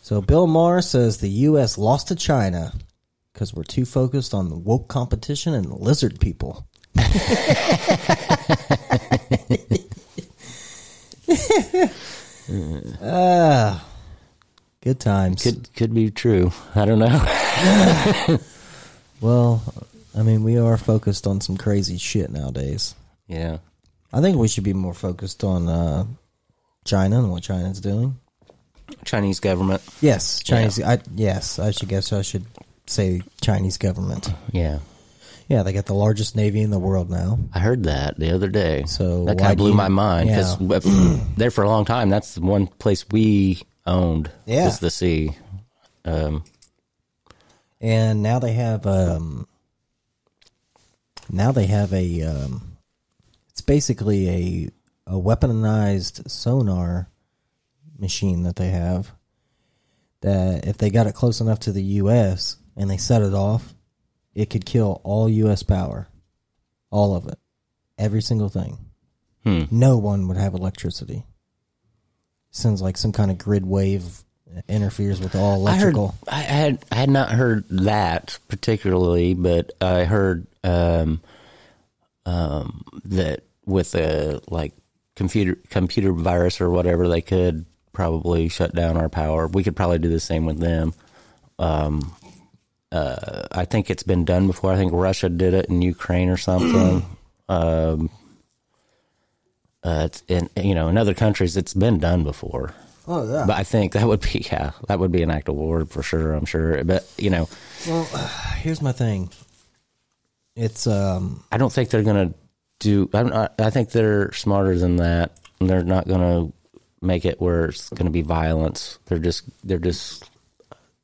Speaker 1: So Bill Maher says the U.S. lost to China because we're too focused on woke competition and lizard people. Ah, good times.
Speaker 2: Could could be true. I don't know.
Speaker 1: Well, I mean, we are focused on some crazy shit nowadays.
Speaker 2: yeah.
Speaker 1: I think we should be more focused on uh, China and what China's doing.
Speaker 2: Chinese government.
Speaker 1: Yes, Chinese. I, yes, I should guess I should say Chinese government.
Speaker 2: Yeah.
Speaker 1: Yeah, they got the largest navy in the world now.
Speaker 2: I heard that the other day.
Speaker 1: So
Speaker 2: that
Speaker 1: why
Speaker 2: kind of
Speaker 1: do
Speaker 2: blew
Speaker 1: you-
Speaker 2: my mind because there for a long time, that's the one place we owned
Speaker 1: Yeah.
Speaker 2: was the sea. Um,
Speaker 1: And now they have um, now they have a um, it's basically a a weaponized sonar machine that they have that if they got it close enough to the U.S. and they set it off, it could kill all U.S. power, all of it, every single thing.
Speaker 2: Hmm.
Speaker 1: No one would have electricity. Sounds like some kind of grid wave interferes with all electrical.
Speaker 2: I, heard, I had I had not heard that particularly, but I heard um, um, that with a like computer computer virus or whatever, they could probably shut down our power. We could probably do the same with them. Um, uh, I think it's been done before. I think Russia did it in Ukraine or something. um, uh, it's in you know in other countries it's been done before.
Speaker 1: Oh yeah.
Speaker 2: But I think that would be yeah, that would be an act of war for sure. I'm sure, but you know,
Speaker 1: Well, here's my thing. It's um
Speaker 2: I don't think they're gonna do. I'm not, I think they're smarter than that, and they're not gonna make it where it's gonna be violence. They're just they're just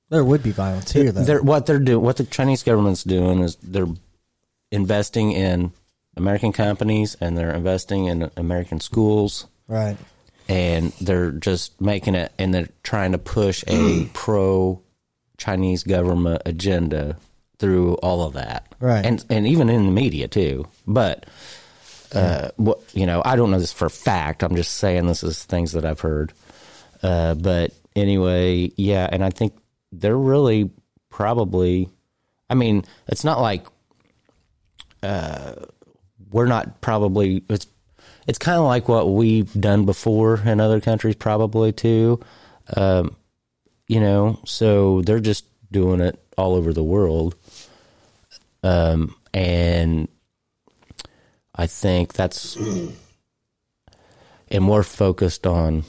Speaker 1: there would be violence here though.
Speaker 2: they're what they're doing. What the Chinese government's doing is they're investing in American companies and they're investing in American schools.
Speaker 1: right.
Speaker 2: and they're just making it and they're trying to push a pro Chinese government agenda through all of that.
Speaker 1: Right.
Speaker 2: And and even in the media too. But uh what you know, I don't know this for a fact. I'm just saying this is things that I've heard. Uh but anyway, yeah, and I think they're really probably I mean, it's not like uh, we're not probably it's it's kind of like what we've done before in other countries probably too um you know so they're just doing it all over the world um and i think that's and we're focused on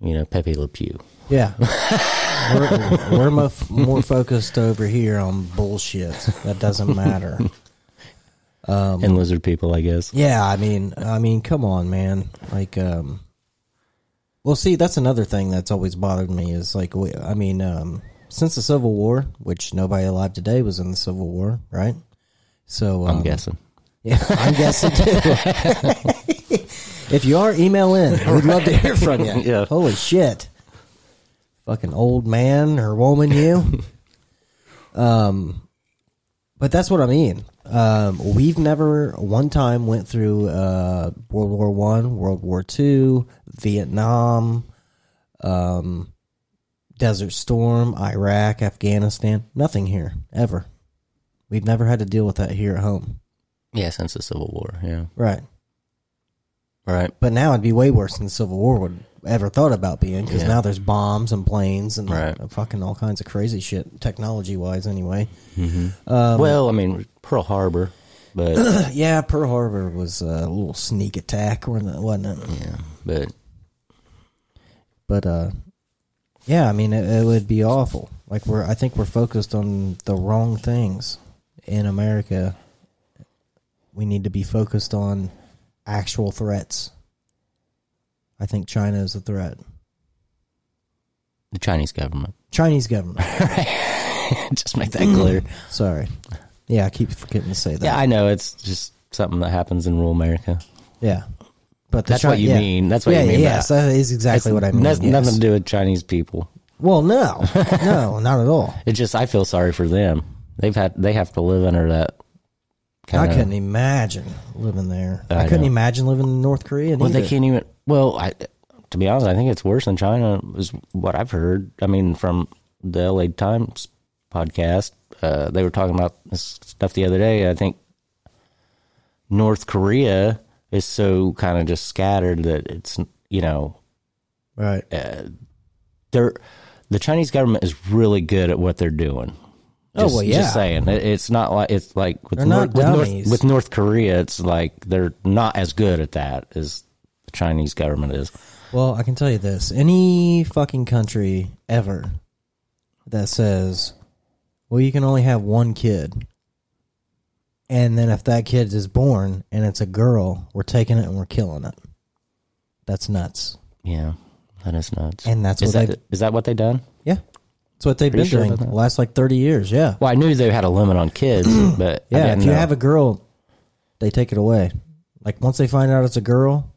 Speaker 2: you know pepe le pew
Speaker 1: Yeah. we're we're mo- more focused over here on bullshit. That doesn't matter.
Speaker 2: and lizard people i guess
Speaker 1: Yeah, I mean, I mean, come on, man. Like, um, well, see, that's another thing that's always bothered me is like, we, I mean, um, since the Civil War, which nobody alive today was in the Civil War, right? So um,
Speaker 2: i'm guessing
Speaker 1: Yeah, I'm guessing too. if you are, email in. We'd love to hear from you.
Speaker 2: Yeah.
Speaker 1: Holy shit. Fucking old man or woman, you. um, but that's what I mean. Um, we've never one time went through uh, World War One, World War Two, Vietnam, um, Desert Storm, Iraq, Afghanistan. Nothing here ever. We've never had to deal with that here at home.
Speaker 2: yeah since the civil war yeah
Speaker 1: Right.
Speaker 2: right
Speaker 1: But now it'd be way worse than the Civil War would ever thought about being because
Speaker 2: Yeah.
Speaker 1: now there's bombs and planes and
Speaker 2: Right.
Speaker 1: fucking all kinds of crazy shit, technology wise, anyway.
Speaker 2: well i mean pearl harbor but
Speaker 1: yeah, Pearl Harbor was a little sneak attack, wasn't it? Wasn't it?
Speaker 2: yeah but
Speaker 1: But, uh, yeah, I mean, it, it would be awful. Like, we're, I think we're focused on the wrong things in America. We need to be focused on actual threats. I think China is a threat.
Speaker 2: the chinese government
Speaker 1: Chinese government.
Speaker 2: just make that clear.
Speaker 1: Mm-hmm. Sorry. Yeah, I keep forgetting to say that.
Speaker 2: Yeah, I know it's just something that happens in rural America.
Speaker 1: Yeah. But the
Speaker 2: That's what you
Speaker 1: yeah.
Speaker 2: mean. That's what
Speaker 1: yeah,
Speaker 2: you mean. by
Speaker 1: Yes, that is exactly
Speaker 2: It's
Speaker 1: what I mean.
Speaker 2: noth-
Speaker 1: yes.
Speaker 2: Nothing to do with Chinese people.
Speaker 1: well, no, no, not at all.
Speaker 2: It's just I feel sorry for them. They've had they have to live under that.
Speaker 1: I
Speaker 2: kinda-
Speaker 1: couldn't imagine living there. I,
Speaker 2: I
Speaker 1: couldn't
Speaker 2: know.
Speaker 1: imagine living in North Korea.
Speaker 2: Well, they
Speaker 1: neither.
Speaker 2: can't even. Well, I to be honest, I think it's worse than China is what I've heard. I mean, from the LA Times podcast, uh, they were talking about this stuff the other day. I think North Korea is so kind of just scattered that it's you know
Speaker 1: Right.
Speaker 2: they're the Chinese government is really good at what they're doing.
Speaker 1: Oh,
Speaker 2: Just-
Speaker 1: well, yeah.
Speaker 2: Just saying, It- it's not like it's like with
Speaker 1: They're
Speaker 2: Nor-
Speaker 1: not
Speaker 2: with North,
Speaker 1: dummies.
Speaker 2: with North Korea, it's like they're not as good at that as the Chinese government is.
Speaker 1: Well, I can tell you this: any fucking country ever that says, "Well, you can only have one kid," and then if that kid is born and it's a girl, we're taking it and we're killing it. That's nuts,
Speaker 2: Yeah, that is nuts.
Speaker 1: and that's
Speaker 2: is
Speaker 1: what
Speaker 2: that
Speaker 1: they,
Speaker 2: is that what they done?
Speaker 1: yeah, that's what they've been
Speaker 2: Pretty sure
Speaker 1: doing
Speaker 2: about
Speaker 1: the
Speaker 2: that.
Speaker 1: last like thirty years. Yeah,
Speaker 2: Well, I knew they had a limit on kids, but I
Speaker 1: yeah.
Speaker 2: didn't
Speaker 1: If you
Speaker 2: know.
Speaker 1: have a girl, they take it away. Like once they find out it's a girl,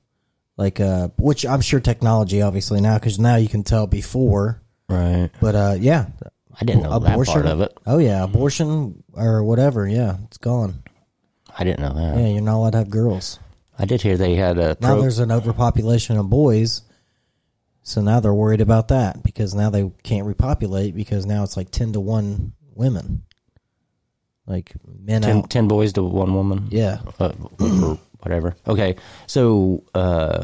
Speaker 1: like uh, which I'm sure technology obviously now because now you can tell before.
Speaker 2: right,
Speaker 1: But uh, yeah,
Speaker 2: I didn't know
Speaker 1: abortion
Speaker 2: that part of it.
Speaker 1: Oh yeah, abortion or whatever. Yeah, it's gone.
Speaker 2: I didn't know that.
Speaker 1: Yeah, you're not allowed to have girls.
Speaker 2: I did hear they had a
Speaker 1: Now
Speaker 2: pro-
Speaker 1: there's an overpopulation of boys, so now they're worried about that because now they can't repopulate because now it's like ten to one women, like men
Speaker 2: 10,
Speaker 1: out.
Speaker 2: 10 boys to one woman.
Speaker 1: Yeah,
Speaker 2: uh, or whatever. Okay, so uh,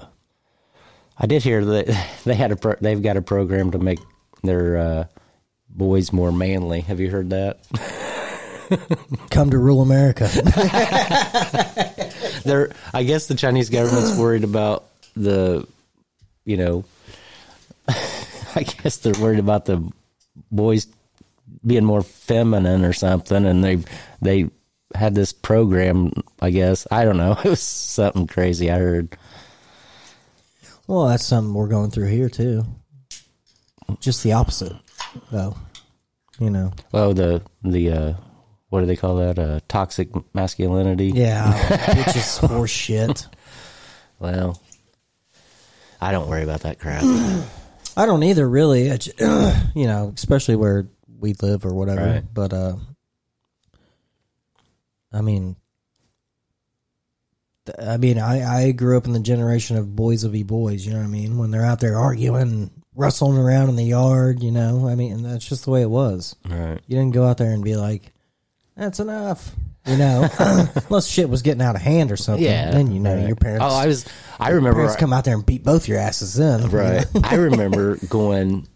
Speaker 2: I did hear that they had a pro- they've got a program to make their uh, boys more manly. Have you heard that?
Speaker 1: come to rule America.
Speaker 2: They're I guess the Chinese government's worried about the, you know, I guess they're worried about the boys being more feminine or something, and they they had this program. I guess I don't know. It was something crazy I heard.
Speaker 1: well, that's something we're going through here too. Just the opposite, though. You know.
Speaker 2: Oh, the the uh, what do they call that? Uh, toxic masculinity.
Speaker 1: Yeah, which is horse shit.
Speaker 2: Well, I don't worry about that crap.
Speaker 1: I don't either, really. It's, you know, especially where we live or whatever.
Speaker 2: Right.
Speaker 1: But uh, I mean, th- I mean, I I grew up in the generation of boys will be boys. You know what I mean? When they're out there arguing, rustling around in the yard. You know, I mean, and that's just the way it was.
Speaker 2: right.
Speaker 1: You didn't go out there and be like, "That's enough." You know, unless shit was getting out of hand or something.
Speaker 2: Yeah.
Speaker 1: Then you know
Speaker 2: right.
Speaker 1: your parents.
Speaker 2: Oh, I was. I remember.
Speaker 1: parents come out there and beat both your asses. Then
Speaker 2: Right. I remember going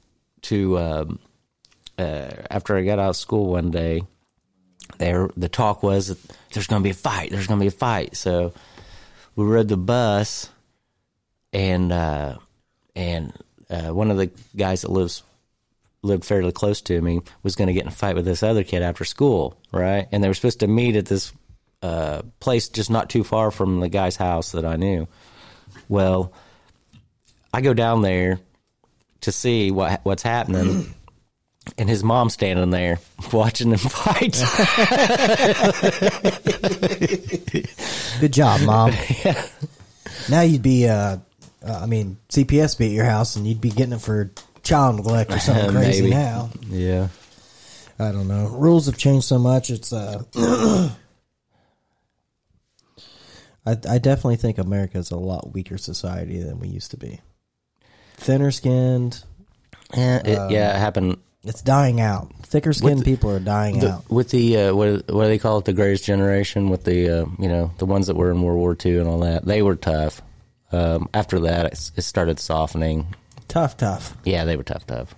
Speaker 2: to um, uh, after I got out of school one day. There, the talk was that there's going to be a fight. There's going to be a fight. So we rode the bus, and uh, and uh, one of the guys that lives lived fairly close to me was going to get in a fight with this other kid after school, right? And they were supposed to meet at this uh, place just not too far from the guy's house that I knew. Well, I go down there to see what what's happening, and his mom's standing there watching them fight.
Speaker 1: Good job, mom. Now you'd be, uh, uh, I mean, CPS be at your house and you'd be getting it for child neglect or something crazy
Speaker 2: Maybe.
Speaker 1: now.
Speaker 2: yeah.
Speaker 1: I don't know. Rules have changed so much. It's, uh, I, I definitely think America is a lot weaker society than we used to be. Thinner skinned.
Speaker 2: Yeah, it, yeah, it happened
Speaker 1: It's dying out. Thicker skinned
Speaker 2: With-
Speaker 1: people are dying
Speaker 2: the-
Speaker 1: out.
Speaker 2: with the uh, what what do they call it? The Greatest Generation with the uh, you know the ones that were in World War II and all that. They were tough. Um, after that, it, s- it started softening.
Speaker 1: Tough, tough.
Speaker 2: Yeah, they were tough, tough.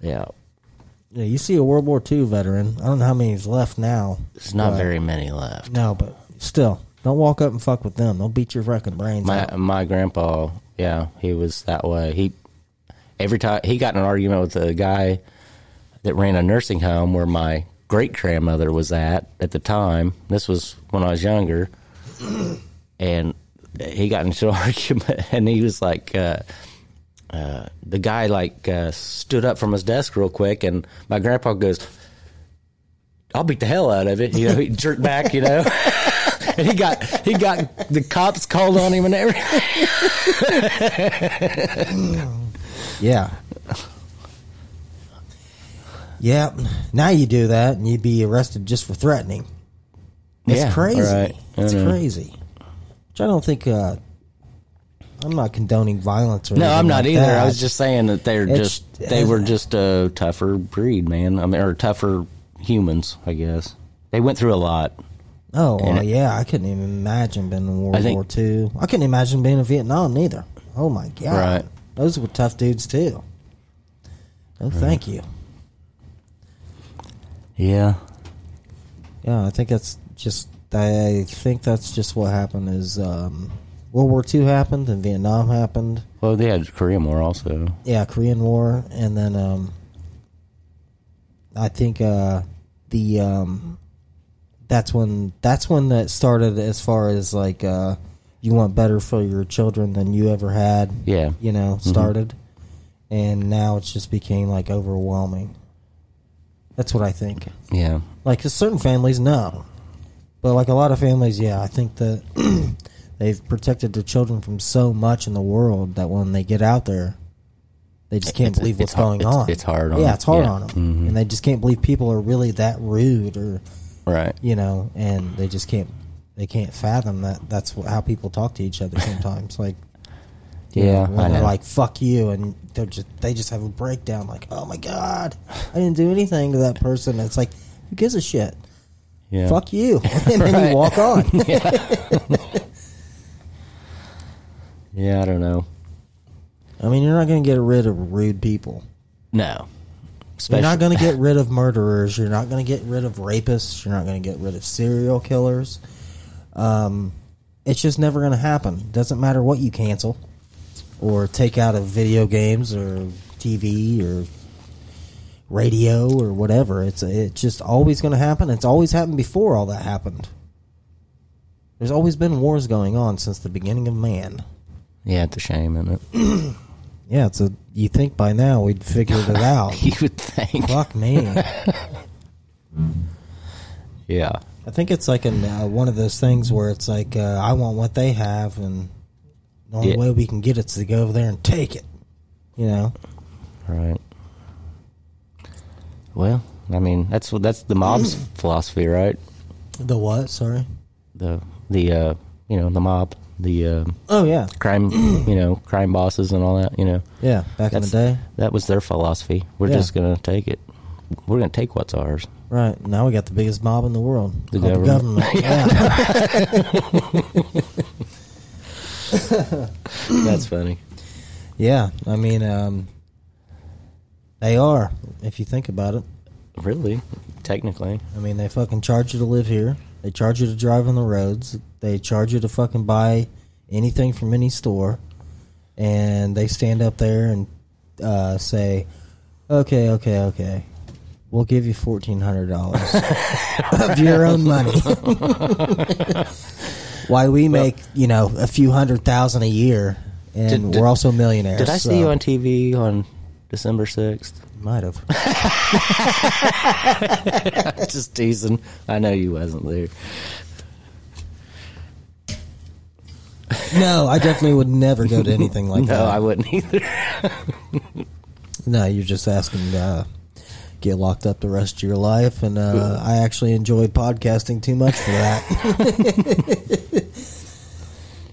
Speaker 2: Yeah,
Speaker 1: Yeah, you see a World War II veteran. I don't know how many's left now.
Speaker 2: there's not very many left.
Speaker 1: No, but still, don't walk up and fuck with them. They'll beat your fucking brains out.
Speaker 2: My my grandpa, yeah, he was that way. He every time he got in an argument with a guy that ran a nursing home where my great grandmother was at at the time. This was when I was younger, and he got into an argument, and he was like. Uh, uh, the guy like uh, stood up from his desk real quick, and my grandpa goes, "I'll beat the hell out of it." You know, he jerked back, you know, and he got he got the cops called on him and everything.
Speaker 1: Yeah. Yep. Now you do that and you'd be arrested just for threatening. It's
Speaker 2: Yeah,
Speaker 1: crazy.
Speaker 2: right. I
Speaker 1: It's
Speaker 2: know.
Speaker 1: crazy. Which I don't think uh I'm not condoning violence or
Speaker 2: No,
Speaker 1: anything
Speaker 2: I'm not
Speaker 1: like
Speaker 2: either. I
Speaker 1: that.
Speaker 2: was just saying that they're
Speaker 1: It's-
Speaker 2: just they were just a tougher breed, man. I mean, or tougher humans, I guess. They went through a lot.
Speaker 1: Oh well,
Speaker 2: it-
Speaker 1: yeah, I couldn't even imagine being in World
Speaker 2: I think-
Speaker 1: War Two. I couldn't imagine being in Vietnam neither. Oh my god,
Speaker 2: Right.
Speaker 1: those were tough dudes too. No, thank you.
Speaker 2: Yeah.
Speaker 1: Yeah, I think that's just. I think that's just what happened. Is um, World War Two happened and Vietnam happened.
Speaker 2: Well, they had Korean War also.
Speaker 1: Yeah, Korean War, and then um, I think uh, the um, that's when that's when that started. As far as like uh, you want better for your children than you ever had.
Speaker 2: Yeah.
Speaker 1: you know, started, and now it's just became like overwhelming. That's what I think.
Speaker 2: Yeah.
Speaker 1: Like 'cause certain families, no, but like a lot of families, yeah. I think that they've protected their children from so much in the world that when they get out there, they just can't
Speaker 2: It's-
Speaker 1: believe what's
Speaker 2: it's har-
Speaker 1: going
Speaker 2: it's-
Speaker 1: on.
Speaker 2: it's hard on
Speaker 1: yeah,
Speaker 2: them.
Speaker 1: it's hard
Speaker 2: Yeah. Mm-hmm.
Speaker 1: on them, and they just can't believe people are really that rude, or
Speaker 2: Right.
Speaker 1: you know, and they just can't they can't fathom that that's wh- how people talk to each other sometimes. like you
Speaker 2: Yeah.
Speaker 1: know,
Speaker 2: I
Speaker 1: when they're
Speaker 2: know.
Speaker 1: like "fuck you," and they're just they just have a breakdown, like "oh my god, I didn't do anything to that person." It's like who gives a shit?
Speaker 2: yeah.
Speaker 1: Fuck you, and then
Speaker 2: Right.
Speaker 1: you walk on.
Speaker 2: Yeah, I don't know.
Speaker 1: I mean, you're not going to get rid of rude people.
Speaker 2: No.
Speaker 1: You're
Speaker 2: Especially
Speaker 1: not going to get rid of murderers. You're not going to get rid of rapists. You're not going to get rid of serial killers. Um, it's just never going to happen. Doesn't matter what you cancel or take out of video games or TV or radio or whatever. It's it's just always going to happen. It's always happened before all that happened. There's always been wars going on since the beginning of man.
Speaker 2: Yeah, it's a shame, isn't it?
Speaker 1: Yeah, it's a. You think by now we'd figured it out?
Speaker 2: you would think.
Speaker 1: Fuck me.
Speaker 2: Yeah.
Speaker 1: I think it's like in uh, one of those things where it's like uh, I want what they have, and the only
Speaker 2: Yeah.
Speaker 1: way we can get it is to go over there and take it. You know?
Speaker 2: Right. Well, I mean, that's what that's the mob's
Speaker 1: Mm.
Speaker 2: philosophy, right?
Speaker 1: The what? Sorry.
Speaker 2: The the uh, you know, the mob, the uh,
Speaker 1: Oh yeah,
Speaker 2: crime, you know, crime bosses and all that, you know.
Speaker 1: yeah. Back in the day,
Speaker 2: That was their philosophy. We're
Speaker 1: Yeah.
Speaker 2: just going to take it. We're going to take what's ours.
Speaker 1: right? Now we got the biggest mob in the world.
Speaker 2: The
Speaker 1: called
Speaker 2: government.
Speaker 1: The government. yeah.
Speaker 2: That's funny.
Speaker 1: yeah. I mean, um, they are. If you think about it,
Speaker 2: Really? Technically.
Speaker 1: I mean, they fucking charge you to live here. They charge you to drive on the roads. They charge you to fucking buy anything from any store. And they stand up there and uh, say, okay, okay, okay. We'll give you $1,400 of your own money. Why we make, you know, a few hundred thousand a year. And
Speaker 2: Did- did-
Speaker 1: we're also millionaires.
Speaker 2: Did I
Speaker 1: so-
Speaker 2: see you on TV on December 6th?
Speaker 1: Might have.
Speaker 2: just teasing. I know you wasn't there.
Speaker 1: No, I definitely would never go to anything like that.
Speaker 2: No, I wouldn't either.
Speaker 1: No, you're just asking to uh, get locked up the rest of your life, and uh, I actually enjoy podcasting too much for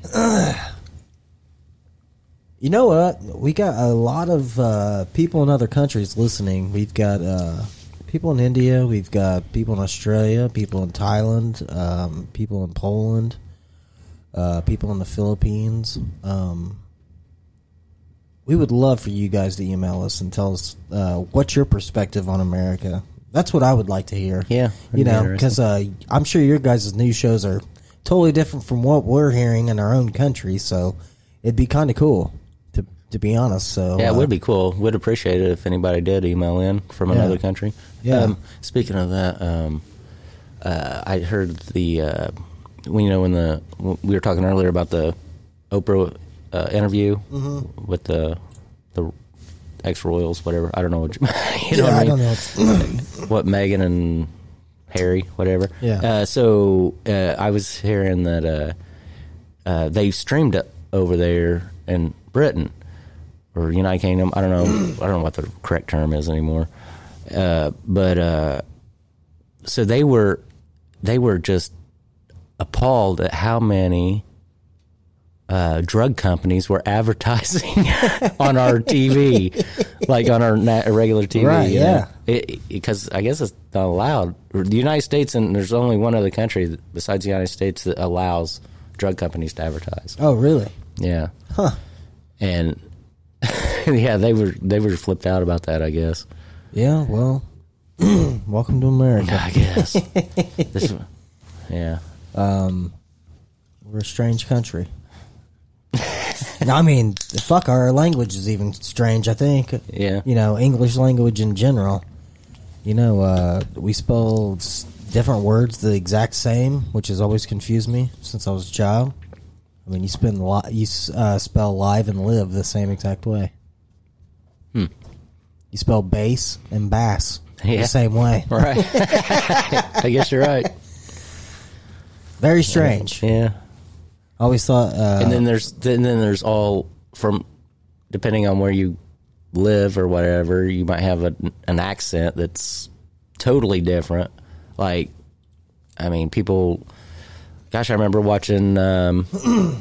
Speaker 1: that. you know what? We got a lot of uh, people in other countries listening. We've got uh, people in India, we've got people in Australia, people in Thailand, um, people in Poland, uh, people in the Philippines. Um, we would love for you guys to email us and tell us uh, what's your perspective on America. That's what I would like to hear.
Speaker 2: Yeah,
Speaker 1: you
Speaker 2: that'd be
Speaker 1: know,
Speaker 2: interesting.
Speaker 1: because uh, I'm sure your guys' news shows are totally different from what we're hearing in our own country. So it'd be kind of cool to to be honest. So
Speaker 2: Yeah, it
Speaker 1: uh,
Speaker 2: would be cool. Would appreciate it if anybody did email in from another country.
Speaker 1: Yeah.
Speaker 2: Um, speaking of that, um, uh, I heard the uh, when you know when the we were talking earlier about the Oprah uh, interview
Speaker 1: Mm-hmm.
Speaker 2: with the the ex royals, whatever. I don't know. What you, you know
Speaker 1: Yeah,
Speaker 2: what
Speaker 1: I
Speaker 2: I mean?
Speaker 1: don't know. It's-
Speaker 2: what Megan and Harry, whatever.
Speaker 1: Yeah.
Speaker 2: Uh, so uh, I was hearing that uh, uh, they streamed it over there in Britain or United Kingdom. I don't know. I don't know what the correct term is anymore. Uh, but uh, so they were they were just appalled at how many uh, drug companies were advertising on our TV, like on our na- regular TV.
Speaker 1: Right,
Speaker 2: you
Speaker 1: yeah.
Speaker 2: know? Because I guess it's not allowed. The United States, and there's only one other country that- besides the United States that allows drug companies to advertise.
Speaker 1: Oh, really?
Speaker 2: Yeah. Huh. And yeah, they were they were flipped out about that. I guess.
Speaker 1: Yeah. Well, welcome to America.
Speaker 2: I guess. This- yeah.
Speaker 1: We're a strange country. No, I mean, fuck, our language is even strange, I think.
Speaker 2: Yeah.
Speaker 1: You know, English language in general. You know, uh, we spell s- different words the exact same, which has always confused me since I was a child. I mean, you, spend li- you s- uh, spell live and live the same exact way. You spell bass and bass
Speaker 2: Hmm. Yeah.
Speaker 1: the same way.
Speaker 2: Right. I guess you're right.
Speaker 1: Very strange.
Speaker 2: Yeah.
Speaker 1: I always thought. Uh,
Speaker 2: and then there's then, then there's all from depending on where you live or whatever you might have a, an accent that's totally different like i mean people gosh i remember watching um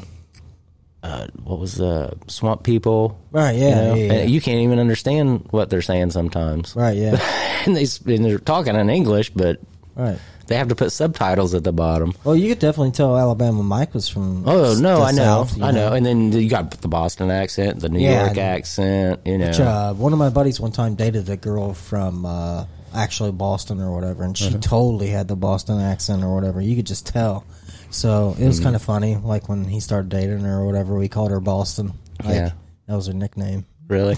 Speaker 2: uh, what was the swamp people
Speaker 1: right, yeah.
Speaker 2: you know?
Speaker 1: yeah, yeah,
Speaker 2: And
Speaker 1: yeah.
Speaker 2: you can't even understand what they're saying sometimes
Speaker 1: right, yeah.
Speaker 2: and they s- and they're talking in english but
Speaker 1: right.
Speaker 2: they have to put subtitles at the bottom
Speaker 1: Well, you could definitely tell Alabama Mike was from.
Speaker 2: Oh
Speaker 1: s-
Speaker 2: no,
Speaker 1: the
Speaker 2: I know,
Speaker 1: South, you
Speaker 2: I know. And then you got the Boston accent, the New
Speaker 1: Yeah,
Speaker 2: York
Speaker 1: I know.
Speaker 2: accent, you know.
Speaker 1: Which, uh, one of my buddies one time dated a girl from uh, actually Boston or whatever, and she totally had the Boston accent or whatever. You could just tell. So it was
Speaker 2: Mm-hmm.
Speaker 1: kind of funny. Like when he started dating her or whatever, we called her Boston. Like,
Speaker 2: Yeah.
Speaker 1: that was her nickname.
Speaker 2: really?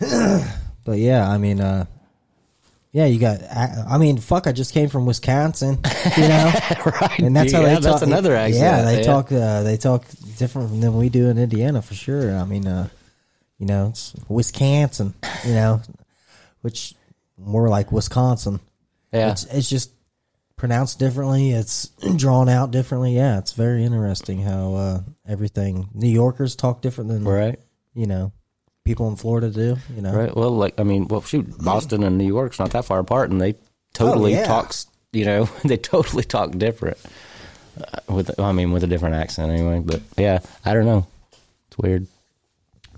Speaker 1: But yeah, I mean, uh, yeah, you got. I, I mean, fuck, I just came from Wisconsin, you know,
Speaker 2: right.
Speaker 1: and that's
Speaker 2: yeah,
Speaker 1: how they
Speaker 2: that's
Speaker 1: talk.
Speaker 2: another accent.
Speaker 1: Yeah, they talk. Uh, they talk different than we do in Indiana for sure. I mean, uh, you know, it's Wisconsin, you know, which more like Wisconsin.
Speaker 2: Yeah.
Speaker 1: It's, it's just pronounced differently. It's drawn out differently. Yeah, it's very interesting how uh, everything New Yorkers talk different than
Speaker 2: Right.
Speaker 1: you know people in Florida do. You know,
Speaker 2: Right. Well, like I mean, well, shoot, Boston and New York's not that far apart, and they totally
Speaker 1: Oh, yeah.
Speaker 2: talk. s- You know, they totally talk different. Uh, with I mean, with a different accent anyway. But yeah, I don't know. It's weird.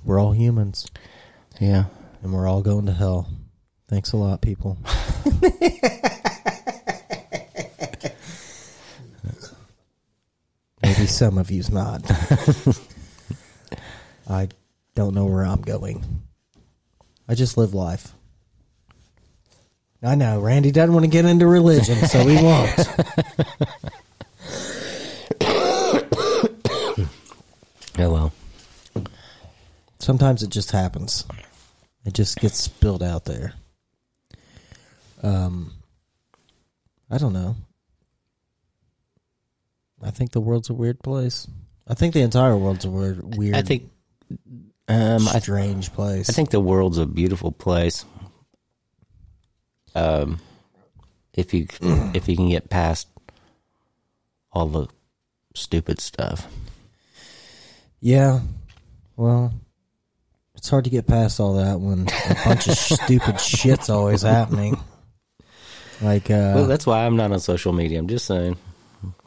Speaker 1: we're all humans,
Speaker 2: Yeah.
Speaker 1: and we're all going to hell. Thanks a lot, people. Maybe some of you's not. I don't know where I'm going. I just live life. I know Randy doesn't want to get into religion, so we won't.
Speaker 2: Oh well.
Speaker 1: Sometimes it just happens. It just gets spilled out there. Um, I don't know. I think the world's a weird place. I think the entire world's a weird, weird,
Speaker 2: I think. Um, I
Speaker 1: strange place.
Speaker 2: I think the world's a beautiful place. Um, if you if you can get past all the stupid stuff,
Speaker 1: yeah. Well, it's hard to get past all that when a bunch of stupid shit's always happening. Like, uh,
Speaker 2: well, that's why I'm not on social media. I'm just saying.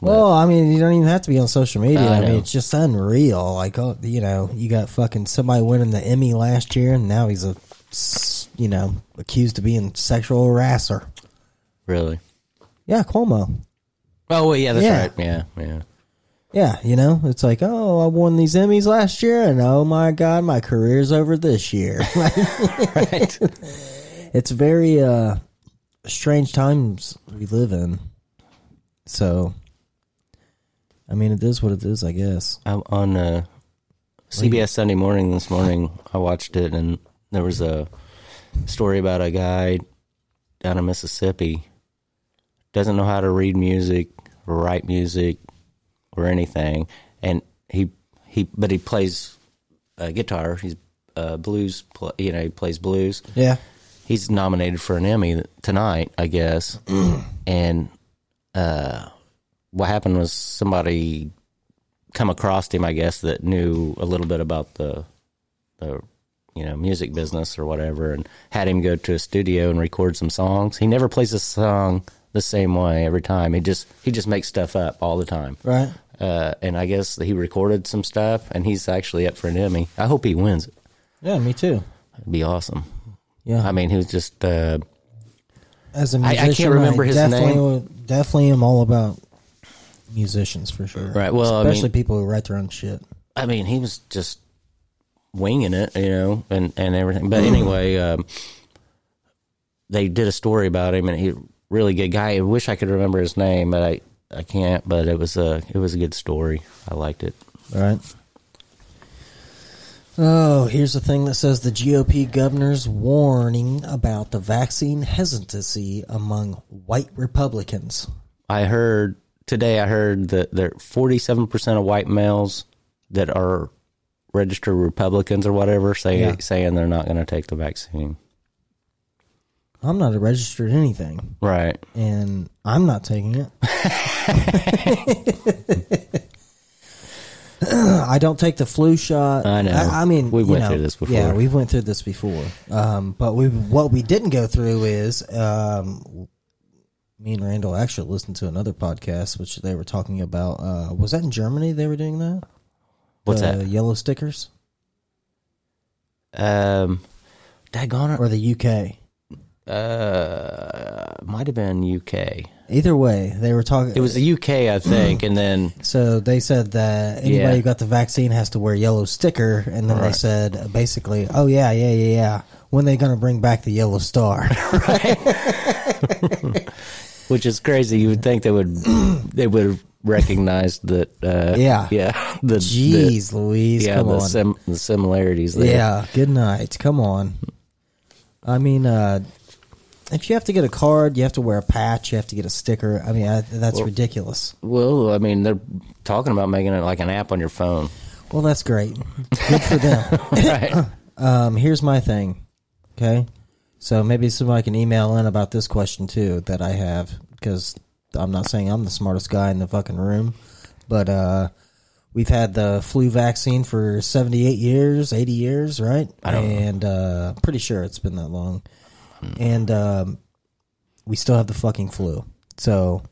Speaker 1: Well, I mean, you don't even have to be on social media.
Speaker 2: I
Speaker 1: I, mean,
Speaker 2: know.
Speaker 1: it's just unreal. Like, oh, you know, you got fucking somebody winning the Emmy last year, and now he's a, s- you know, accused of being sexual harasser.
Speaker 2: Really?
Speaker 1: Yeah, Cuomo.
Speaker 2: Oh, well, yeah, that's
Speaker 1: Yeah.
Speaker 2: right. Yeah, yeah.
Speaker 1: Yeah, you know, it's like, oh, I won these Emmys last year, and oh my god, my career's over this year.
Speaker 2: Right.
Speaker 1: it's very uh, strange times we live in. So, I mean, it is what it is, I guess.
Speaker 2: I'm on uh, CBS Sunday Morning this morning. I watched it, and there was a story about a guy down in Mississippi doesn't know how to read music, or write music, or anything, and he he but he plays uh, guitar. He's uh, blues, pl- you know, he plays blues
Speaker 1: Yeah.
Speaker 2: he's nominated for an Emmy tonight, I guess. and uh, what happened was somebody come across him, I guess, that knew a little bit about the the you know music business or whatever, and had him go to a studio and record some songs. He never plays a song the same way every time. He just he just makes stuff up all the time.
Speaker 1: Right.
Speaker 2: Uh, and I guess he recorded some stuff, and he's actually up for an Emmy. I hope he wins. it.
Speaker 1: Yeah, me too.
Speaker 2: It'd be awesome.
Speaker 1: Yeah,
Speaker 2: I mean, he was just uh,
Speaker 1: as a
Speaker 2: I- I
Speaker 1: musician,
Speaker 2: can't remember his
Speaker 1: definitely,
Speaker 2: name.
Speaker 1: would- Definitely, am all about musicians for sure.
Speaker 2: Right, well, I mean-
Speaker 1: especially people who write their own shit.
Speaker 2: I mean, he was just winging it, you know, and, and everything. But anyway, um, they did a story about him, and he really good guy. I wish I could remember his name, but I, I can't. But it was a it was a good story. I liked it.
Speaker 1: All right. Oh, here's the thing that says the GOP governor's warning about the vaccine hesitancy among white Republicans.
Speaker 2: I heard today. I heard that there forty seven percent of white males that are registered Republicans or whatever say
Speaker 1: Yeah.
Speaker 2: saying they're not going to take the vaccine.
Speaker 1: I'm not a registered anything,
Speaker 2: Right.
Speaker 1: and I'm not taking it. I don't take the flu shot.
Speaker 2: I know.
Speaker 1: I, I mean,
Speaker 2: We
Speaker 1: you
Speaker 2: went
Speaker 1: know,
Speaker 2: through this before.
Speaker 1: Yeah, we went through this before. Um, but we what we didn't go through is um, me and Randall actually listened to another podcast, which they were talking about. Uh, was that in Germany? They were doing that.
Speaker 2: What's
Speaker 1: the Yellow stickers
Speaker 2: that? Um, daggone it.
Speaker 1: or the UK?
Speaker 2: uh might have been UK.
Speaker 1: Either way, they were talking.
Speaker 2: It was the UK, I think, and then
Speaker 1: So they said that anybody
Speaker 2: Yeah.
Speaker 1: who got the vaccine has to wear a yellow sticker, and then they
Speaker 2: Right.
Speaker 1: said uh, basically, "Oh yeah, yeah, yeah, yeah." When they gonna bring back the yellow star?
Speaker 2: which is crazy. You would think they would they would have recognized that uh
Speaker 1: Yeah.
Speaker 2: yeah the the,
Speaker 1: Jeez, Louise,
Speaker 2: yeah
Speaker 1: come
Speaker 2: the,
Speaker 1: on.
Speaker 2: sim, the similarities there.
Speaker 1: yeah, good night. Come on. I mean, uh, if you have to get a card, you have to wear a patch, you have to get a sticker. I mean, I, that's ridiculous.
Speaker 2: Well, I mean, they're talking about making it like an app on your phone,
Speaker 1: Well, that's great. Good for them.
Speaker 2: right?
Speaker 1: Um, here's my thing. Okay. So maybe somebody can email in about this question too that I have because I'm not saying I'm the smartest guy in the fucking room, but uh, we've had the flu vaccine for 78 years, 80 years, right? and uh, pretty sure it's been that long. And um, we still have the fucking flu. So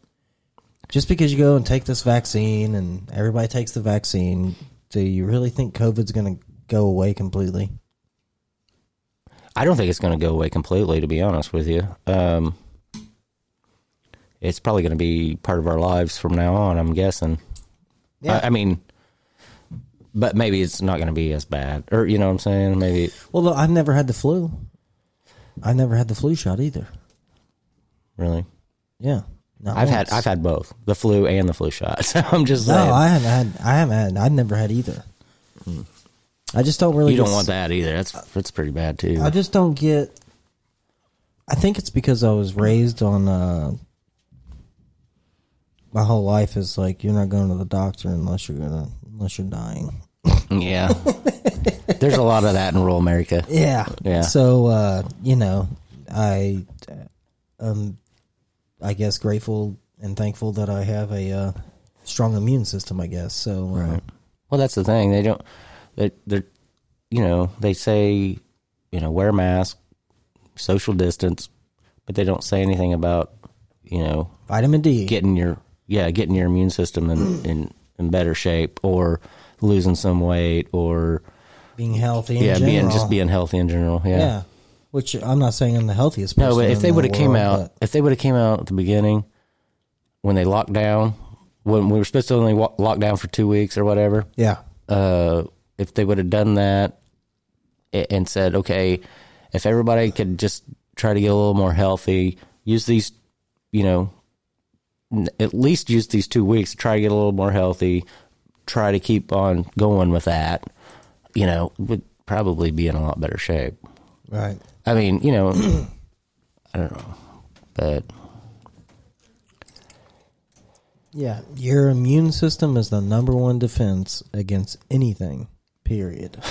Speaker 1: just because you go and take this vaccine and everybody takes the vaccine, do you really think COVID's going to go away completely?
Speaker 2: I don't think it's going to go away completely, to be honest with you. Um, it's probably going to be part of our lives from now on. I'm guessing.
Speaker 1: Yeah.
Speaker 2: I, I mean, but maybe it's not going to be as bad, or you know what I'm saying? Maybe
Speaker 1: Well, look, I've never had the flu. I never had the flu shot either.
Speaker 2: really.
Speaker 1: Yeah, not
Speaker 2: I've had
Speaker 1: once.
Speaker 2: I've had both the flu and the flu shot. So I'm just
Speaker 1: no,
Speaker 2: saying
Speaker 1: I haven't had. I haven't had. I've never had either. I just don't really.
Speaker 2: Hmm. you don't
Speaker 1: get-
Speaker 2: want that either. That's that's pretty bad too.
Speaker 1: I just don't get. I think it's because I was raised on. Uh, my whole life is like you're not going to the doctor unless you're gonna unless you're dying.
Speaker 2: yeah, there's a lot of that in rural America.
Speaker 1: Yeah.
Speaker 2: Yeah.
Speaker 1: So uh, you know, I um I guess grateful and thankful that I have a uh, strong immune system, I guess. So uh,
Speaker 2: Well, that's the thing. They don't. They, they're, you know, they say, you know, wear a mask, social distance, but they don't say anything about, you know,
Speaker 1: vitamin D.
Speaker 2: getting your yeah, getting your immune system in in, in better shape or losing some weight or
Speaker 1: being healthy in
Speaker 2: yeah,
Speaker 1: general.
Speaker 2: being just being healthy in general. Yeah.
Speaker 1: yeah. Which I'm not saying I'm the healthiest person.
Speaker 2: No, but if
Speaker 1: in
Speaker 2: they
Speaker 1: the
Speaker 2: would have came
Speaker 1: world,
Speaker 2: out, if they would have came out at the beginning when they locked down, when we were supposed to only wa- lock down for two weeks or whatever,
Speaker 1: but- yeah.
Speaker 2: uh, if they would have done that a- and said, okay, if everybody could just try to get a little more healthy, use these, you know, n- at least use these two weeks to try to get a little more healthy, try to keep on going with that, you know, would probably be in a lot better shape.
Speaker 1: Right.
Speaker 2: I mean, you know, I don't know, but
Speaker 1: Yeah. Your immune system is the number one defense against anything, period.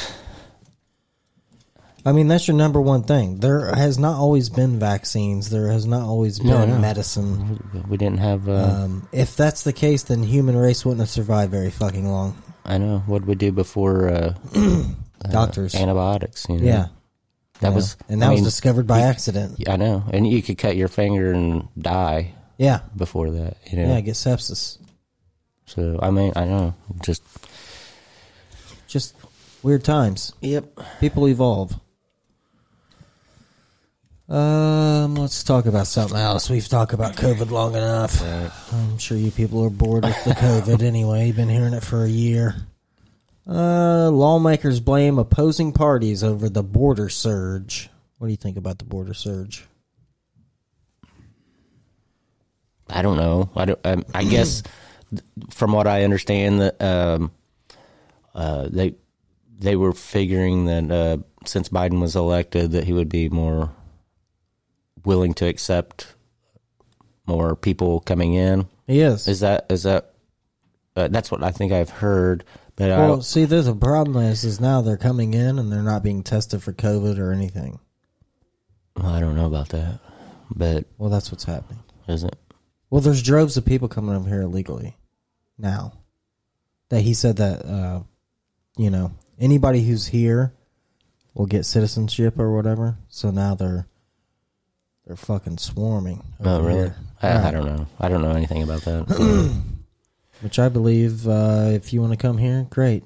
Speaker 1: I mean, that's your number one thing. There has not always been vaccines, there has not always been
Speaker 2: No, Mm-hmm. no.
Speaker 1: medicine.
Speaker 2: we didn't have. Uh,
Speaker 1: Um, if that's the case, then human race wouldn't have survived very fucking long.
Speaker 2: I know what we do before uh,
Speaker 1: Doctors.
Speaker 2: antibiotics. You know?
Speaker 1: yeah.
Speaker 2: that
Speaker 1: Yeah.
Speaker 2: was
Speaker 1: and that
Speaker 2: I
Speaker 1: was
Speaker 2: mean,
Speaker 1: discovered by accident.
Speaker 2: I know, and you could cut your finger and die
Speaker 1: Yeah.
Speaker 2: before that. You know,
Speaker 1: Yeah, get sepsis.
Speaker 2: So I mean, I don't know. Just
Speaker 1: Just weird times.
Speaker 2: yep.
Speaker 1: People evolve. Um, let's talk about something else. We've talked about COVID long enough. I'm sure you people are bored with the COVID anyway. You've been hearing it for a year. Uh, lawmakers blame opposing parties over the border surge. What do you think about the border surge?
Speaker 2: I don't know. I don't. I, I guess th- from what I understand, that um, uh, they they were figuring that uh, since Biden was elected, that he would be more willing to accept more people coming in.
Speaker 1: Yes.
Speaker 2: Is that is that? Uh, that's what I think I've heard. But I,
Speaker 1: Well, see, there's a problem is, is now they're coming in and they're not being tested for COVID or anything.
Speaker 2: Well, I don't know about that, but
Speaker 1: Well, that's what's happening.
Speaker 2: is it?
Speaker 1: Well, there's droves of people coming over here illegally now. That he said that, uh, you know, anybody who's here will get citizenship or whatever. So now they're they're fucking swarming.
Speaker 2: Oh,
Speaker 1: over
Speaker 2: really?
Speaker 1: here.
Speaker 2: I, I
Speaker 1: Right.
Speaker 2: don't know. I don't know anything about that.
Speaker 1: Which I believe, uh, if you want to come here, great.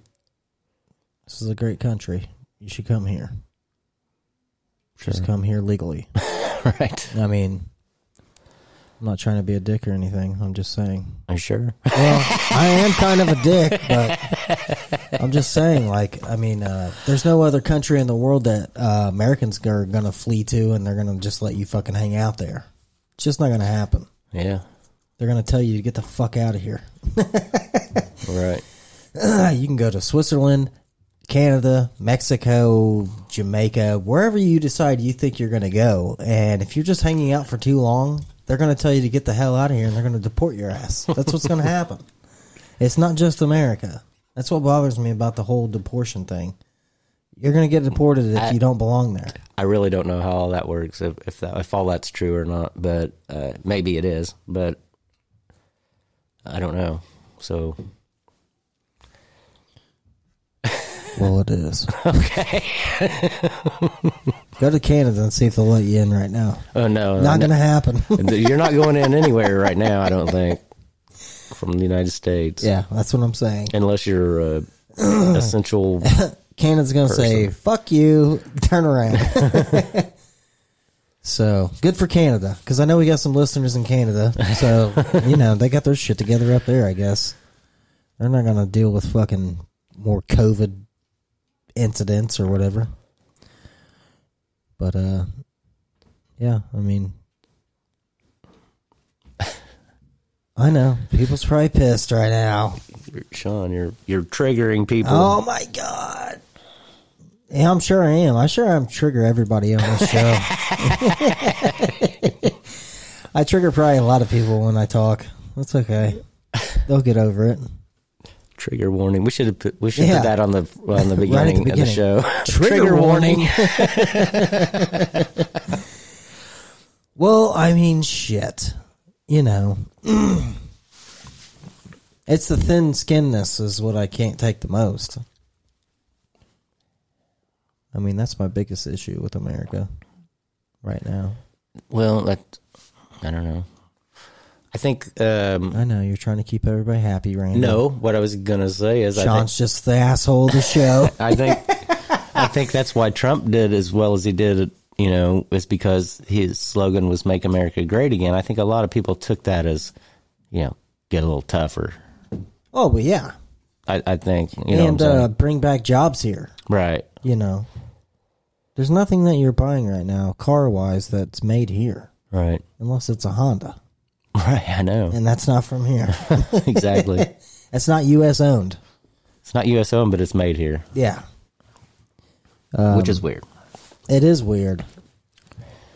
Speaker 1: This is a great country. You should come here. Just come here legally.
Speaker 2: right?
Speaker 1: I mean, I'm not trying to be a dick or anything. I'm just saying.
Speaker 2: Are you sure?
Speaker 1: Well, I am kind of a dick, but I'm just saying. Like, I mean, uh, there's no other country in the world that uh, Americans are gonna flee to, and they're gonna just let you fucking hang out there. It's just not gonna happen.
Speaker 2: Yeah.
Speaker 1: They're gonna tell you to get the fuck out of here.
Speaker 2: Right.
Speaker 1: you can go to Switzerland, Canada, Mexico, Jamaica, wherever you decide you think you're going to go. And if you're just hanging out for too long, they're going to tell you to get the hell out of here and they're going to deport your ass. That's what's going to happen. It's not just America. That's what bothers me about the whole deportation thing. You're going to get deported if you don't belong there.
Speaker 2: I really don't know how all that works if if, that, if all that's true or not, but uh, maybe it is. But I don't know. So
Speaker 1: Well, it is. Okay. go to Canada and see if they'll let you in right now.
Speaker 2: oh no,
Speaker 1: Not going to happen.
Speaker 2: you're not going in anywhere right now. I don't think from the United States.
Speaker 1: yeah, that's what I'm saying.
Speaker 2: Unless you're uh, essential.
Speaker 1: Cannon's gonna say, "Fuck you, turn around." so good for Canada because I know we got some listeners in Canada. So you know they got their shit together up there. I guess they're not gonna deal with fucking more COVID incidents or whatever. But uh, yeah, I mean. I know. People's probably pissed right now.
Speaker 2: Sean, you're you're triggering people.
Speaker 1: Oh my god. Yeah, I'm sure I am. I sure I'm trigger everybody on this show. I trigger probably a lot of people when I talk. That's okay. They'll get over it.
Speaker 2: Trigger warning. We should have put, we should
Speaker 1: Yeah.
Speaker 2: put that on the on the beginning,
Speaker 1: Right at the
Speaker 2: of the
Speaker 1: beginning.
Speaker 2: show.
Speaker 1: Trigger warning. Well, I mean, shit. You know, it's the thin skinness is what I can't take the most. I mean, that's my biggest issue with America right now.
Speaker 2: well, that I don't know. I think um,
Speaker 1: I know you're trying to keep everybody happy, Randy.
Speaker 2: no. What I was gonna say is I think
Speaker 1: Sean's just the asshole of the show.
Speaker 2: I think I think that's why Trump did as well as he did. You know, is because his slogan was "Make America Great Again." I think a lot of people took that as, you know, get a little tougher.
Speaker 1: oh, but yeah,
Speaker 2: I, I think you know, what I'm
Speaker 1: and
Speaker 2: saying?
Speaker 1: uh, bring back jobs here.
Speaker 2: right?
Speaker 1: You know, there's nothing that you're buying right now, car wise, that's made here,
Speaker 2: Right,
Speaker 1: unless it's a Honda,
Speaker 2: right. I know
Speaker 1: and that's not from here.
Speaker 2: exactly. it's
Speaker 1: that's not U.S. owned.
Speaker 2: not U.S. owned, but it's made here,
Speaker 1: Yeah,
Speaker 2: which
Speaker 1: Um,
Speaker 2: is weird.
Speaker 1: it is weird,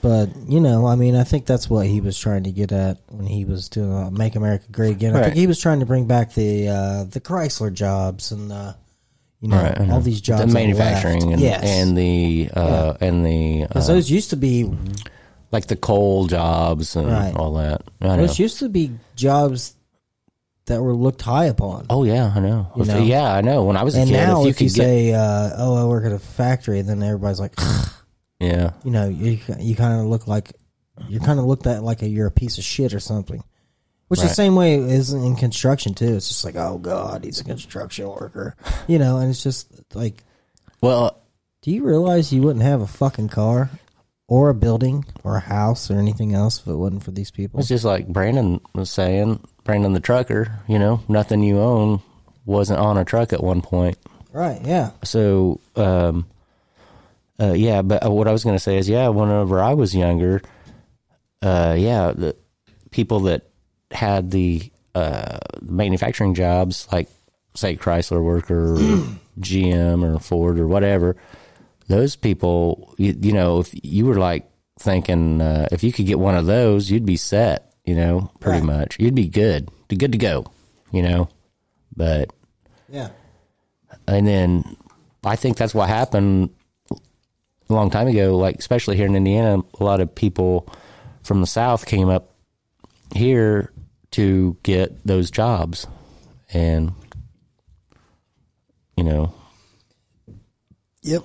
Speaker 1: but you know, I mean, I think that's what he was trying to get at when he was doing uh, "Make America Great Again." I
Speaker 2: Right.
Speaker 1: think he was trying to bring back the uh, the Chrysler jobs and the you know
Speaker 2: Right, I know.
Speaker 1: all these jobs,
Speaker 2: the
Speaker 1: that
Speaker 2: manufacturing,
Speaker 1: left.
Speaker 2: and,
Speaker 1: yes.
Speaker 2: and the uh, and the uh,
Speaker 1: Because those used to be
Speaker 2: like the coal jobs and
Speaker 1: Right.
Speaker 2: all that. I know.
Speaker 1: those used to be jobs that were looked high upon.
Speaker 2: Oh yeah, I know.
Speaker 1: You
Speaker 2: If-
Speaker 1: know?
Speaker 2: Yeah, I know. When I was a
Speaker 1: and
Speaker 2: kid,
Speaker 1: now,
Speaker 2: if you
Speaker 1: if
Speaker 2: could
Speaker 1: you,
Speaker 2: get,
Speaker 1: say, uh, "Oh, I work at a factory," then everybody's like,
Speaker 2: yeah,
Speaker 1: you know, you you kind of look like you're kind of looked at like a, you're a piece of shit or something. Which is the
Speaker 2: Right.
Speaker 1: same way is in construction too. It's just like, oh god, he's a construction worker, you know. And it's just like,
Speaker 2: Well,
Speaker 1: do you realize you wouldn't have a fucking car or a building or a house or anything else if it wasn't for these people?
Speaker 2: it's just like Brandon was saying, Brandon the trucker, you know, nothing you own wasn't on a truck at one point.
Speaker 1: Right? Yeah.
Speaker 2: so um uh yeah but uh, what i was going to say is yeah whenever i was younger uh yeah the people that had the uh manufacturing jobs like say chrysler worker or gm or ford or whatever those people you, you know if you were like thinking uh, if you could get one of those you'd be set you know pretty
Speaker 1: Right.
Speaker 2: much you'd be good good to go you know but
Speaker 1: Yeah.
Speaker 2: and then I think that's what happened a long time ago. Like especially here in Indiana, a lot of people from the South came up here to get those jobs, and you know,
Speaker 1: Yep.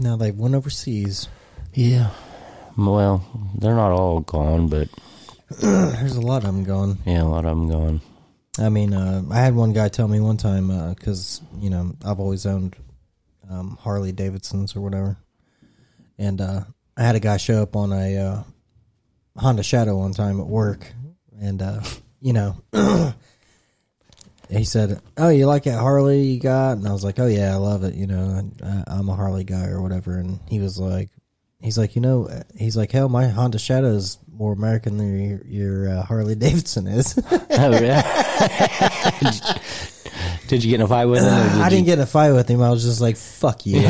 Speaker 1: Now they went overseas.
Speaker 2: yeah. Well, they're not all gone, but
Speaker 1: There's a lot of them going.
Speaker 2: yeah, a lot of them gone.
Speaker 1: I mean, uh, I had one guy tell me one time because you know I've always owned um, Harley Davidsons or whatever, and uh, I had a guy show up on a uh, Honda Shadow one time at work, and uh, you know he said, "Oh, you like that Harley you got?" And I was like, "Oh yeah, I love it." You know, I, I'm a Harley guy or whatever. And he was like, "He's like, you know, uh, he's like, hell, my Honda Shadow is more American than your, your uh, Harley Davidson is."
Speaker 2: Oh, yeah. Did you get in a fight with them? Or Uh, did
Speaker 1: I
Speaker 2: you-
Speaker 1: didn't get in a fight with him. I was just like, "Fuck you."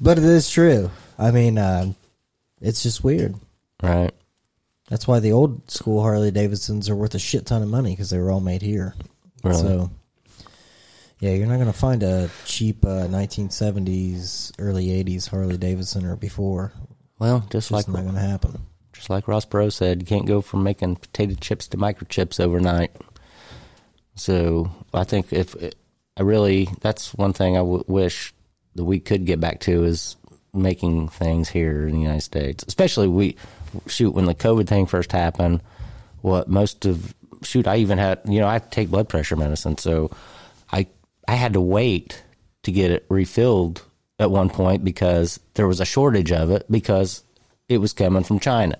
Speaker 1: but it is true. I mean, uh, it's just weird.
Speaker 2: right.
Speaker 1: That's why the old school Harley Davidsons are worth a shit ton of money because they were all made here.
Speaker 2: Really?
Speaker 1: So, yeah, you're not gonna find a cheap uh, 1970s, early 80s Harley Davidson or before.
Speaker 2: Well, just like
Speaker 1: It's not gonna happen.
Speaker 2: Just like Ross Perot said, you can't go from making potato chips to microchips overnight. So I think if I really, that's one thing I w- wish that we could get back to is making things here in the United States. Especially we, shoot, when the COVID thing first happened, what most of, shoot, I even had, you know, I take blood pressure medicine. So I, I had to wait to get it refilled at one point because there was a shortage of it because it was coming from China.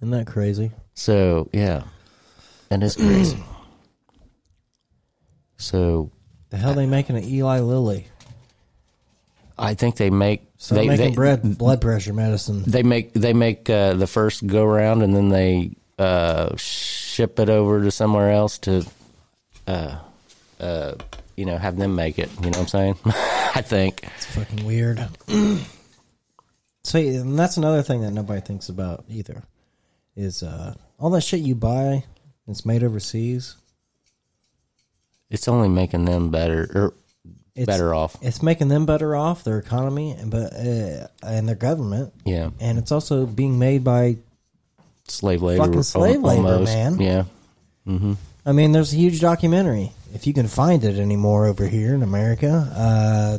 Speaker 1: Isn't that crazy?
Speaker 2: So yeah, and it's crazy. so
Speaker 1: The hell they making an Eli Lilly?
Speaker 2: I think they make
Speaker 1: So
Speaker 2: they
Speaker 1: making
Speaker 2: they,
Speaker 1: bread blood pressure medicine.
Speaker 2: they make they make uh, the first go around and then they uh, ship it over to somewhere else to uh, uh, you know have them make it. You know what I'm saying? I think
Speaker 1: Fucking weird. See, and that's another thing that nobody thinks about either. Is uh all that shit you buy that's made overseas,
Speaker 2: it's only making them better or
Speaker 1: it's
Speaker 2: better off.
Speaker 1: It's making them better off, their economy, and but uh, and their government,
Speaker 2: Yeah,
Speaker 1: and it's also being made by.
Speaker 2: slave labor.
Speaker 1: Fucking slave labor,
Speaker 2: almost.
Speaker 1: man.
Speaker 2: Yeah,
Speaker 1: I mean, there's a huge documentary if you can find it anymore over here in America, uh,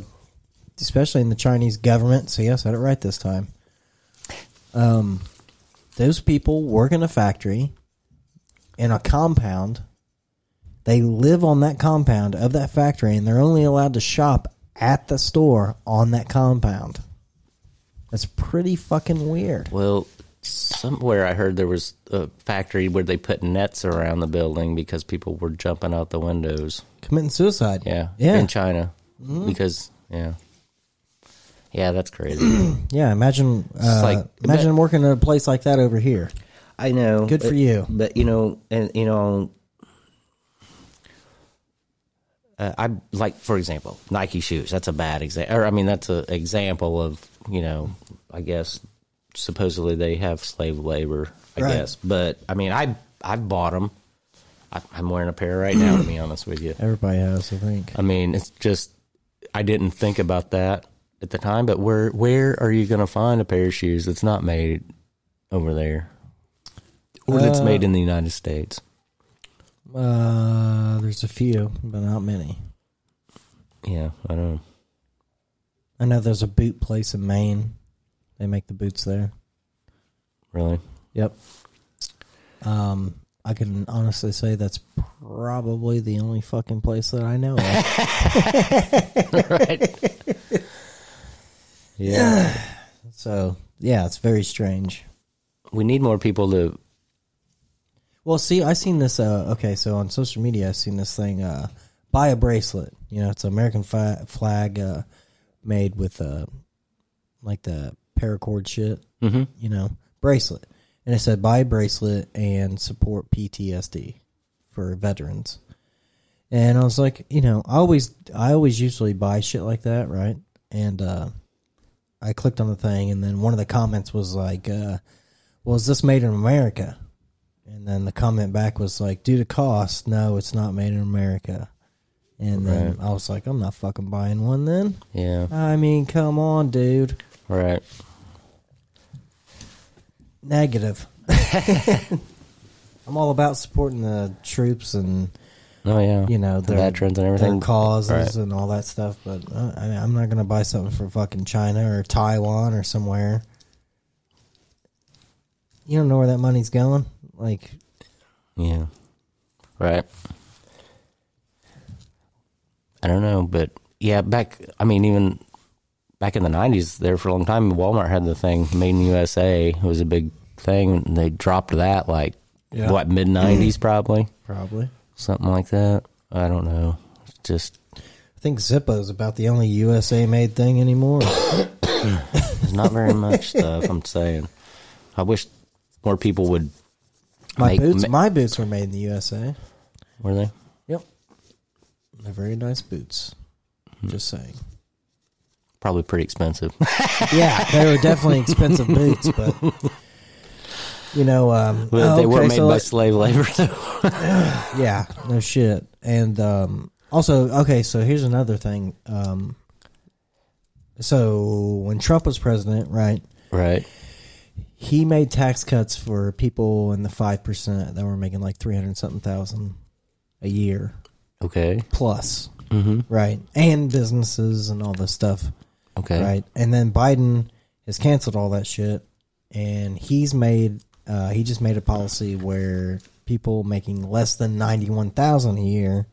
Speaker 1: especially in the Chinese government. So yes, I had it right this time. Um, those people work in a factory in a compound. They live on that compound of that factory, and they're only allowed to shop at the store on that compound. That's pretty fucking weird.
Speaker 2: Well, somewhere I heard there was a factory where they put nets around the building because people were jumping out the windows.
Speaker 1: Committing suicide.
Speaker 2: Yeah. Mm-hmm.
Speaker 1: Yeah.
Speaker 2: In China. Because, yeah. Yeah, that's crazy.
Speaker 1: Yeah, imagine uh,
Speaker 2: like-
Speaker 1: imagine working at a place like that over here.
Speaker 2: I know.
Speaker 1: Good for you.
Speaker 2: But, you know, and, you know, uh, I like, for example, Nike shoes. That's a bad example. Or, I mean, that's an example of, you know, I guess supposedly they have slave labor, I
Speaker 1: Right.
Speaker 2: guess. But, I mean, I, I've bought them. I, I'm wearing a pair right now, to be honest with you.
Speaker 1: Everybody has, I think.
Speaker 2: I mean, it's just I didn't think about that at the time. But where where are you going to find a pair of shoes that's not made over there, or that's made in the United States?
Speaker 1: Uh, there's a few, but not many.
Speaker 2: Yeah, I don't. know.
Speaker 1: I know there's a boot place in Maine. They make the boots there.
Speaker 2: Really?
Speaker 1: Yep. Um, I can honestly say that's probably the only fucking place that I know of.
Speaker 2: right? yeah.
Speaker 1: so yeah, it's very strange.
Speaker 2: We need more people to.
Speaker 1: Well, see, I seen this. Uh, okay, so on social media, I seen this thing. Uh, buy a bracelet. You know, it's an American fi- flag uh, made with uh, like the paracord shit. Mm-hmm. You know, bracelet, and it said buy a bracelet and support PTSD for veterans. And I was like, you know, I always, I always usually buy shit like that, right? And uh, I clicked on the thing, and then one of the comments was like, uh, "Well, is this made in America?" And then the comment back was like, due to cost, no, it's not made in America. And then I was like, I'm not fucking buying one then.
Speaker 2: Yeah.
Speaker 1: I mean, come on, dude.
Speaker 2: Right.
Speaker 1: Negative. I'm all about supporting the troops and,
Speaker 2: Oh yeah.
Speaker 1: you know,
Speaker 2: the
Speaker 1: their,
Speaker 2: veterans and everything.
Speaker 1: their causes
Speaker 2: Right.
Speaker 1: and all that stuff. But uh, I mean, I'm not going to buy something for fucking China or Taiwan or somewhere. You don't know where that money's going. Like,
Speaker 2: Yeah. Right. I don't know, but yeah, back I mean even back in the 90s there for a long time Walmart had the thing made in USA it was a big thing and they dropped that like
Speaker 1: Yeah.
Speaker 2: what mid 90s probably
Speaker 1: probably.
Speaker 2: something like that. I don't know. It's Just
Speaker 1: I think Zippo is about the only USA made thing anymore.
Speaker 2: there's not very much stuff I'm saying. I wish more people would
Speaker 1: My
Speaker 2: make
Speaker 1: boots,
Speaker 2: ma-
Speaker 1: my boots were made in the USA.
Speaker 2: were they?
Speaker 1: Yep, they're very nice boots.
Speaker 2: Hmm.
Speaker 1: Just saying.
Speaker 2: Probably pretty expensive.
Speaker 1: Yeah, they were definitely expensive boots, but you know, um,
Speaker 2: But
Speaker 1: okay,
Speaker 2: they were made
Speaker 1: so
Speaker 2: by
Speaker 1: let-
Speaker 2: slave labor though.
Speaker 1: yeah, no shit. And um, also, okay, so here's another thing. Um, so when Trump was president, right?
Speaker 2: Right.
Speaker 1: he made tax cuts for people in the five percent that were making like three hundred something thousand a year
Speaker 2: Okay.
Speaker 1: plus,
Speaker 2: Mhm.
Speaker 1: right? And businesses and all this stuff,
Speaker 2: Okay.
Speaker 1: right? And then Biden has canceled all that shit, and he's made uh, he just made a policy where people making less than ninety one thousand a year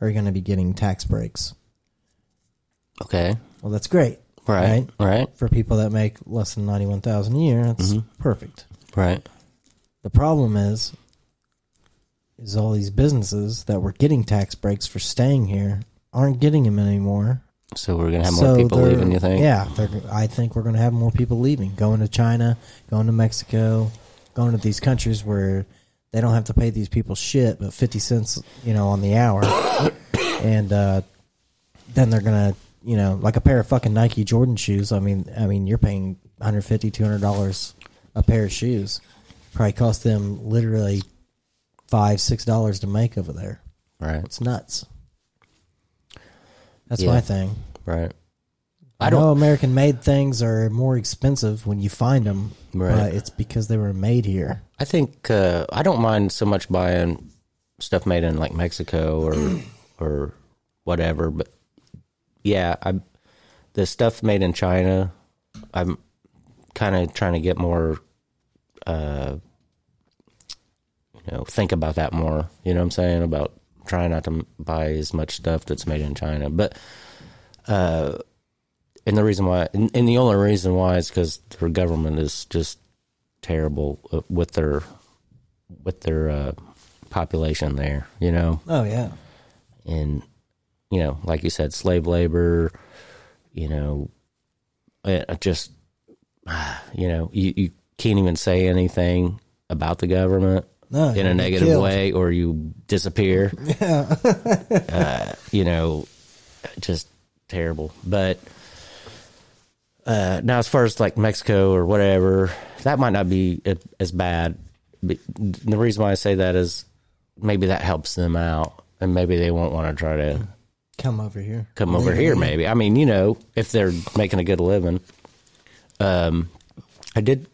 Speaker 1: are going to be getting tax breaks.
Speaker 2: Okay.
Speaker 1: Well, that's great,
Speaker 2: Right. Right.
Speaker 1: For people that make less than ninety one thousand a year, that's perfect.
Speaker 2: Right.
Speaker 1: The problem is, is all these businesses that were getting tax breaks for staying here aren't getting them anymore.
Speaker 2: So we're gonna have
Speaker 1: So
Speaker 2: more people
Speaker 1: they're-
Speaker 2: leaving. You think?
Speaker 1: Yeah, they're, I think we're going to have more people leaving, going to China, going to Mexico, going to these countries where they don't have to pay these people shit, but fifty cents, you know, on the hour, and uh, then they're going to, you know, like a pair of fucking Nike Jordan shoes. I mean, I mean, you're paying 150 dollars a pair of shoes. Probably cost them literally five, six dollars to make over there.
Speaker 2: Right.
Speaker 1: It's nuts. That's
Speaker 2: Yeah.
Speaker 1: my thing.
Speaker 2: Right.
Speaker 1: I
Speaker 2: I don't-
Speaker 1: know American made things are more expensive when you find them,
Speaker 2: Right.
Speaker 1: but it's because they were made here.
Speaker 2: I think uh, I don't mind so much buying stuff made in like Mexico or or whatever, but yeah, I the stuff made in China, I'm kind of trying to get more. Uh, you know, think about that more. You know what I'm saying about trying not to m- buy as much stuff that's made in China, but. Uh, and the reason why, and, and the only reason why is because their government is just terrible uh, with their with their uh, population there, you know,
Speaker 1: Oh yeah,
Speaker 2: and you know, like you said, slave labor, you know, it it just ah, you know, you, you can't even say anything about the government
Speaker 1: no,
Speaker 2: in a
Speaker 1: you'd be
Speaker 2: negative
Speaker 1: killed.
Speaker 2: way, or you disappear. Yeah, uh, you know, just terrible. But uh, now, as far as like Mexico or whatever, that might not be a- as bad. But the reason why I say that is maybe that helps them out, and maybe they won't want to try to
Speaker 1: Come over here.
Speaker 2: come over here maybe i mean you know if they're making a good living um i did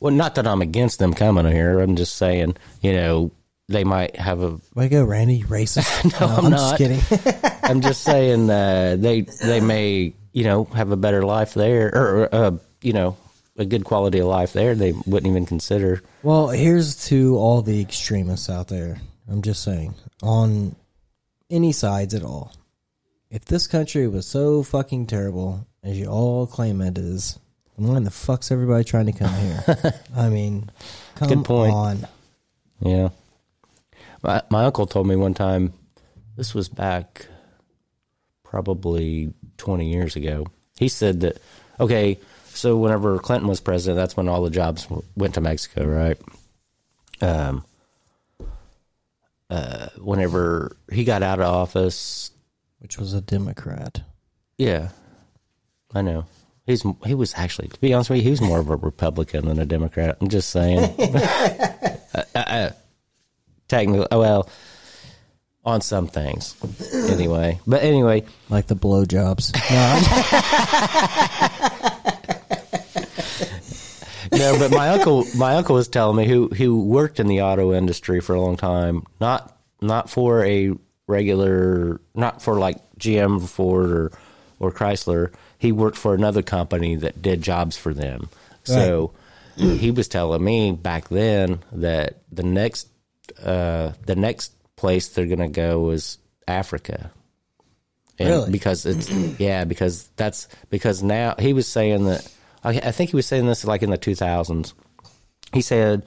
Speaker 2: well not that i'm against them coming here i'm just saying you know they might have a
Speaker 1: Way to go, Randy. You racist. no, just
Speaker 2: I'm not.
Speaker 1: kidding.
Speaker 2: i'm just saying uh they they may you know have a better life there or uh you know a good quality of life there, they wouldn't even consider.
Speaker 1: Well, here's to all the extremists out there. I'm just saying, on any sides at all. If this country was so fucking terrible as you all claim it is, then why in the fuck's everybody trying to come here? I mean, come
Speaker 2: Good point.
Speaker 1: on.
Speaker 2: Yeah. My my uncle told me one time, this was back probably 20 years ago. He said that okay, so whenever Clinton was president, that's when all the jobs w- went to Mexico, right? Um uh whenever he got out of office,
Speaker 1: Which was a Democrat.
Speaker 2: yeah. I know. He's he was actually to be honest with you, he was more of a Republican than a Democrat. I'm just saying. I- I- I- technically, oh, well, on some things, anyway. But anyway,
Speaker 1: Like the blowjobs. No, I'm-
Speaker 2: no. But my uncle, my uncle was telling me who who worked in the auto industry for a long time, not not for a regular, not for like GM, Ford, or or Chrysler. He worked for another company that did jobs for them. So he was telling me back then that the next uh, the next place they're gonna go is Africa. And
Speaker 1: Really?
Speaker 2: Because it's yeah, because that's because now he was saying that I, I think he was saying this like in the two thousands. He said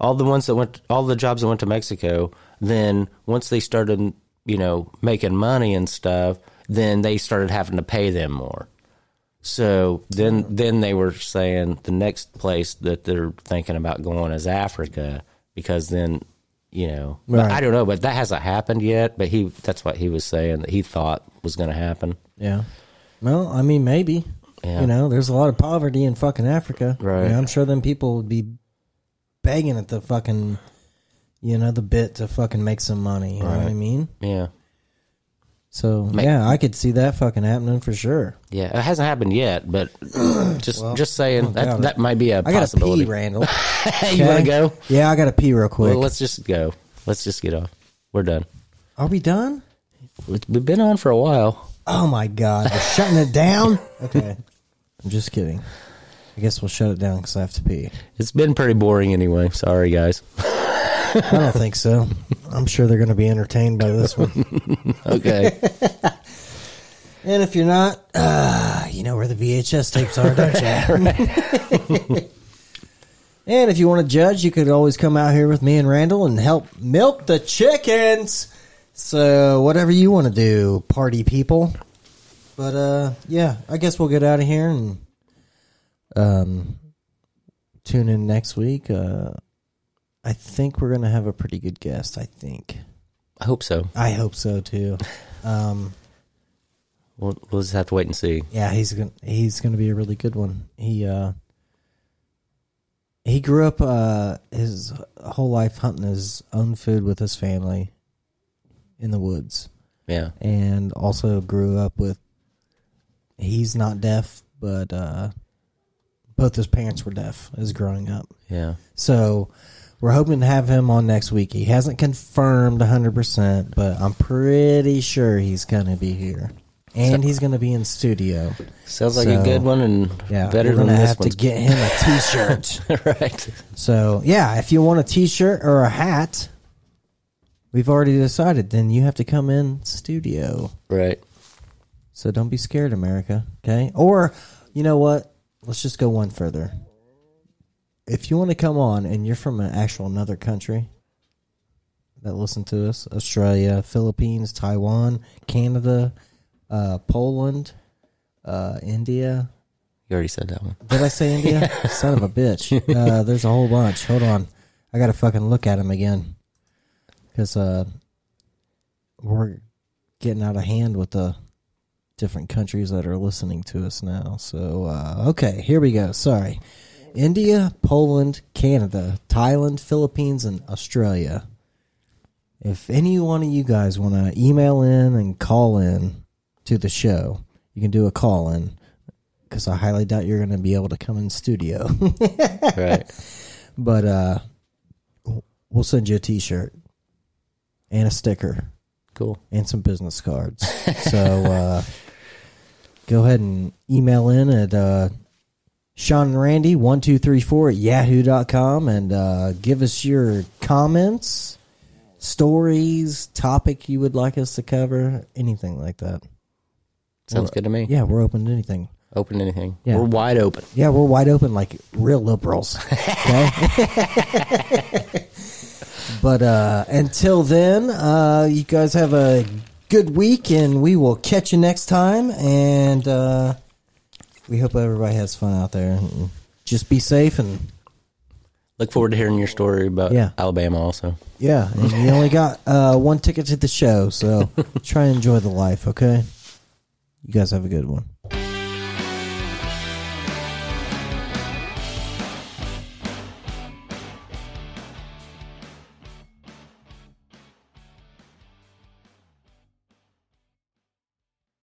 Speaker 2: all the ones that went all the jobs that went to Mexico. Then once they started, you know, making money and stuff, then they started having to pay them more. So then, then they were saying the next place that they're thinking about going is Africa because then, you know, but
Speaker 1: Right.
Speaker 2: I don't know, but that hasn't happened yet. But he, that's what he was saying that he thought was going to happen.
Speaker 1: yeah. Well, I mean, maybe.
Speaker 2: Yeah.
Speaker 1: You know, there's a lot of poverty in fucking Africa.
Speaker 2: Right.
Speaker 1: You know, I'm sure them people would be begging at the fucking, you know, the bit to fucking make some money. You know what I mean?
Speaker 2: Yeah,
Speaker 1: So yeah, I could see that fucking happening for sure.
Speaker 2: yeah, it hasn't happened yet, but just, just saying
Speaker 1: doubt
Speaker 2: that
Speaker 1: it.
Speaker 2: that might be a
Speaker 1: I gotta
Speaker 2: possibility.
Speaker 1: pee, Randall.
Speaker 2: hey, you want to
Speaker 1: Okay?
Speaker 2: go?
Speaker 1: Yeah, I gotta pee real quick.
Speaker 2: Well, let's just go. Let's just get off. We're done.
Speaker 1: Are we done?
Speaker 2: We- We've been on for a while.
Speaker 1: Oh my god, we're shutting it down. Okay, I'm just kidding. I guess we'll shut it down because I have to pee.
Speaker 2: It's been pretty boring anyway. Sorry, guys.
Speaker 1: I don't think so. I'm sure they're gonna be entertained by this one.
Speaker 2: Okay.
Speaker 1: And if you're not, uh, you know where the VHS tapes are, don't you? and if you want to judge, you could always come out here with me and Randall and help milk the chickens. So whatever you want to do, party people. But uh, yeah, I guess we'll get out of here and um, tune in next week. Uh, I think we're gonna have a pretty good guest. I think.
Speaker 2: I hope so.
Speaker 1: I hope so too. Um,
Speaker 2: We'll, we'll just have to wait and see.
Speaker 1: Yeah, he's gonna he's gonna be a really good one. He uh he grew up uh his whole life hunting his own food with his family in the woods
Speaker 2: Yeah.
Speaker 1: and also grew up with he's not deaf but uh both his parents were deaf as growing up.
Speaker 2: Yeah.
Speaker 1: So we're hoping to have him on next week. He hasn't confirmed 100%, but I'm pretty sure he's going to be here. And he's going to be in studio.
Speaker 2: Sounds like
Speaker 1: So,
Speaker 2: a good one and
Speaker 1: Yeah,
Speaker 2: better
Speaker 1: we're
Speaker 2: than
Speaker 1: gonna
Speaker 2: this
Speaker 1: have
Speaker 2: one.
Speaker 1: to get him a T-shirt.
Speaker 2: right.
Speaker 1: so yeah, if you want a T-shirt or a hat, we've already decided. Then you have to come in studio.
Speaker 2: Right.
Speaker 1: So don't be scared, America. Okay? Or you know what? Let's just go one further. If you want to come on and you're from an actual another country that listen to us, Australia, Philippines, Taiwan, Canada, uh, Poland, uh, India,
Speaker 2: You already said that one.
Speaker 1: did I say India? Son of a bitch. Uh, there's a whole bunch. Hold on. I got to fucking look at them again. Because uh, we're getting out of hand with the different countries that are listening to us now. So, uh, okay, here we go. Sorry. India, Poland, Canada, Thailand, Philippines, and Australia. If any one of you guys want to email in and call in to the show, you can do a call in because I highly doubt you're going to be able to come in studio.
Speaker 2: Right.
Speaker 1: but uh, we'll send you a T-shirt and a sticker
Speaker 2: cool.
Speaker 1: and some business cards. so uh, go ahead and email in at uh, Sean and Randy, 1234 at yahoo.com, and uh, give us your comments, stories, topic you would like us to cover, anything like that.
Speaker 2: Sounds good to me.
Speaker 1: Yeah, we're open to anything.
Speaker 2: Open to anything.
Speaker 1: Yeah.
Speaker 2: We're wide open.
Speaker 1: Yeah, we're wide open like real liberals. Okay. but uh, until then, uh, you guys have a good week, and we will catch you next time. And uh, we hope everybody has fun out there. And Just be safe, and
Speaker 2: Look forward to hearing your story about
Speaker 1: Yeah.
Speaker 2: Alabama also.
Speaker 1: yeah, and you only got uh, one ticket to the show, so try and enjoy the life. Okay. You guys have a good one.